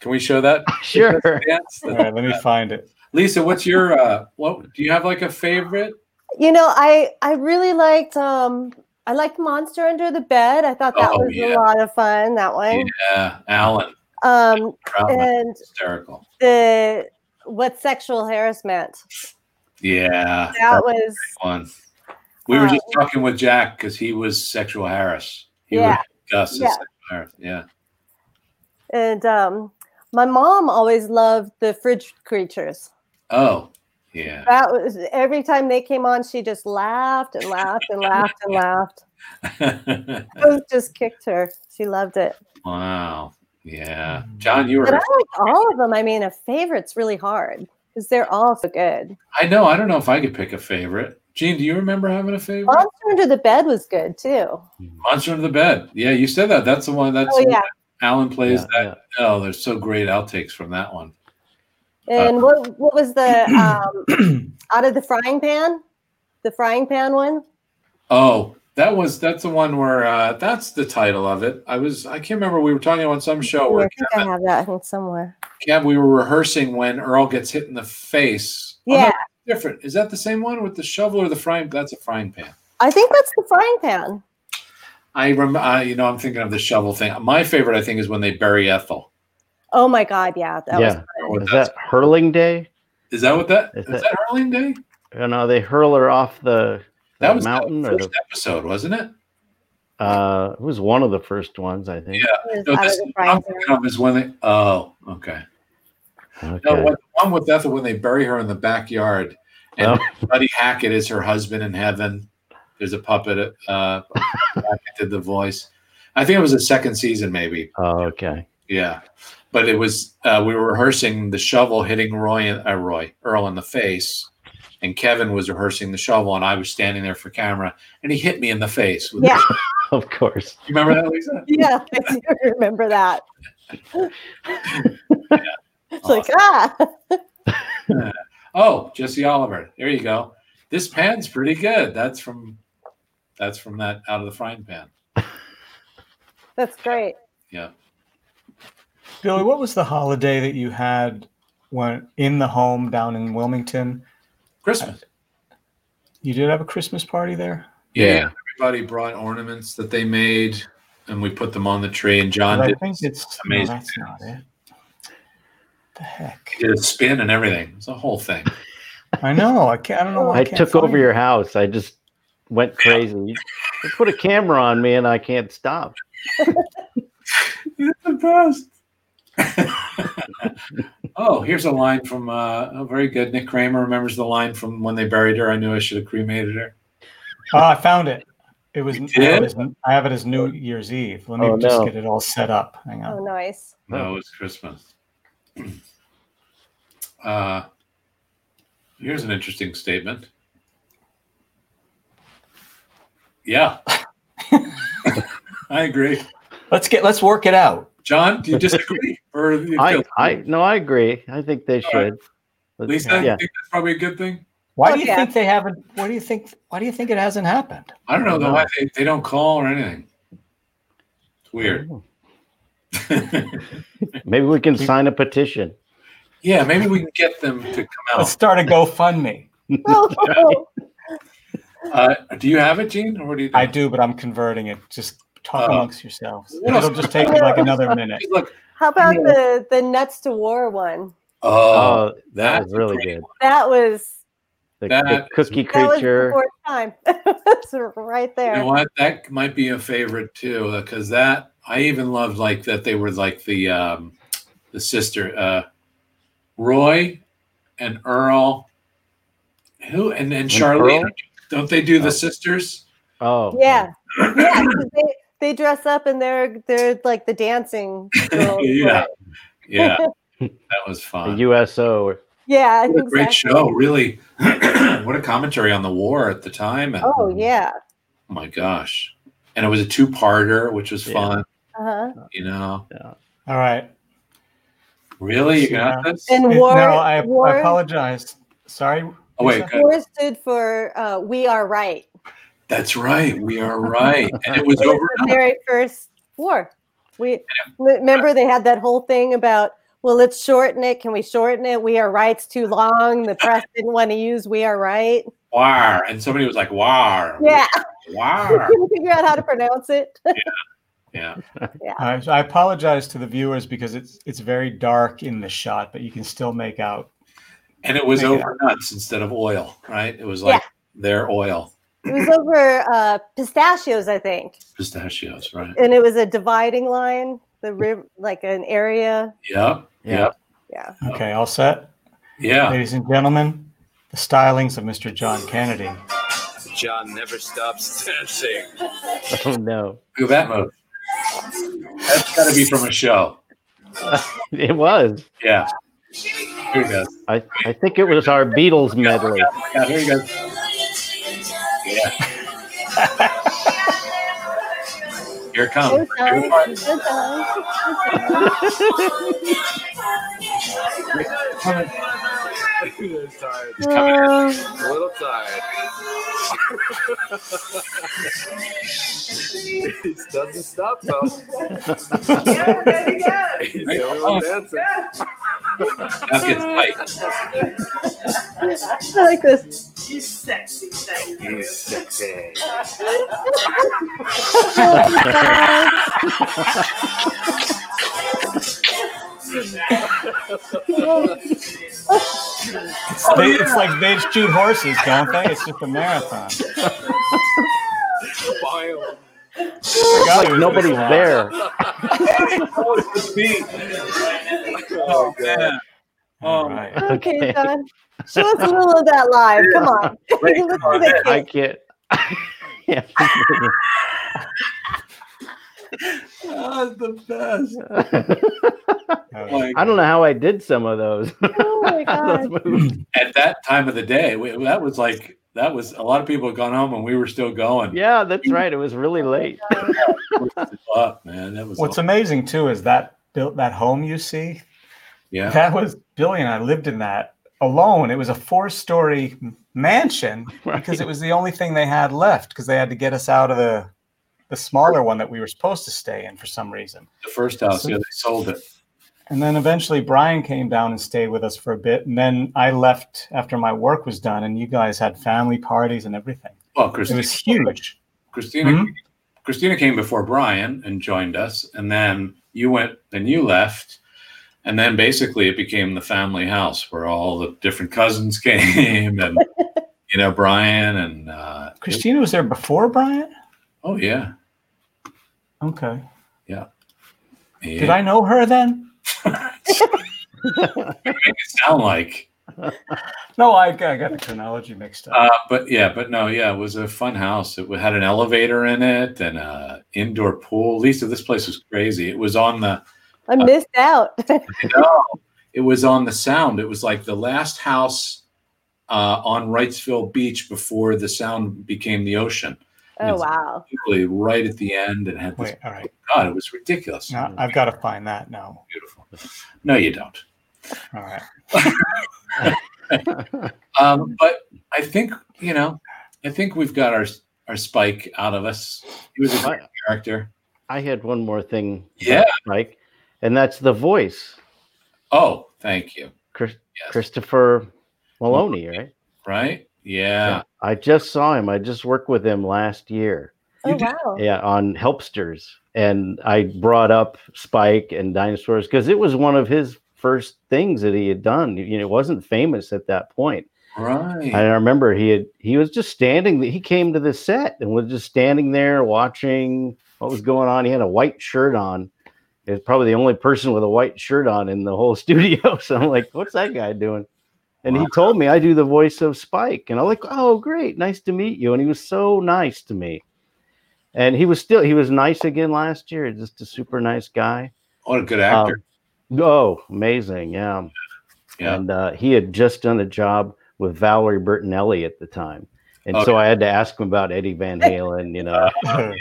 [SPEAKER 3] Can we show that?
[SPEAKER 10] Sure.
[SPEAKER 3] Dance?
[SPEAKER 2] All right, let me find it.
[SPEAKER 3] Lisa, what's your uh, what? Do you have like a favorite?
[SPEAKER 11] You know, I I really liked um I liked Monster Under the Bed. I thought that
[SPEAKER 3] Oh,
[SPEAKER 11] was
[SPEAKER 3] yeah.
[SPEAKER 11] a lot of fun. That one.
[SPEAKER 3] Yeah, Alan.
[SPEAKER 11] Um
[SPEAKER 3] Crowley.
[SPEAKER 11] and
[SPEAKER 3] Hysterical.
[SPEAKER 11] the what sexual harassment?
[SPEAKER 3] Yeah.
[SPEAKER 11] That was
[SPEAKER 3] one. We were just talking with Jack because he was sexual harass. He
[SPEAKER 11] Oh, Yeah.
[SPEAKER 3] was us as
[SPEAKER 11] Yeah.
[SPEAKER 3] sexual harass. Yeah.
[SPEAKER 11] and um my mom always loved the fridge creatures.
[SPEAKER 3] Oh, yeah. [laughs]
[SPEAKER 11] That was every time they came on, she just laughed and laughed and laughed and laughed. Those just kicked her. She loved it.
[SPEAKER 3] wow. Yeah. John, you
[SPEAKER 11] But I
[SPEAKER 3] were.
[SPEAKER 11] like all of them. I mean, a favorite's really hard because they're all so good.
[SPEAKER 3] I know. I don't know if I could pick a favorite. Gene, do you remember having a favorite?
[SPEAKER 11] Monster Under the Bed was good too.
[SPEAKER 3] Monster Under the Bed. Yeah, you said that. That's the one. That's
[SPEAKER 11] Oh, yeah.
[SPEAKER 3] Alan plays that. Oh, there's so great outtakes from that one. Uh,
[SPEAKER 11] And what what
[SPEAKER 3] [clears throat]
[SPEAKER 11] was the um, out of the frying pan? The frying pan one.
[SPEAKER 3] Oh, that was that's the one where uh, that's the title of it. I was I can't remember. We were talking on some show
[SPEAKER 11] Yeah, I
[SPEAKER 3] where
[SPEAKER 11] think I have that in somewhere.
[SPEAKER 3] Cab, we were rehearsing when Earl gets hit in the face. Oh, no,
[SPEAKER 11] Yeah.
[SPEAKER 3] different. Is that the same one with the shovel or the frying? That's a frying pan.
[SPEAKER 11] I think that's the frying pan.
[SPEAKER 3] I remember. You know, I'm thinking of the shovel thing. My favorite, I think, is when they bury Ethel.
[SPEAKER 11] Oh my god, yeah, that was
[SPEAKER 10] yeah.
[SPEAKER 3] was-
[SPEAKER 10] Is that hurling day?
[SPEAKER 3] Is that what that is?
[SPEAKER 10] Is
[SPEAKER 3] That,
[SPEAKER 10] that-
[SPEAKER 3] hurling day?
[SPEAKER 10] You know, they hurl her off the, the
[SPEAKER 3] That was the
[SPEAKER 10] mountain or
[SPEAKER 3] first
[SPEAKER 10] the,
[SPEAKER 3] episode, wasn't it?
[SPEAKER 10] uh, it was one of the first ones, I think.
[SPEAKER 3] Yeah.
[SPEAKER 11] It was
[SPEAKER 3] No,
[SPEAKER 11] [laughs] out
[SPEAKER 3] this
[SPEAKER 11] of the
[SPEAKER 3] I'm
[SPEAKER 11] frying pan.
[SPEAKER 3] thinking of is when they. Oh, okay. No,
[SPEAKER 10] Okay.
[SPEAKER 3] what, the one with Ethel when they bury her in the backyard, and [laughs]
[SPEAKER 10] Oh.
[SPEAKER 3] Buddy Hackett is her husband in heaven. There's a puppet. Uh, [laughs] Hackett did the voice. I think it was the second season, maybe.
[SPEAKER 10] Oh, okay.
[SPEAKER 3] Yeah, but it was uh, we were rehearsing the shovel hitting Roy, uh, Roy Earl in the face, and Kevin was rehearsing the shovel, and I was standing there for camera, and he hit me in the face. With
[SPEAKER 11] Yeah,
[SPEAKER 10] Of course.
[SPEAKER 3] you remember that, Lisa?
[SPEAKER 11] yeah, I do
[SPEAKER 3] [laughs]
[SPEAKER 11] remember that. it's like ah, [laughs]
[SPEAKER 3] Oh, Jesse Oliver. There you go. This pan's pretty good. That's from that's from that out of the frying pan.
[SPEAKER 11] that's great.
[SPEAKER 3] Yeah.
[SPEAKER 2] Billy, what was the holiday that you had when in the home down in Wilmington?
[SPEAKER 3] Christmas.
[SPEAKER 2] You did have a Christmas party there?
[SPEAKER 3] Yeah. Everybody brought ornaments that they made and we put them on the tree. And John
[SPEAKER 2] But I
[SPEAKER 3] did,
[SPEAKER 2] think it's no,
[SPEAKER 3] amazing.
[SPEAKER 2] that's not it. The heck?
[SPEAKER 3] did a spin and everything. It's a whole [laughs] thing.
[SPEAKER 2] I know. I can't. I don't know. Why
[SPEAKER 10] I
[SPEAKER 2] can't
[SPEAKER 10] took
[SPEAKER 2] find
[SPEAKER 10] over
[SPEAKER 2] it.
[SPEAKER 10] your house. I just went crazy. You you put a camera on me and I can't stop.
[SPEAKER 3] You're the best. [laughs] oh, here's a line from uh, oh, very good. Nick Kramer remembers the line from when they buried her. I knew I should have cremated her.
[SPEAKER 2] Oh, I found it. It was. I have
[SPEAKER 3] did?
[SPEAKER 2] it, as, I have it as New Year's Eve. Let me
[SPEAKER 10] Oh,
[SPEAKER 2] just
[SPEAKER 10] no.
[SPEAKER 2] get it all set up. Hang on.
[SPEAKER 3] [laughs]
[SPEAKER 11] Oh, nice.
[SPEAKER 3] No, it was Christmas. [clears throat] Uh, here's an interesting statement.
[SPEAKER 10] [laughs]
[SPEAKER 3] Yeah, I agree.
[SPEAKER 11] Oh.
[SPEAKER 2] Let's get. Let's work it out.
[SPEAKER 3] John, do you disagree? or do you
[SPEAKER 10] I,
[SPEAKER 3] feel-
[SPEAKER 10] I no, I agree. I think they
[SPEAKER 3] All right.
[SPEAKER 10] should. But-
[SPEAKER 3] Lisa, you
[SPEAKER 10] yeah.
[SPEAKER 3] think that's probably a good thing?
[SPEAKER 2] Why
[SPEAKER 11] Oh,
[SPEAKER 2] do you
[SPEAKER 11] yeah.
[SPEAKER 2] think they haven't? Why do you think? Why do you think it hasn't happened?
[SPEAKER 3] I don't know though. Why they, they don't call or anything. It's weird.
[SPEAKER 10] Oh. Maybe we can sign a petition.
[SPEAKER 3] [laughs] yeah, maybe we can get them to come
[SPEAKER 2] Let's
[SPEAKER 3] out.
[SPEAKER 2] start a GoFundMe.
[SPEAKER 11] Oh,
[SPEAKER 3] Uh, do you have it, Gene, or do you?
[SPEAKER 2] I do, but I'm converting it. Just talk
[SPEAKER 3] Oh.
[SPEAKER 2] amongst yourselves.
[SPEAKER 3] What
[SPEAKER 2] It'll
[SPEAKER 3] else-
[SPEAKER 2] just take me like another minute.
[SPEAKER 3] Just look.
[SPEAKER 11] [laughs] how about the the nuts to war one?
[SPEAKER 3] Oh,
[SPEAKER 10] Oh, that
[SPEAKER 3] that's
[SPEAKER 10] was
[SPEAKER 3] a
[SPEAKER 10] really
[SPEAKER 3] great
[SPEAKER 10] good.
[SPEAKER 11] That was
[SPEAKER 10] The, the
[SPEAKER 3] That-
[SPEAKER 10] cookie
[SPEAKER 11] that was the
[SPEAKER 10] creature.
[SPEAKER 11] fourth time. [laughs] It's right there.
[SPEAKER 3] You know what? That might be a favorite too, because that I even loved like that they were like the um the sister uh Roy and Earl. Who and then Charlene?
[SPEAKER 10] Earl?
[SPEAKER 3] Don't they do
[SPEAKER 10] Oh.
[SPEAKER 3] the sisters?
[SPEAKER 10] Oh,
[SPEAKER 11] Yeah. yeah 'cause they, they dress up and they're they're like
[SPEAKER 3] [laughs]
[SPEAKER 11] the dancing. girls.
[SPEAKER 3] yeah, yeah, that was fun.
[SPEAKER 10] The USO.
[SPEAKER 11] yeah,
[SPEAKER 3] What a great
[SPEAKER 11] exactly.
[SPEAKER 3] show, really. [clears throat] what a commentary on the war at the time. And,
[SPEAKER 11] Oh yeah.
[SPEAKER 3] oh my gosh. And it was a two parter, which was fun,
[SPEAKER 11] Uh-huh.
[SPEAKER 3] you know.
[SPEAKER 10] Yeah.
[SPEAKER 2] All right.
[SPEAKER 3] Really? You got
[SPEAKER 2] Yeah.
[SPEAKER 3] this?
[SPEAKER 11] And
[SPEAKER 2] It-
[SPEAKER 11] war-
[SPEAKER 2] No, I,
[SPEAKER 11] war-
[SPEAKER 2] I apologize. Sorry.
[SPEAKER 3] Oh, wait,
[SPEAKER 2] Lisa?
[SPEAKER 3] good.
[SPEAKER 11] War stood for uh, "We Are Right."
[SPEAKER 3] That's right. We are right. And it was
[SPEAKER 11] It was
[SPEAKER 3] over.
[SPEAKER 11] the very first war. We remember they had that whole thing about, well, let's shorten it. Can we shorten it? We are right's too long. The press didn't want to use "We Are Right."
[SPEAKER 3] War. And somebody was like, War.
[SPEAKER 11] Yeah, [laughs]
[SPEAKER 3] War.
[SPEAKER 11] couldn't figure out how to pronounce it.
[SPEAKER 3] Yeah.
[SPEAKER 11] yeah.
[SPEAKER 2] I, I apologize to the viewers because it's it's very dark in the shot, but you can still make out.
[SPEAKER 3] And it was
[SPEAKER 2] Make it
[SPEAKER 3] over nuts instead of oil, right? It was like their oil,
[SPEAKER 11] It was over uh, pistachios, I think,
[SPEAKER 3] pistachios, right?
[SPEAKER 11] and it was a dividing line, the river, like an area.
[SPEAKER 3] Yep. Yep.
[SPEAKER 11] Yeah.
[SPEAKER 2] Okay, all set,
[SPEAKER 3] Yeah.
[SPEAKER 2] ladies and gentlemen. The stylings of Mr. John Kennedy.
[SPEAKER 12] John never stops dancing.
[SPEAKER 10] [laughs] Oh no.
[SPEAKER 3] Look at that move. That's got to be from a show.
[SPEAKER 10] It was.
[SPEAKER 3] Yeah. Here it goes.
[SPEAKER 10] I, I think it was our Beatles medley.
[SPEAKER 3] Yeah, here you go. Yeah. Here it comes.
[SPEAKER 12] He's
[SPEAKER 3] coming in.
[SPEAKER 11] Uh,
[SPEAKER 12] A little tired. he doesn't stop though.
[SPEAKER 3] Yeah, there you go.
[SPEAKER 12] He's
[SPEAKER 3] Right,
[SPEAKER 12] the only one dancing.
[SPEAKER 3] Now it gets
[SPEAKER 11] I like this.
[SPEAKER 12] He's sexy. He's
[SPEAKER 11] [laughs]
[SPEAKER 12] sexy.
[SPEAKER 2] It's, they, it's like they shoot horses, don't they? It's just a marathon.
[SPEAKER 10] It's like nobody's there.
[SPEAKER 3] Oh, man. Oh,
[SPEAKER 11] Okay, John. Show us a little of that live. Come on. [laughs] Let's do that
[SPEAKER 10] I
[SPEAKER 11] kick.
[SPEAKER 10] can't. yeah.
[SPEAKER 3] That's the best. Like,
[SPEAKER 10] I don't know how I did some of those. [laughs]
[SPEAKER 11] Oh my
[SPEAKER 10] Those
[SPEAKER 11] god.
[SPEAKER 10] moves.
[SPEAKER 3] at that time of the day, we, that was like, that was a lot of people had gone home and we were still going.
[SPEAKER 10] yeah, that's right. It was really late.
[SPEAKER 3] Fuck, man. That was,
[SPEAKER 2] What's amazing too is that built that home you see.
[SPEAKER 3] yeah.
[SPEAKER 2] That was Billy and I lived in that alone. It was a four-story
[SPEAKER 3] [laughs]
[SPEAKER 2] mansion because it was the only thing they had left because they had to get us out of the the smaller one that we were supposed to stay in for some reason.
[SPEAKER 3] the first house. Yeah, they sold it.
[SPEAKER 2] And then eventually Brian came down and stayed with us for a bit. And then I left after my work was done, and you guys had family parties and everything.
[SPEAKER 3] Well,
[SPEAKER 2] It
[SPEAKER 3] Christina,
[SPEAKER 2] was huge.
[SPEAKER 3] Christina,
[SPEAKER 2] Hmm?
[SPEAKER 3] Christina came before Brian and joined us, and then you went, then you left, and then basically it became the family house where all the different cousins [laughs] came, and you know Brian and uh,
[SPEAKER 2] Christina was there before Brian?
[SPEAKER 3] Oh yeah,
[SPEAKER 2] Okay.
[SPEAKER 3] yeah.
[SPEAKER 2] Did I know her then?
[SPEAKER 3] Make it sound like?
[SPEAKER 2] No, I, I got the chronology mixed up.
[SPEAKER 3] Uh, but yeah, but no, yeah, it was a fun house. It had an elevator in it and a indoor pool. Lisa, this place was crazy. It was on the
[SPEAKER 11] I missed out. [laughs] Oh,
[SPEAKER 3] no, it was on the sound. It was like the last house uh, on Wrightsville Beach before the sound became the ocean.
[SPEAKER 11] Oh wow.
[SPEAKER 3] Literally right at the end, and had this.
[SPEAKER 2] Wait, all right.
[SPEAKER 3] God, it was ridiculous.
[SPEAKER 2] No, I've got to find that now.
[SPEAKER 3] Beautiful. No, you don't.
[SPEAKER 2] All
[SPEAKER 3] [laughs]
[SPEAKER 2] right.
[SPEAKER 3] Um, but I think you know. I think we've got our our spike out of us. He was a great character.
[SPEAKER 10] I had one more thing.
[SPEAKER 3] Yeah.
[SPEAKER 10] Mike, and that's the voice,
[SPEAKER 3] Oh, thank you.
[SPEAKER 10] Chris,
[SPEAKER 3] Yes.
[SPEAKER 10] Christopher Maloney, right?
[SPEAKER 3] Right? Yeah.
[SPEAKER 10] I just saw him. I just worked with him last year.
[SPEAKER 11] Oh wow.
[SPEAKER 10] Yeah, on Helpsters, and I brought up Spike and dinosaurs because it was one of his first things that he had done. You know, it wasn't famous at that point.
[SPEAKER 3] Right.
[SPEAKER 10] And I remember he had he was just standing. He came to the set and was just standing there watching what was going on. He had a white shirt on. He was probably the only person with a white shirt on in the whole [laughs] studio. So I'm like, what's that guy doing? And he told me I do the voice of Spike. And I'm like, oh great, nice to meet you. And he was so nice to me. and he was still he was nice again last year. Just a super nice guy.
[SPEAKER 3] What a good actor!
[SPEAKER 10] Um, oh, amazing! Yeah,
[SPEAKER 3] Yeah.
[SPEAKER 10] and uh, he had just done a job with Valerie Bertinelli at the time. And
[SPEAKER 3] Okay.
[SPEAKER 10] so I had to ask him about Eddie Van Halen, you know.
[SPEAKER 2] [laughs]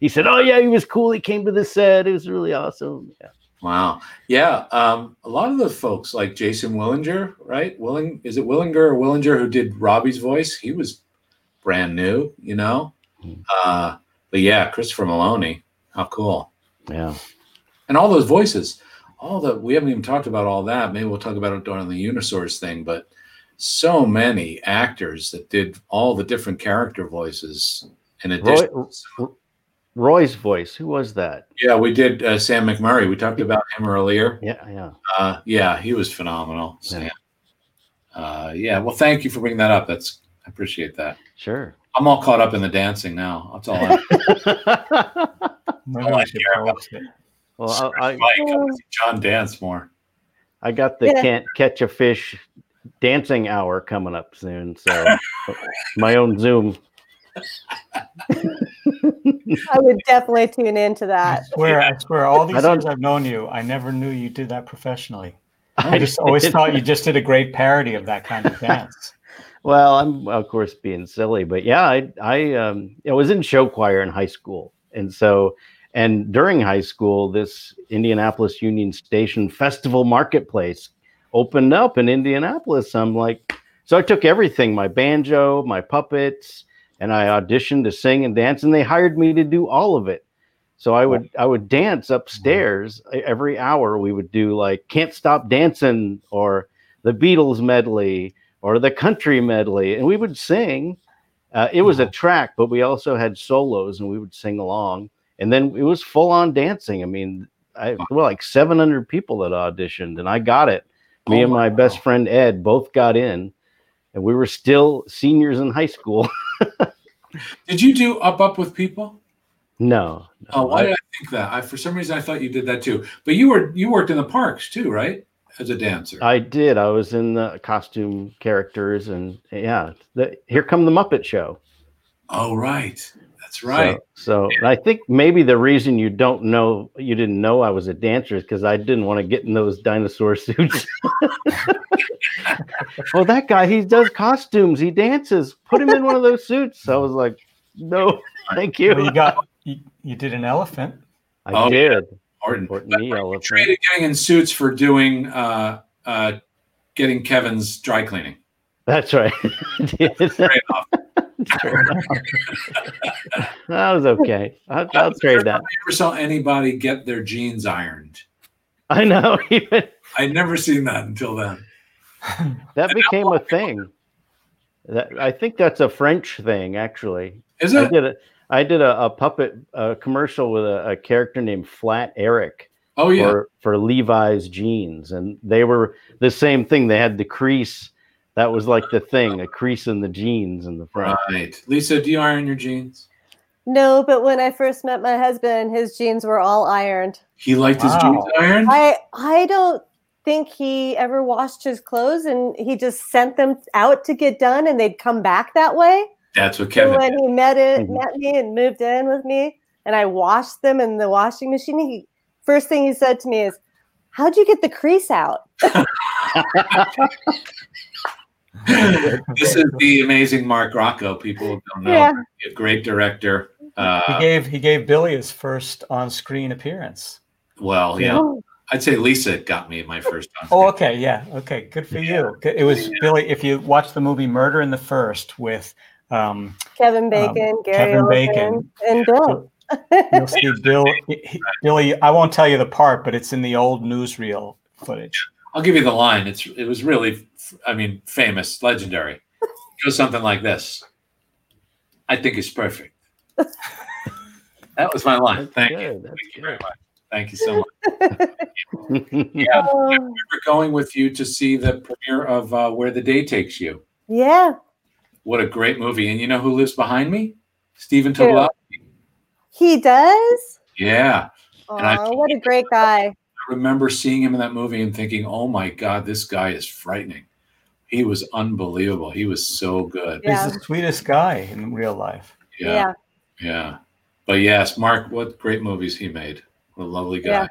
[SPEAKER 10] he said, "Oh yeah, he was cool. He came to the set. It was really awesome." Yeah.
[SPEAKER 3] Wow. Yeah. Um, a lot of the folks like Jason Willinger, right? Willing is it Willinger or Willinger who did Robbie's voice? He was brand new, you know.
[SPEAKER 10] Hmm.
[SPEAKER 3] Uh, but yeah, Christopher Maloney. How cool.
[SPEAKER 10] Yeah.
[SPEAKER 3] And all those voices. All the we haven't even talked about all that. Maybe we'll talk about it during the Unisource thing, but so many actors that did all the different character voices in
[SPEAKER 10] Roy,
[SPEAKER 3] addition.
[SPEAKER 10] R- Roy's voice. Who was that?
[SPEAKER 3] Yeah, we did uh, Sam McMurray. We talked about him earlier.
[SPEAKER 10] Yeah, yeah.
[SPEAKER 3] Uh, yeah, he was phenomenal. Sam. Uh, yeah. Well, thank you for bringing that up. That's I appreciate that.
[SPEAKER 10] Sure.
[SPEAKER 3] I'm all caught up in the dancing now. That's all.
[SPEAKER 10] [laughs]
[SPEAKER 3] I, all I care about.
[SPEAKER 10] Well, I, I,
[SPEAKER 3] Mike, I wanna see John dance more.
[SPEAKER 10] I got the
[SPEAKER 3] Yeah.
[SPEAKER 10] can't catch a fish dancing hour coming up soon. So my own Zoom.
[SPEAKER 11] I would definitely tune into that.
[SPEAKER 2] Where I swear, all these
[SPEAKER 10] I don't-
[SPEAKER 2] years I've known you, I never knew you did that professionally.
[SPEAKER 10] [laughs] I
[SPEAKER 2] I, just always
[SPEAKER 10] did.
[SPEAKER 2] thought you just did a great parody of that kind
[SPEAKER 10] [laughs]
[SPEAKER 2] of dance.
[SPEAKER 10] Well, I'm of course being silly, but yeah, I I um I was in show choir in high school. And so and during high school, this Indianapolis Union Station Festival Marketplace opened up in Indianapolis. I'm like, so I took everything, my banjo, my puppets, and I auditioned to sing and dance, and they hired me to do all of it. So I would I would dance upstairs E- every hour. We would do like "Can't Stop Dancing" or the Beatles medley or the country medley, and we would sing. Uh, it was a track, but we also had solos, and we would sing along. And then it was full on dancing. I mean, I well like seven hundred people that auditioned, and I got it. Me
[SPEAKER 3] Oh
[SPEAKER 10] and my best friend Ed both got in, and we were still seniors in high school.
[SPEAKER 3] Did you do up up with people?
[SPEAKER 10] no,
[SPEAKER 3] Oh, why did I think that? I for some reason I thought you did that too. But you were you worked in the parks too, right? As a dancer.
[SPEAKER 10] I did. I was in the costume characters, and yeah, the, here come the Muppet Show.
[SPEAKER 3] Oh, right. That's right.
[SPEAKER 10] So, so and I think maybe the reason you don't know, you didn't know I was a dancer is because I didn't want to get in those dinosaur suits. well, that guy, he does costumes, he dances. Put him in one of those suits. I was like, no, thank you.
[SPEAKER 2] Well, you got you, you did an elephant.
[SPEAKER 10] I
[SPEAKER 3] Oh, yeah.
[SPEAKER 10] did.
[SPEAKER 3] Horton.
[SPEAKER 10] Courtney Elephant.
[SPEAKER 3] Traded getting in suits for doing uh uh getting Kevin's dry cleaning.
[SPEAKER 10] That's right. [laughs] I did. that was okay. I'll, I'll trade that.
[SPEAKER 3] I never saw anybody get their jeans ironed.
[SPEAKER 10] I know. [laughs] Even
[SPEAKER 3] I'd never seen that until then.
[SPEAKER 10] that became a thing. That I think that's a French thing, actually.
[SPEAKER 3] Is
[SPEAKER 10] I
[SPEAKER 3] it?
[SPEAKER 10] did a, I did a, a puppet uh commercial with a, a character named Flat Eric.
[SPEAKER 3] Oh, yeah.
[SPEAKER 10] For, for Levi's jeans, and they were the same thing. They had the crease. That was like the thing, a crease in the jeans in the front.
[SPEAKER 3] Right. Lisa, do you iron your jeans?
[SPEAKER 11] No, but when I first met my husband, his jeans were all ironed.
[SPEAKER 3] He liked his
[SPEAKER 2] Wow.
[SPEAKER 3] jeans ironed?
[SPEAKER 11] I I don't think he ever washed his clothes, and he just sent them out to get done, and they'd come back that way.
[SPEAKER 3] That's what
[SPEAKER 11] So
[SPEAKER 3] Kevin
[SPEAKER 11] when
[SPEAKER 3] did.
[SPEAKER 11] he met it,
[SPEAKER 3] Mhm.
[SPEAKER 11] met me, and moved in with me, and I washed them in the washing machine, he first thing he said to me is, "How'd you get the crease out?"
[SPEAKER 3] [clears throat] [laughs]
[SPEAKER 2] [laughs]
[SPEAKER 3] This is the amazing Mark Rocco. People don't know.
[SPEAKER 11] Yeah.
[SPEAKER 3] A great director.
[SPEAKER 2] he
[SPEAKER 3] Uh,
[SPEAKER 2] gave he gave Billy his first on-screen appearance.
[SPEAKER 3] well, yeah.
[SPEAKER 2] Oh.
[SPEAKER 3] I'd say Lisa got me my first time.
[SPEAKER 2] Oh, okay, yeah, okay, good for you. Good- It was Billy. If you watch the movie Murder in the First with um,
[SPEAKER 11] Kevin Bacon, Gary
[SPEAKER 2] Kevin
[SPEAKER 11] Kevin
[SPEAKER 2] Bacon.
[SPEAKER 11] and Bill.
[SPEAKER 2] You'll see Bill, he- he- Billy. I won't tell you the part, but it's in the old newsreel footage.
[SPEAKER 3] I'll give you the line. It's it was really, I mean, famous, legendary. It goes something like this. I think it's perfect. that was my line. Thank you. Thank you very much. Thank you so much. Yeah, I remember going with you to see the premiere of uh, Where the Day Takes You.
[SPEAKER 11] [laughs] Yeah,
[SPEAKER 3] What a great movie! And you know who lives behind me? Stephen
[SPEAKER 11] Who?
[SPEAKER 3] Tobolowsky.
[SPEAKER 11] he does.
[SPEAKER 3] Yeah, And I-
[SPEAKER 11] Oh, what a great guy!
[SPEAKER 3] I remember seeing him in that movie and thinking, "Oh my God, this guy is frightening." He was unbelievable. He was so good.
[SPEAKER 2] He's the sweetest guy in real life.
[SPEAKER 3] Yeah. Yeah. But yes, Mark, what great movies he made. What a lovely guy.
[SPEAKER 11] Yeah.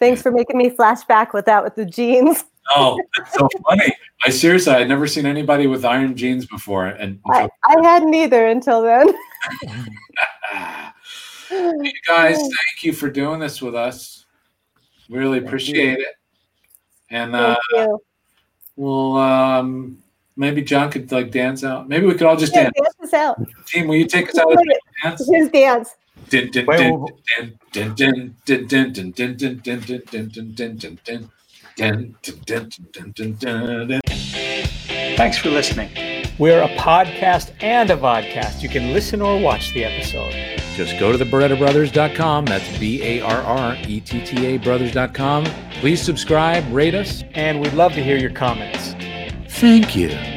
[SPEAKER 11] Thanks for making me flashback with that with the
[SPEAKER 3] [laughs]
[SPEAKER 11] jeans.
[SPEAKER 3] Oh, that's so funny. I seriously, I'd never seen anybody with iron jeans before. And
[SPEAKER 11] I, I hadn't either until then. [laughs]
[SPEAKER 3] "Ah, you guys, thank you for doing this with us. Really appreciate it. And uh,
[SPEAKER 11] Thank you.
[SPEAKER 3] we'll um, maybe John could like dance out. Maybe we could all just
[SPEAKER 11] Yeah,
[SPEAKER 3] dance.
[SPEAKER 11] dance us out.
[SPEAKER 3] Team, will you take us out? Dance.
[SPEAKER 11] Here's dance.
[SPEAKER 3] Dun, dun,
[SPEAKER 2] Wait,
[SPEAKER 3] dun, dun, dun, dun, dun, dun, dun, dun, dun, dun, dun, dun, dun, dun, dun. Dun, dun, dun, dun, dun, dun, dun.
[SPEAKER 2] Thanks for listening. We're a podcast and a vodcast. You can listen or watch the episode.
[SPEAKER 1] Just go to the BerettaBrothers.com. That's B A R R E T T A Brothers.com. Please subscribe, rate us,
[SPEAKER 2] and we'd love to hear your comments.
[SPEAKER 1] Thank you.